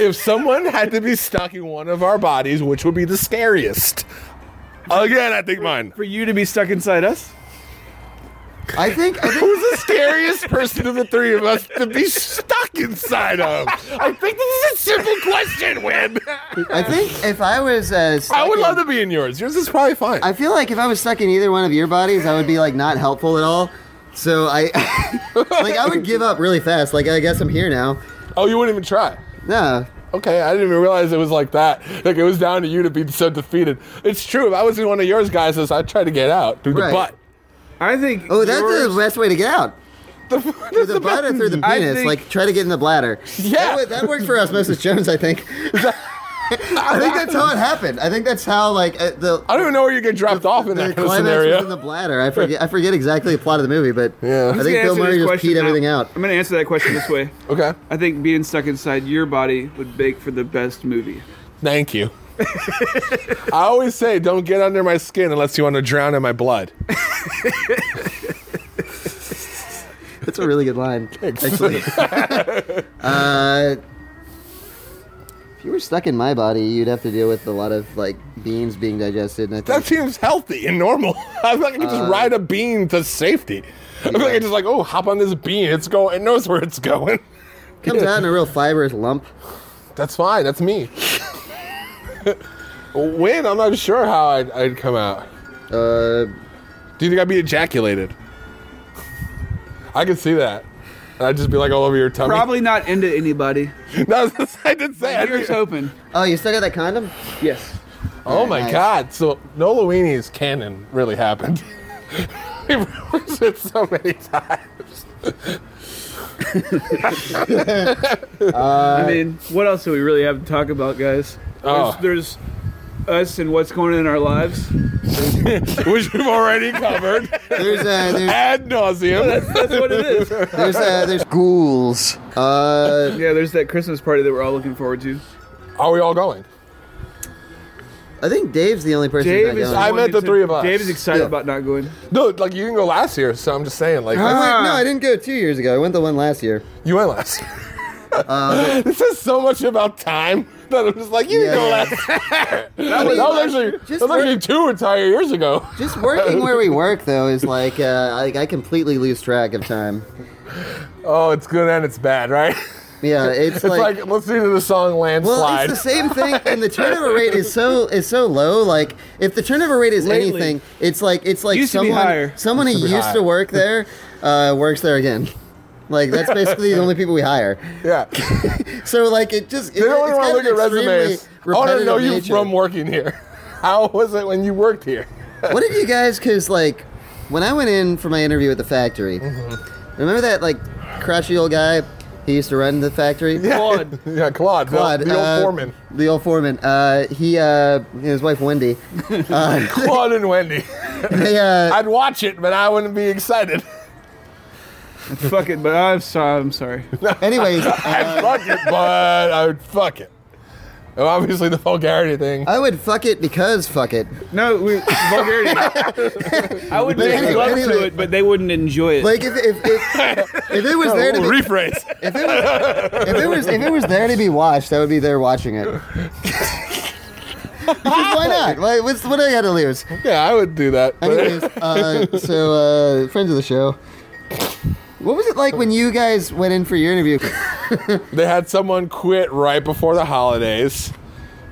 If someone had to be stuck in one of our bodies, which would be the scariest? Again, I think mine.
For you to be stuck inside us?
I think.
Who's the scariest person of the three of us to be stuck inside of? I think this is a simple question, Win.
I think if I was, uh,
I would love to be in yours. Yours is probably fine.
I feel like if I was stuck in either one of your bodies, I would be like not helpful at all. So I, like, I would give up really fast. Like, I guess I'm here now.
Oh, you wouldn't even try.
No.
Okay, I didn't even realize it was like that. Like it was down to you to be so defeated. It's true. If I was in one of yours guys, I'd try to get out through
Right.
the butt.
I think.
Oh, that's the best way to get out. through the butt or
Mm-hmm.
through the
I
penis?
think-
Like, try to get in the bladder.
Yeah.
That, wa- that worked for Osmosis Jones, I think. I think that's how it happened. I think that's how, like, uh, the.
I don't even know where you get dropped off in that kind of
climax
scenario.
was in the bladder. I forget. I forget exactly the plot of the movie, but yeah. I
Who's
think
gonna
Bill
answer
Murray
this
just
question
peed
now?
everything out.
I'm going to answer that question this way.
okay.
I think being stuck inside your body would make for the best movie.
Thank you. I always say, don't get under my skin unless you want to drown in my blood.
That's a really good line. Actually. uh, if you were stuck in my body, you'd have to deal with a lot of like beans being digested, and I
That
think
seems healthy and normal. I feel like I can just
Uh,
ride a bean to safety. I feel like I just like, oh, hop on this bean. It's going. It knows where it's going.
comes out in a real fibrous lump.
That's fine. That's me. when I'm not sure how I'd, I'd come out.
Uh,
Do you think I'd be ejaculated? I could see that. And I'd just be like all over your tummy.
Probably not into anybody.
no, I did say. I
Here's
did-
hoping.
Oh, you still got that condom?
Yes.
Oh
Alright,
my
nice.
god! So Nola Weenie's canon really happened. we referenced it so many times.
Uh,
I mean, what else do we really have to talk about, guys?
Oh.
There's, there's us and what's going on in our lives.
Which we've already covered.
There's, uh, there's-
Ad nauseum.
That's, that's what it is.
There's uh, there's ghouls. Uh,
yeah, there's that Christmas party that we're all looking forward to.
Are we all going?
I think Dave's the only person.
Dave
not
is.
going.
I meant the three of us.
Dave is excited
Yeah.
about not going.
No, like you can go last year. So I'm just saying, like
I went- no, I didn't go two years ago. I went the one last year.
Ah.
Uh,
you went last. year. this is so much about time that I'm just like you can go
Yeah.
last. year. that was, actually
Just
that was actually
work-
two entire years ago.
Just working where we work though is like uh, I, I completely lose track of time.
Oh, it's good and it's bad, right?
Yeah, it's,
It's like, listening to the song "Landslide."
Well, it's the same thing, and the turnover rate is so is so low. Like, if the turnover rate is
Lately.
anything, it's like it's like
Used to be higher.
someone someone who
Used to
used
be
to
higher.
work there uh, works there again. Like that's basically the only people we hire.
Yeah.
So like it just it,
They don't
it's
want to
kind
look
of
at
extremely
resumes. I want to
repetitive
know you
nature.
from working here. How was it when you worked here?
what did you guys? Because like when I went in for my interview at the factory,
Mm-hmm.
remember that like crotchety old guy? He used to run the factory.
Claude.
yeah, Claude. the-
Claude,
the, old
uh,
foreman.
The old foreman. Uh, he, uh, his wife Wendy. Uh,
Claude and Wendy.
they, uh,
I'd watch it, but I wouldn't be excited.
Fuck it, but I'm sorry. I'm sorry.
anyways, uh,
I'd fuck it, but I would fuck it. And obviously, the vulgarity thing.
I would fuck it because fuck it.
No, we, vulgarity. I would
But
make
anyway,
love to
anyway.
it, but they wouldn't enjoy it.
Like if if if, if it was there to be
rephrase.
if it, was, if it was if it was there to be watched, I would be there watching it. Because why not? Why, what's, what do I got to lose?
Yeah, I would do that. but-
Anyways, uh, so uh, friends of the show. What was it like when you guys went in for your interview?
they had someone quit right before the holidays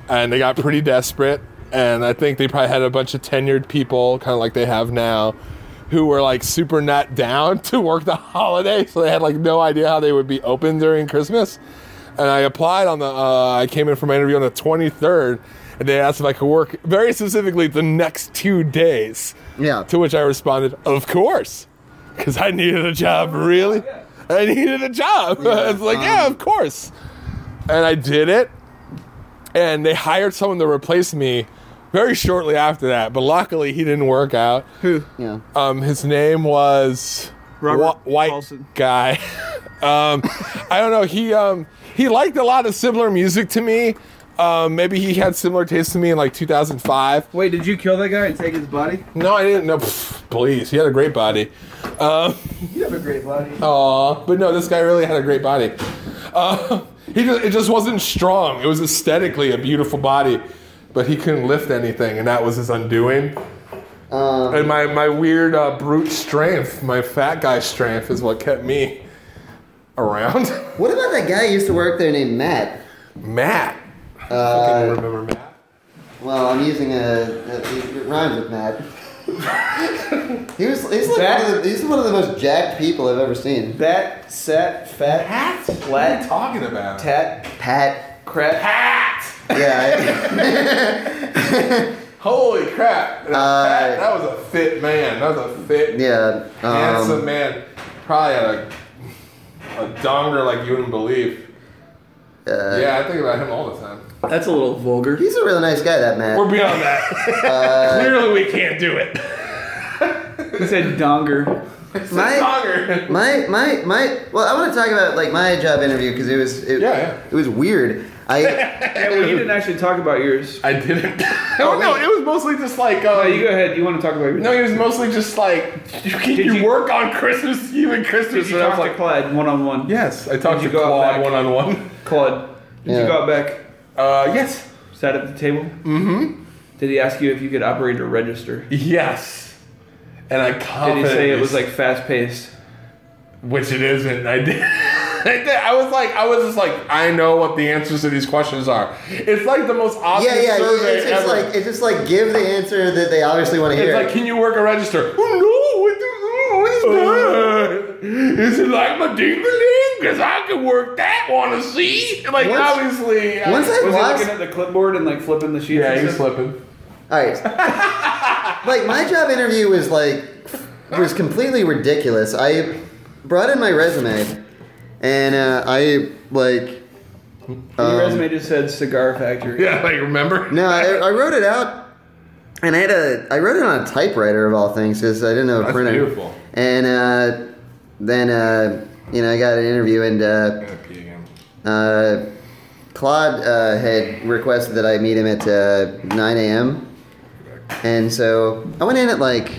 and they got pretty desperate and i think they probably had a bunch of tenured people kind of like they have now who were like super not down to work the holiday so they had like no idea how they would be open during christmas and i applied on the uh, i came in for my interview on the 23rd and they asked if i could work very specifically the next two days
Yeah.
to which i responded of course because i needed a job really i needed a job it's like yeah of course and I did it. And they hired someone to replace me very shortly after that. But luckily, he didn't work out.
Who?
Yeah.
Um, his name was
Robert
Wh- White
Paulson.
Guy. um, I don't know. He um, he liked a lot of similar music to me. Um, maybe he had similar tastes to me in like 2005.
Wait, did you kill that guy and take his body?
No, I didn't. No, pff, please. He had a great body. Um,
You have a great body.
Aw, but no, this guy really had a great body. Uh, he just, it just wasn't strong. It was aesthetically a beautiful body, but he couldn't lift anything, and that was his undoing.
Uh.
and my, my weird uh, brute strength, my fat guy strength, is what kept me around.
What about that guy who used to work there named Matt?
Matt.
Uh,
remember Matt.
Well, I'm using a, a it rhymes with Matt. he was he's like
That-
one of the, he's one of the most jacked people I've ever seen.
Bat, sat, fat, hat, flat.
What are you talking about?
Tat,
pat,
crap, hat.
Yeah.
Holy crap! That,
Uh,
that was a fit man. That was a fit,
yeah. Um,
handsome man. Probably had a, a donger like you wouldn't believe.
Uh,
Uh,
yeah, I think about him all the time.
That's a little vulgar. He's a really nice guy, that Uh, Matt.
We're beyond that. Clearly, we can't do it.
He said donger.
my, my my my well i want to talk about like my job interview because it was it, it was weird i
yeah, well, you didn't actually talk about yours.
I didn't. Oh, no, no, it was mostly just like. Um,
No, you go ahead. You want to talk about yours?
No, he was mostly just like, you, can, you, work on Christmas Eve and Christmas.
Did you
and I
talk
was
to Clyde one on one?
Yes, I talked to Claude one on one.
Claude, did
Yeah.
you go out back?
Uh, yes.
Sat at the table.
Mm-hmm.
Did he ask you if you could operate a register?
Yes. And I
Did he
confidently
say it was like fast paced?
Which it isn't. I did. I did. I was like, I was just like, I know what the answers to these questions are. It's like the most obvious
yeah yeah it's,
survey
it's just
ever.
like it's just like give the answer that they obviously want to
it's
hear
like, can you work a register? Oh no, it do- oh, it's not. Is it like my ding a Because I can work that one to see. Like
Once-
obviously. I-
once I
uh, was
lost-
he looking at the clipboard and like flipping the sheets?
Yeah,
and
he was
stuff?
flipping.
all right like my job interview was like was completely ridiculous i brought in my resume and uh, i like
Your
um,
resume just said cigar factory.
Yeah, like remember?
No, I, I wrote it out, and I had a I wrote it on a typewriter of all things because I didn't have a
That's
printer.
beautiful.
And uh, then uh, you know I got an interview, and uh, uh, Claude uh, had requested that I meet him at uh, 9 a.m. And so I went in at like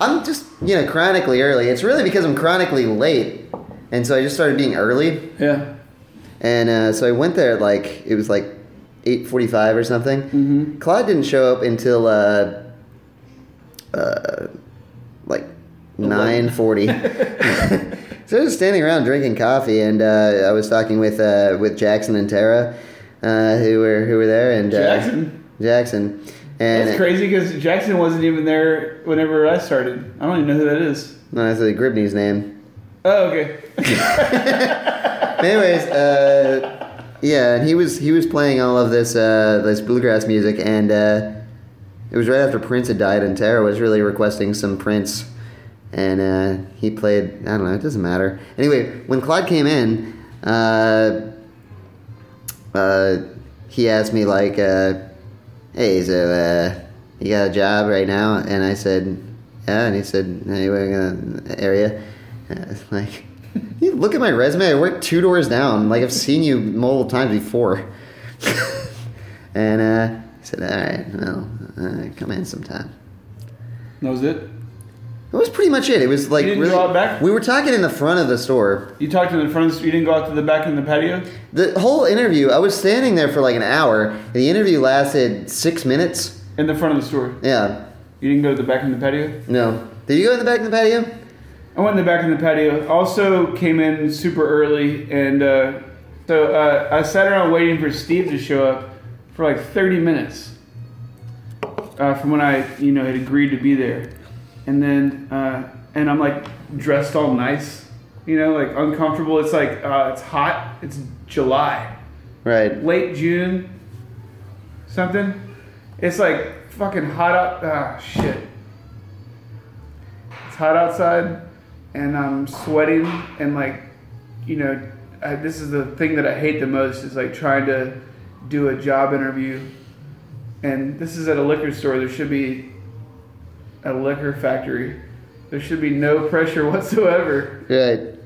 I'm just you know chronically early. It's really because I'm chronically late, and so I just started being early.
Yeah.
And uh, so I went there at like it was like eight forty-five or something. Mm-hmm. Claude didn't show up until uh, uh, like nine forty. so I was standing around drinking coffee, and uh, I was talking with uh, with Jackson and Tara, uh, who were who were there, and uh,
Jackson?
Jackson, and
That's crazy because Jackson wasn't even there whenever I started. I don't even know who that is.
no, that's a Gribney's name.
Oh, okay.
Anyways, uh, yeah, and he was he was playing all of this uh, this bluegrass music, and uh, it was right after Prince had died, and Tara was really requesting some Prince, and uh, he played. I don't know, it doesn't matter. Anyway, when Claude came in, uh, uh, he asked me like, uh, "Hey, so uh, you got a job right now?" And I said, "Yeah," and he said, "Hey, we're in the area." And I was like. You look at my resume. I work two doors down. Like I've seen you multiple times before. and uh, he said, "All right, well, uh, come in sometime."
That was it.
That was pretty much it. It was like
You didn't
really.
go out back?
We were talking in the front of the store.
You talked to the front. You didn't go out to the back in the patio.
The whole interview. I was standing there for like an hour. The interview lasted six minutes.
In the front of the store.
Yeah.
You didn't go to the back in the patio.
No. Did you go in the back in the patio?
I went in the back in the patio. Also came in super early, and uh, so uh, I sat around waiting for Steve to show up for like 30 minutes uh, from when I, you know, had agreed to be there, and then uh, and I'm like dressed all nice, you know, like uncomfortable. It's like uh, it's hot. It's July,
Right.
late June, something. It's like fucking hot out. Ah, shit. It's hot outside, and I'm sweating, and like, you know, I, this is the thing that I hate the most is like trying to do a job interview, and this is at a liquor store. There should be a liquor factory. There should be no pressure whatsoever
Right.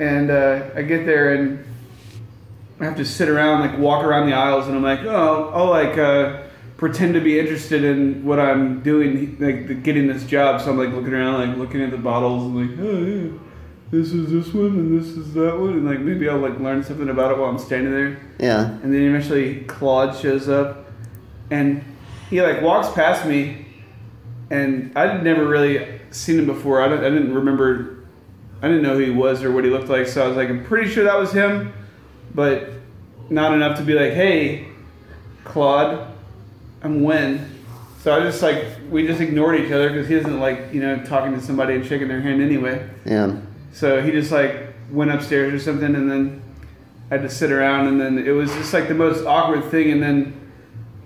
and uh, I get there and I have to sit around, like walk around the aisles, and I'm like, oh, I'll like uh, pretend to be interested in what I'm doing, like the- getting this job. So I'm like looking around, like looking at the bottles, and like, oh, yeah, this is this one, and this is that one, and like maybe I'll like learn something about it while I'm standing there.
Yeah.
And then eventually Claude shows up, and he like walks past me, and I'd never really seen him before. I, don't, I didn't remember, I didn't know who he was or what he looked like. So I was like, I'm pretty sure that was him, but not enough to be like, hey, Claude, I'm Wen. So I just like we just ignored each other because he isn't like you know talking to somebody and shaking their hand anyway.
Yeah.
So he just like went upstairs or something, and then I had to sit around, and then it was just like the most awkward thing. And then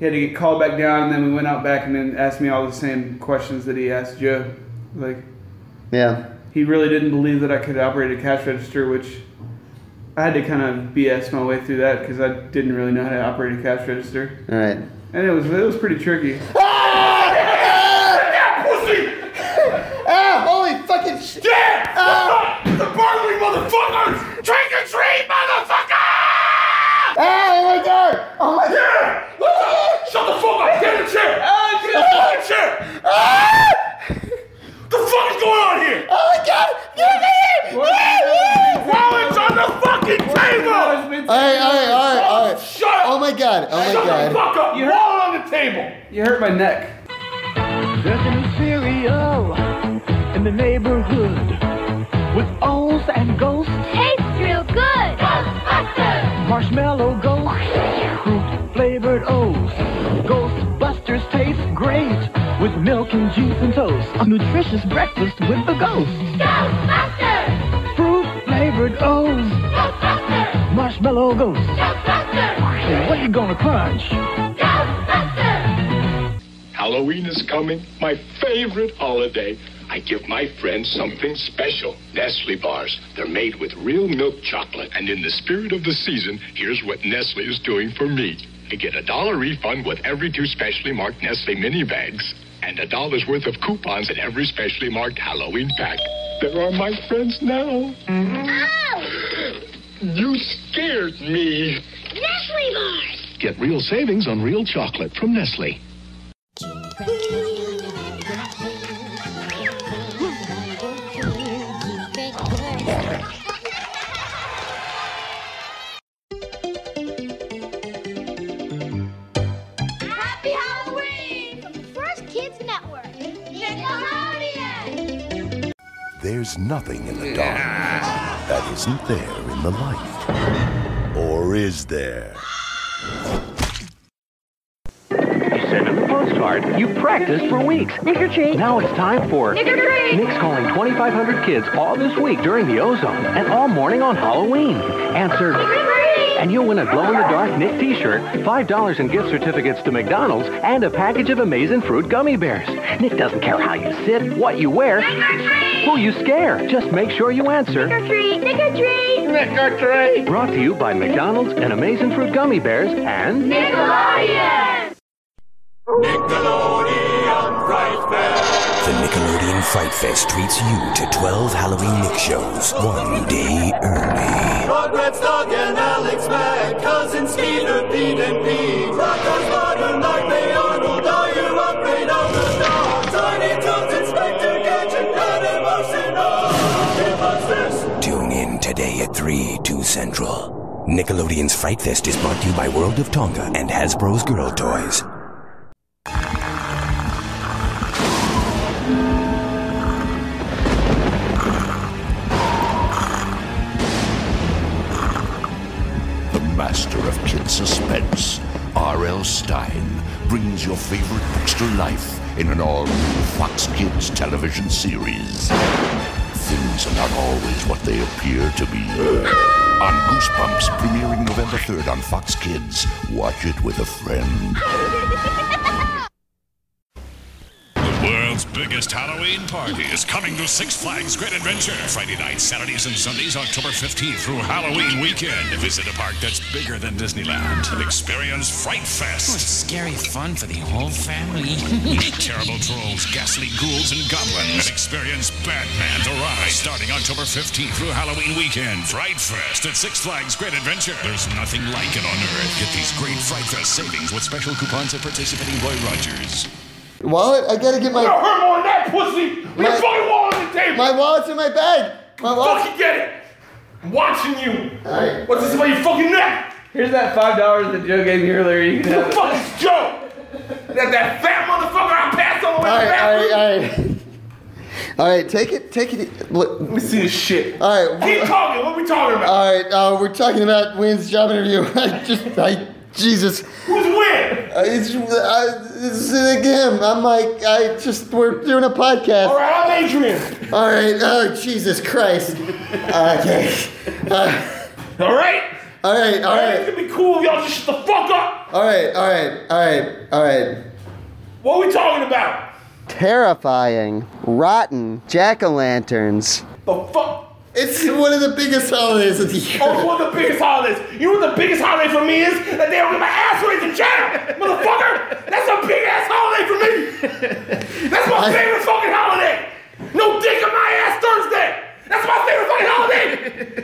he had to get called back down, and then we went out back, and then asked me all the same questions that he asked Joe. Like
Yeah.
he really didn't believe that I could operate a cash register, which I had to kind of BS my way through that because I didn't really know how to operate a cash register,
All right.
and it was it was pretty tricky.
Ah, holy fucking shit!
Ah! The burglary motherfuckers! Trick or treat, motherfucker!
Oh my god! Oh my
god! Shut the fuck up! Get in the chair!
Oh,
Get in the fucking chair! The fuck is going on here?
Oh my god! Get in
here! While it's on the fucking table!
All right, all right, all right, all right.
Shut up!
Oh my god! Oh my
Shut
god!
the fuck up! You Roll it on the table!
You hurt my neck.
There's an cereal in the neighborhood with owls and ghosts. Tastes real good. Ghostbusters. Marshmallow ghosts. Fruit flavored O's. Ghostbusters taste great with milk and juice and toast. A nutritious breakfast with the ghosts. Ghostbusters. Fruit flavored O's. Ghostbusters. Marshmallow ghosts. Ghostbusters. What you gonna crunch?
Halloween is coming, my favorite holiday. I give my friends something special. Nestle bars. They're made with real milk chocolate. And in the spirit of the season, here's what Nestle is doing for me. I get a dollar refund with every two specially marked Nestle mini bags and a dollar's worth of coupons in every specially marked Halloween pack. There are my friends now.
Oh,
You scared me.
Nestle bars!
Get real savings on real chocolate from Nestle.
Happy Halloween! From the First Kids Network. Nickelodeon!
There's nothing in the dark that isn't there in the light. Or is there?
You sent him a postcard. You practiced for weeks. Nick or treat. Now it's time for
Nick or treat.
Nick's calling 2,500 kids all this week during the ozone and all morning on Halloween. Answer. And you'll win a glow-in-the-dark Nick t-shirt, $5 in gift certificates to McDonald's, and a package of Amazing Fruit gummy bears. Nick doesn't care how you sit, what you wear, who you scare. Just make sure you answer.
Nick or treat! Nick or treat! Nick or treat!
Brought to you by McDonald's and Amazing Fruit Gummy Bears and...
Nickelodeon!
Nickelodeon Fright Fest!
The Nickelodeon Fright Fest treats you to 12 Halloween Nick shows one day early.
Rod Red Dog and Alex Mack, Cousin Skeeter, Pete and Pete, Rocko's Modern Life, they Arnold, are you afraid of the dark? Tiny Toons, Inspector Gadget, not emotional! Here, what's this?
Tune in today at 3, 2 Central. Nickelodeon's Fright Fest is brought to you by World of Tonga and Hasbro's Girl Toys. The master of kid suspense, R.L. Stein, brings your favorite books to life in an all new Fox Kids television series. Things are not always what they appear to be. On Goosebumps, premiering November 3rd on Fox Kids, watch it with a friend.
The world's biggest biggest Halloween party is coming to Six Flags Great Adventure. Friday nights, Saturdays, and Sundays, October 15th through Halloween weekend. Visit a park that's bigger than Disneyland and experience Fright Fest.
Oh, Scary fun for the whole family.
Meet terrible trolls, ghastly ghouls, and goblins. And experience Batman The Rise. Starting October 15th through Halloween weekend. Fright Fest at Six Flags Great Adventure. There's nothing like it on Earth. Get these great Fright Fest savings with special coupons at participating Roy Rogers.
Wallet? I gotta get my.
No,
hurt
more
than that, pussy!
Leave your fucking
wallet on the table! My wallet's in my bag! My wallet. Fucking
get it!
I'm watching you.
Alright.
What's this about your fucking neck? Here's that five dollars that Joe gave me earlier. You can have it.
fuck is Joe?
That, that fat motherfucker I passed on the way
All
to the
right, all right,
bathroom.
all right. All right, take it, take it. Look. Let me
see this shit.
All right.
Keep talking. What are we talking about?
All right, uh, we're talking about Wayne's job interview. I just, I, Jesus.
Who's Wayne?
Uh, it's, uh, it's again. I'm like, I just, we're doing a podcast. All
right, I'm Adrian.
All right, oh Jesus Christ. okay. Uh,
all right.
All right, all right.
It's gonna be cool if y'all just shut the fuck up.
All right, all right, all right, all right.
What are we talking about?
Terrifying, rotten jack o' lanterns.
The fuck?
It's one of the biggest holidays of the year.
Oh, it's one of the biggest holidays. You know what the biggest holiday for me is? That they don't get my ass raised in China, motherfucker. That's a big ass holiday for me. That's my favorite fucking holiday. No dick in my ass Thursday. That's my favorite fucking holiday.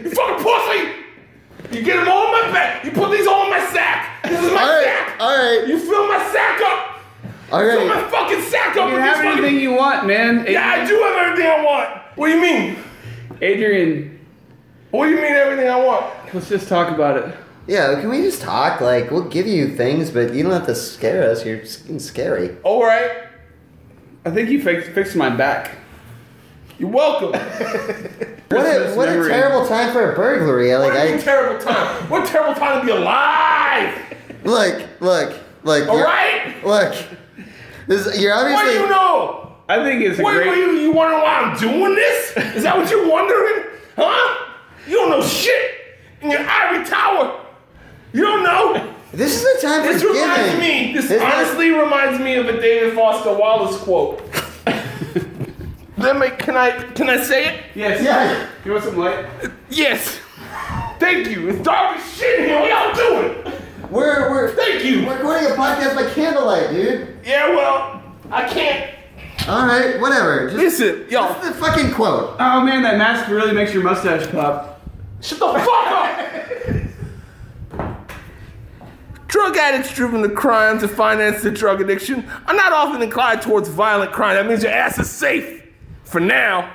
You fucking pussy. You get them all in my back. You put these all in my sack. This is my sack.
All right.
You fill my sack up.
All
You
right.
Fill my fucking sack up.
You
with
have
this fucking-
anything you want, man.
Yeah, I do have everything I want. What do you mean?
Adrian.
What do you mean everything I want?
Let's just talk about it. Yeah, can we just talk? Like, we'll give you things, but you don't have to scare us. You're fucking scary.
All Oh, right. I think you fixed, fixed my back. You're welcome.
What a,
Christmas
what a
memory.
terrible time for a burglary. Like,
What a
I,
terrible time. What a terrible time to be alive.
look, look, look.
All
you're-
right.
Look. This, is- you're obviously.
What do you know?
I think
Wait, wait, you, you wondering why I'm doing this? Is that what you're wondering? Huh? You don't know shit. In your ivory tower. You don't know.
This is the time
This
for
reminds
giving.
me. This
This is-
honestly reminds me of a David Foster Wallace quote. Let me. Can I? Can I say it? Yes.
Yeah.
You want some light? Yes. Thank you. It's dark as shit in here. What y'all doing?
We're we're.
Thank you.
We're recording a podcast by candlelight, dude.
Yeah. Well, I can't.
All right, whatever. Just,
Listen, yo.
This is the fucking quote.
Oh man, that mask really makes your mustache pop. Shut the fuck up! Drug addicts driven to crime to finance their drug addiction are not often inclined towards violent crime. That means your ass is safe for now.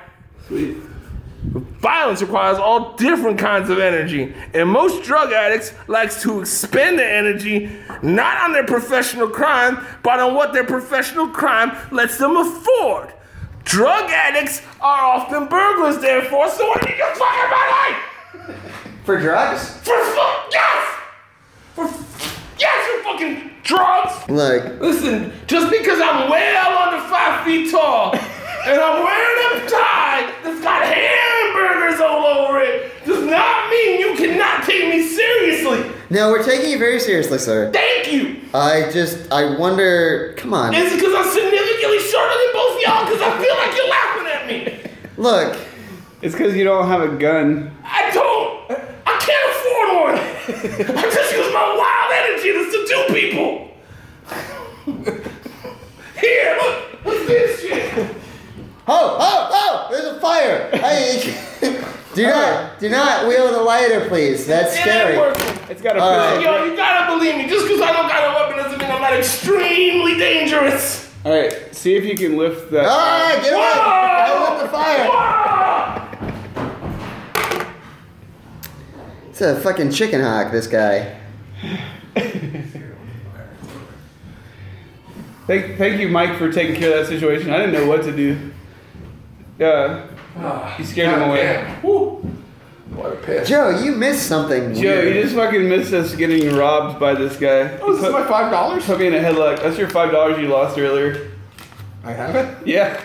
Sweet. Violence requires all different kinds of energy, and most drug addicts likes to expend their energy not on their professional crime, but on what their professional crime lets them afford. Drug addicts are often burglars, therefore. So what are you fucking my life?
For drugs?
For fuck yes! For yes, for fucking drugs.
Look.
Listen, just because I'm well under five feet tall and I'm wearing a tie that's got hamburgers all over it does not mean you cannot take me seriously.
No, we're taking it very seriously, sir.
Thank you.
I just, I wonder. Come on.
Is it because I'm significantly shorter than both of y'all? Because I feel like you're laughing at me.
Look.
It's because you don't have a gun. I don't. I can't afford one. I just use my wild energy to subdue people. Here, look. What's this shit?
Oh, oh, oh! There's a fire. Hey, do not, do not wield a lighter, please. That's scary.
It's got
a All pistol.
Yo, you gotta believe me. Just because I don't got a weapon doesn't mean I'm not extremely dangerous.
All right, see if you can lift that.
Ah, get away! I lit the fire. It's a fucking chicken hawk. This guy.
Thank, thank you, Mike, for taking care of that situation. I didn't know what to do.
Yeah.
You scared him away.
Ah, What a
Joe, you missed something.
Joe,
you just fucking missed us getting robbed by this guy.
Oh, is this my five dollars?
Put me in a headlock. That's your five dollars you lost earlier.
I have it.
Yeah.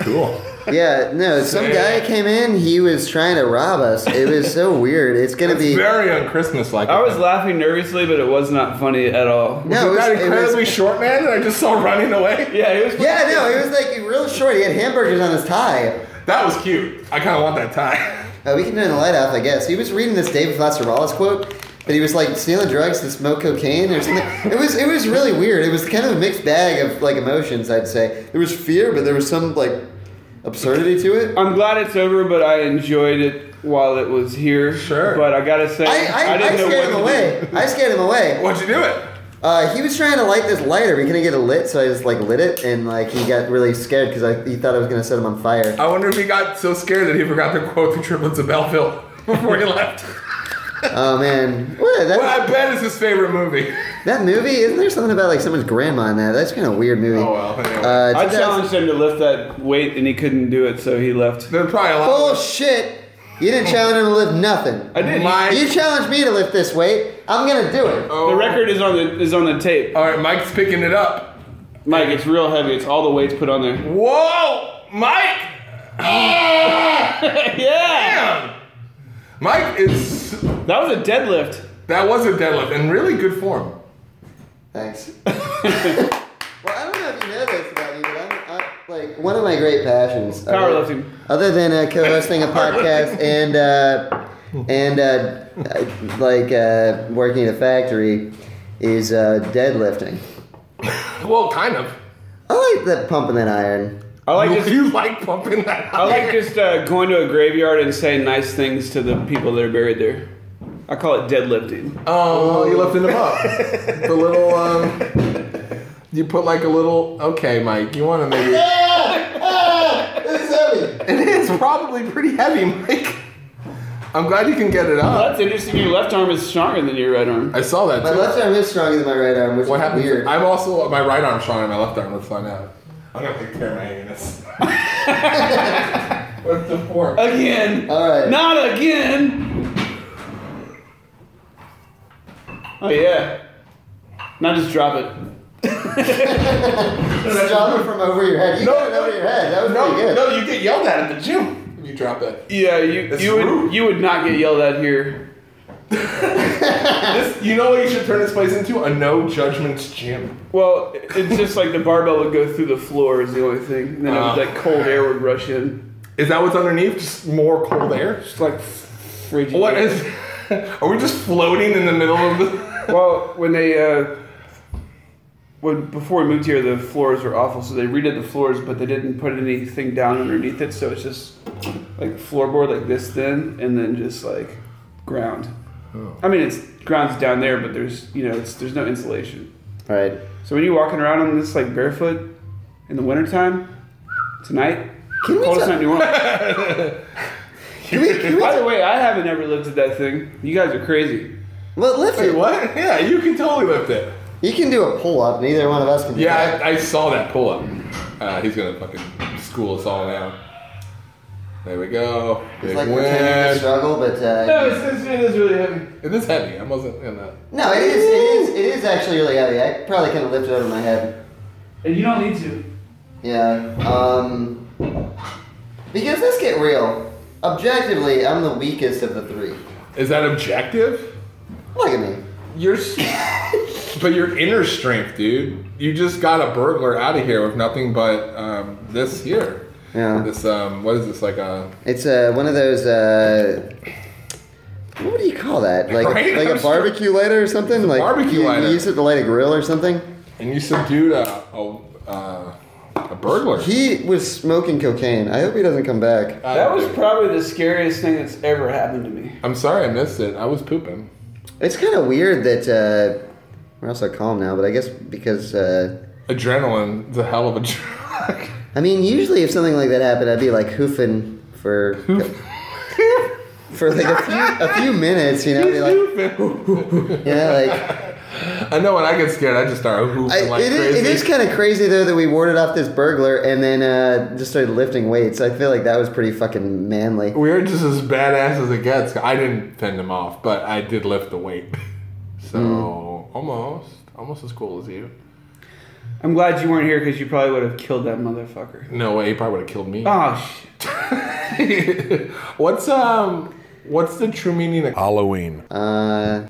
Cool.
Yeah, no, some guy came in. He was trying to rob us. It was so weird. It's gonna be
un-Christmas like.
I was laughing nervously, but it was not funny at all.
No, Was it it that was- it was- incredibly
short man that I just saw running away?
Yeah, it was.
Yeah, no, he was like real short. He had hamburgers on his tie.
That was cute. I kind of want that tie.
Uh, we can turn the light off, I guess. He was reading this David Lasserales quote that he was like stealing drugs to smoke cocaine or something. It was it was really weird. It was kind of a mixed bag of like emotions. I'd say there was fear, but there was some like absurdity to it.
I'm glad it's over, but I enjoyed it while it was here. Sure. But I gotta say,
I, I, I,
didn't know what
scared him
to
away. I scared him away.
What'd you do it?
Uh, he was trying to light this lighter. We couldn't get it lit, so I just like lit it, and like he got really scared because he thought I was gonna set him on fire.
I wonder if he got so scared that he forgot to quote the triplets of Belleville before he left.
oh man, what? That,
what I bet is his favorite movie.
that movie isn't there something about like someone's grandma in that? That's kind of a weird movie. Oh
well,
uh,
I
2000
challenged him to lift that weight, and he couldn't do it, so he left.
There's probably a
Oh, Bullshit! You didn't challenge him to lift nothing.
I did. My-
You challenged me to lift this weight. I'm gonna do it.
The record is on the is on the tape.
Oh. All right, Mike's picking it up.
Mike, it's real heavy. It's all the weights put on there.
Whoa, Mike! yeah. Damn. Mike is.
That was a deadlift.
That was a deadlift in really good form.
Thanks. well, I don't know if you know this about me, but I'm, i like one of my great passions. uh,
Powerlifting.
Other, other than uh, co-hosting a podcast and uh, and uh, uh, like uh, working at a factory, is uh, deadlifting.
Well, kind of.
I like that pumping that iron.
I like
you,
just-
you like pumping that.
I like just uh, going to a graveyard and saying nice things to the people that are buried there. I call it deadlifting.
Oh, you lifting them up. the little um. You put like a little. Okay, Mike. You want to maybe.
it's heavy.
It is probably pretty heavy, Mike. I'm glad you can get it
Well,
up.
that's interesting. Your left arm is stronger than your right arm.
I saw that.
My
too.
left arm is stronger than my right arm, which
What
is
happened?
weird.
I'm also my right arm stronger than my left arm. Let's find out. I'm gonna have to tear my anus. What's the fork?
Again.
All right.
Not again. Oh yeah. Now just drop it.
Stronger from over your head. You
No,
got it over your head. That was
no,
pretty good.
no, you get yelled at at the gym if you drop it.
Yeah, you
That's
you would
rude.
you would not get yelled at here.
This, you know what you should turn this place into? A no judgments gym.
Well, it's just like the barbell would go through the floor is the only thing. And then it
Ah.
would, like cold air would rush in.
Is that what's underneath? Just more cold air?
Just like frigid.
What
air.
is? Are we just floating in the middle of the?
Well, when they uh, when before we moved here, the floors were awful, so they redid the floors, but they didn't put anything down underneath it, so it's just like floorboard like this thin, and then just like ground. I mean, it's ground's down there, but there's you know it's, there's no insulation.
Right.
So when you're walking around on this like barefoot in the wintertime, tonight,
Can we
coldest
ta-
night in New Orleans. By the way, I haven't ever lifted that thing. You guys are crazy.
Well, lift
Wait,
it.
what? Yeah, you can totally lift it.
You can do a pull up. Neither one of us can do that.
Yeah, I, I saw that pull up. Uh, he's gonna fucking school us all now. There we go.
It's
Big
like pretending to
win.
struggle, but uh,
No, it's, it's, it is really heavy.
It is heavy. I wasn't gonna.
no, it is, it is, it is actually really heavy. I probably could have lifted over my head.
And you don't need to.
Yeah. Um, because let's get real. Objectively, I'm the weakest of the three.
Is that objective?
Look at me.
Your, s- but your inner strength, dude. You just got a burglar out of here with nothing but um, this here.
Yeah.
This um, what is this like a?
It's uh, one of those. Uh, what do you call that? Like
Right?
like
I'm
a
sure-
barbecue lighter or something? like
barbecue
you,
lighter.
You use it to light a grill or something.
And you subdued a a, uh, a burglar.
He was smoking cocaine. I hope he doesn't come back.
That was probably the scariest thing that's ever happened to me.
I'm sorry I missed it. I was pooping.
It's kind of weird that uh, we're also calm now, but I guess because uh,
Adrenaline. It's a hell of a drug.
I mean, usually if something like that happened, I'd be like hoofing for for like a few, a few minutes, you know, be like yeah, like
I know when I get scared, I just start hooping
I,
like
it, is,
crazy.
it is kind of crazy though that we warded off this burglar and then uh, just started lifting weights. I feel like that was pretty fucking manly.
we are just as badass as it gets. I didn't fend him off, but I
Hmm.
did lift the weight. So almost, almost as cool as you.
I'm glad you weren't here because you probably would have killed that motherfucker.
No way, he probably would have killed me.
Oh
shit. what's um what's the true meaning of Halloween?
Uh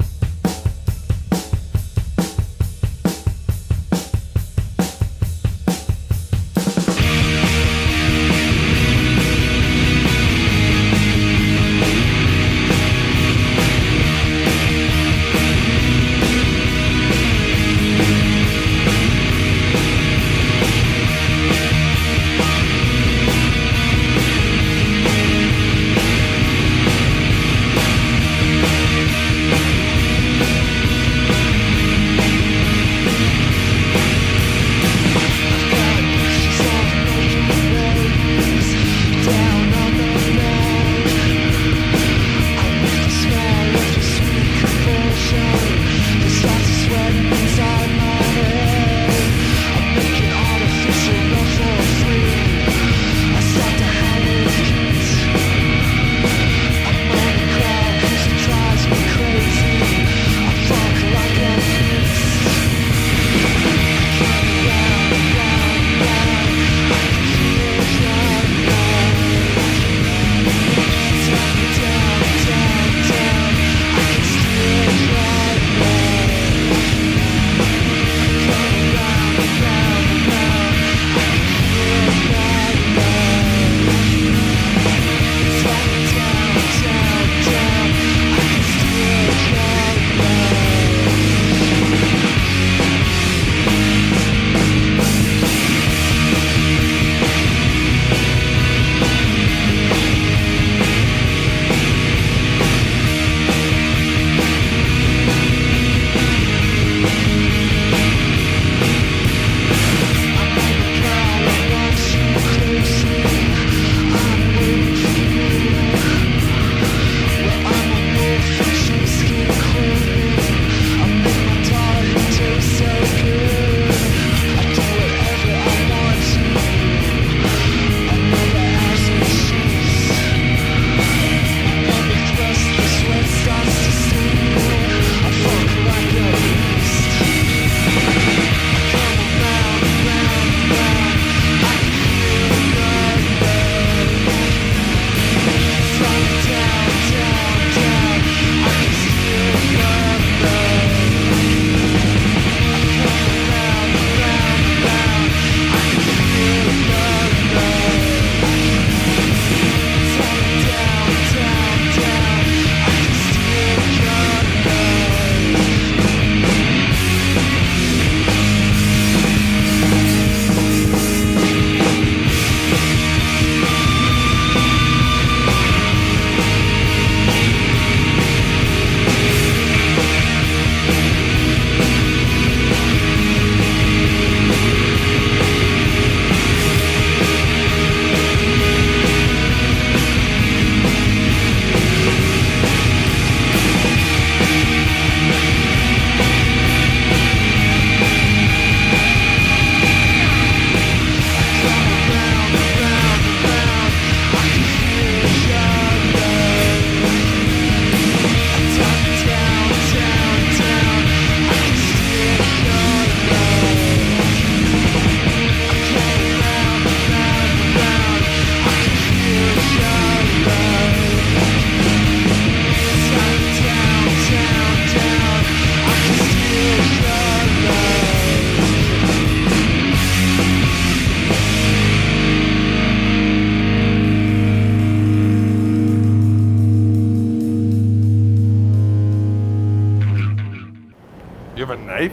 You have a knife?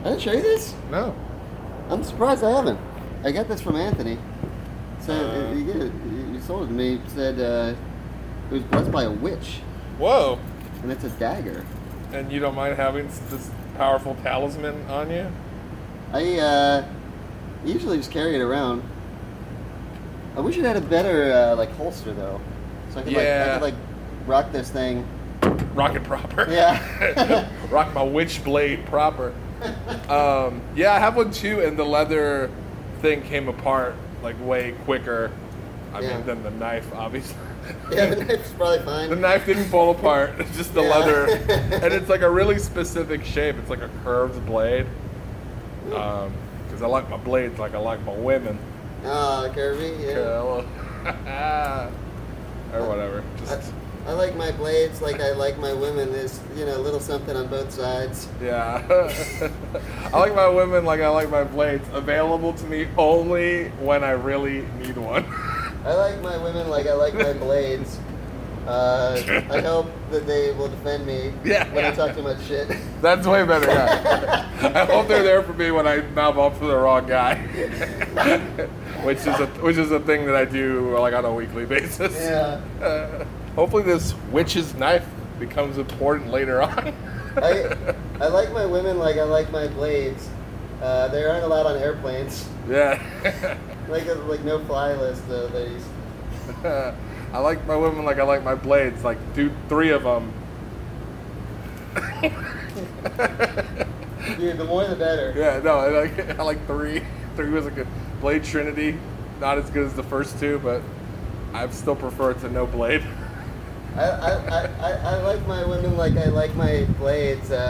I didn't show you this?
No.
I'm surprised I haven't. I got this from Anthony.
Uh.
Said he, get it, he sold it to me. Said uh, it was blessed by a witch,
Whoa.
and it's a dagger.
And you don't mind having s- this powerful talisman on you?
I uh, usually just carry it around. I wish it had a better uh, like holster though, so I could
Yeah.
like I could like rock this thing.
Rock it proper.
Yeah.
Rock my witch blade proper. Um, yeah, I have one too, and the leather thing came apart like way quicker. I
Yeah.
mean, than the knife, obviously.
Yeah, the knife's probably fine.
The knife didn't fall apart. It's just the
Yeah.
leather, and it's like a really specific shape. It's like a curved blade. Um,
Because I like my blades like I like my women.
Ah, Kirby, yeah.
Or whatever. Just,
I like my blades like I like my women. There's, you know, a little something on both sides.
yeah. I like my women like I like my blades. Available to me only when I really need one.
I like my women like I like my blades. Uh, I hope that they will defend me
Yeah.
when I talk too much shit.
That's way better. yeah. I hope they're there for me when I knob off to the wrong guy, which is a which is a thing that I do like on a weekly basis. Uh,
Yeah.
Hopefully, this witch's knife becomes important later on.
I, I like my women like I like my blades. Uh, they aren't allowed on airplanes.
yeah.
Like uh, like no fly list though. There's
I like my women like I like my blades. Like do three of them.
dude, the more the better.
Yeah. No, I like I like three. Three was a good blade trinity. Not as good as the first two, but I still prefer it to no blade.
I, I, I, I, I like my women like I like my blades.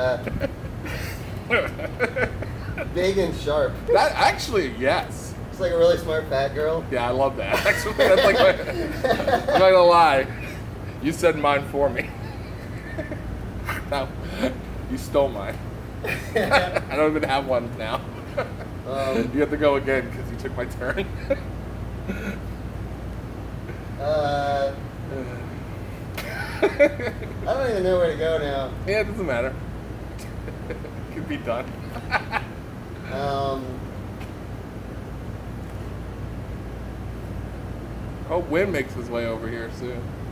Uh, big and sharp.
That actually, yes.
It's like a really smart fat girl.
Yeah, I love that. Actually, that's like my, I'm not gonna lie. You said mine for me. no, you stole mine. I don't even have one now.
Um,
you have to go again because you took my turn.
Uh, I don't even know where to go now.
yeah, it doesn't matter. Could be done.
Um,
Oh, Win makes his way over here soon.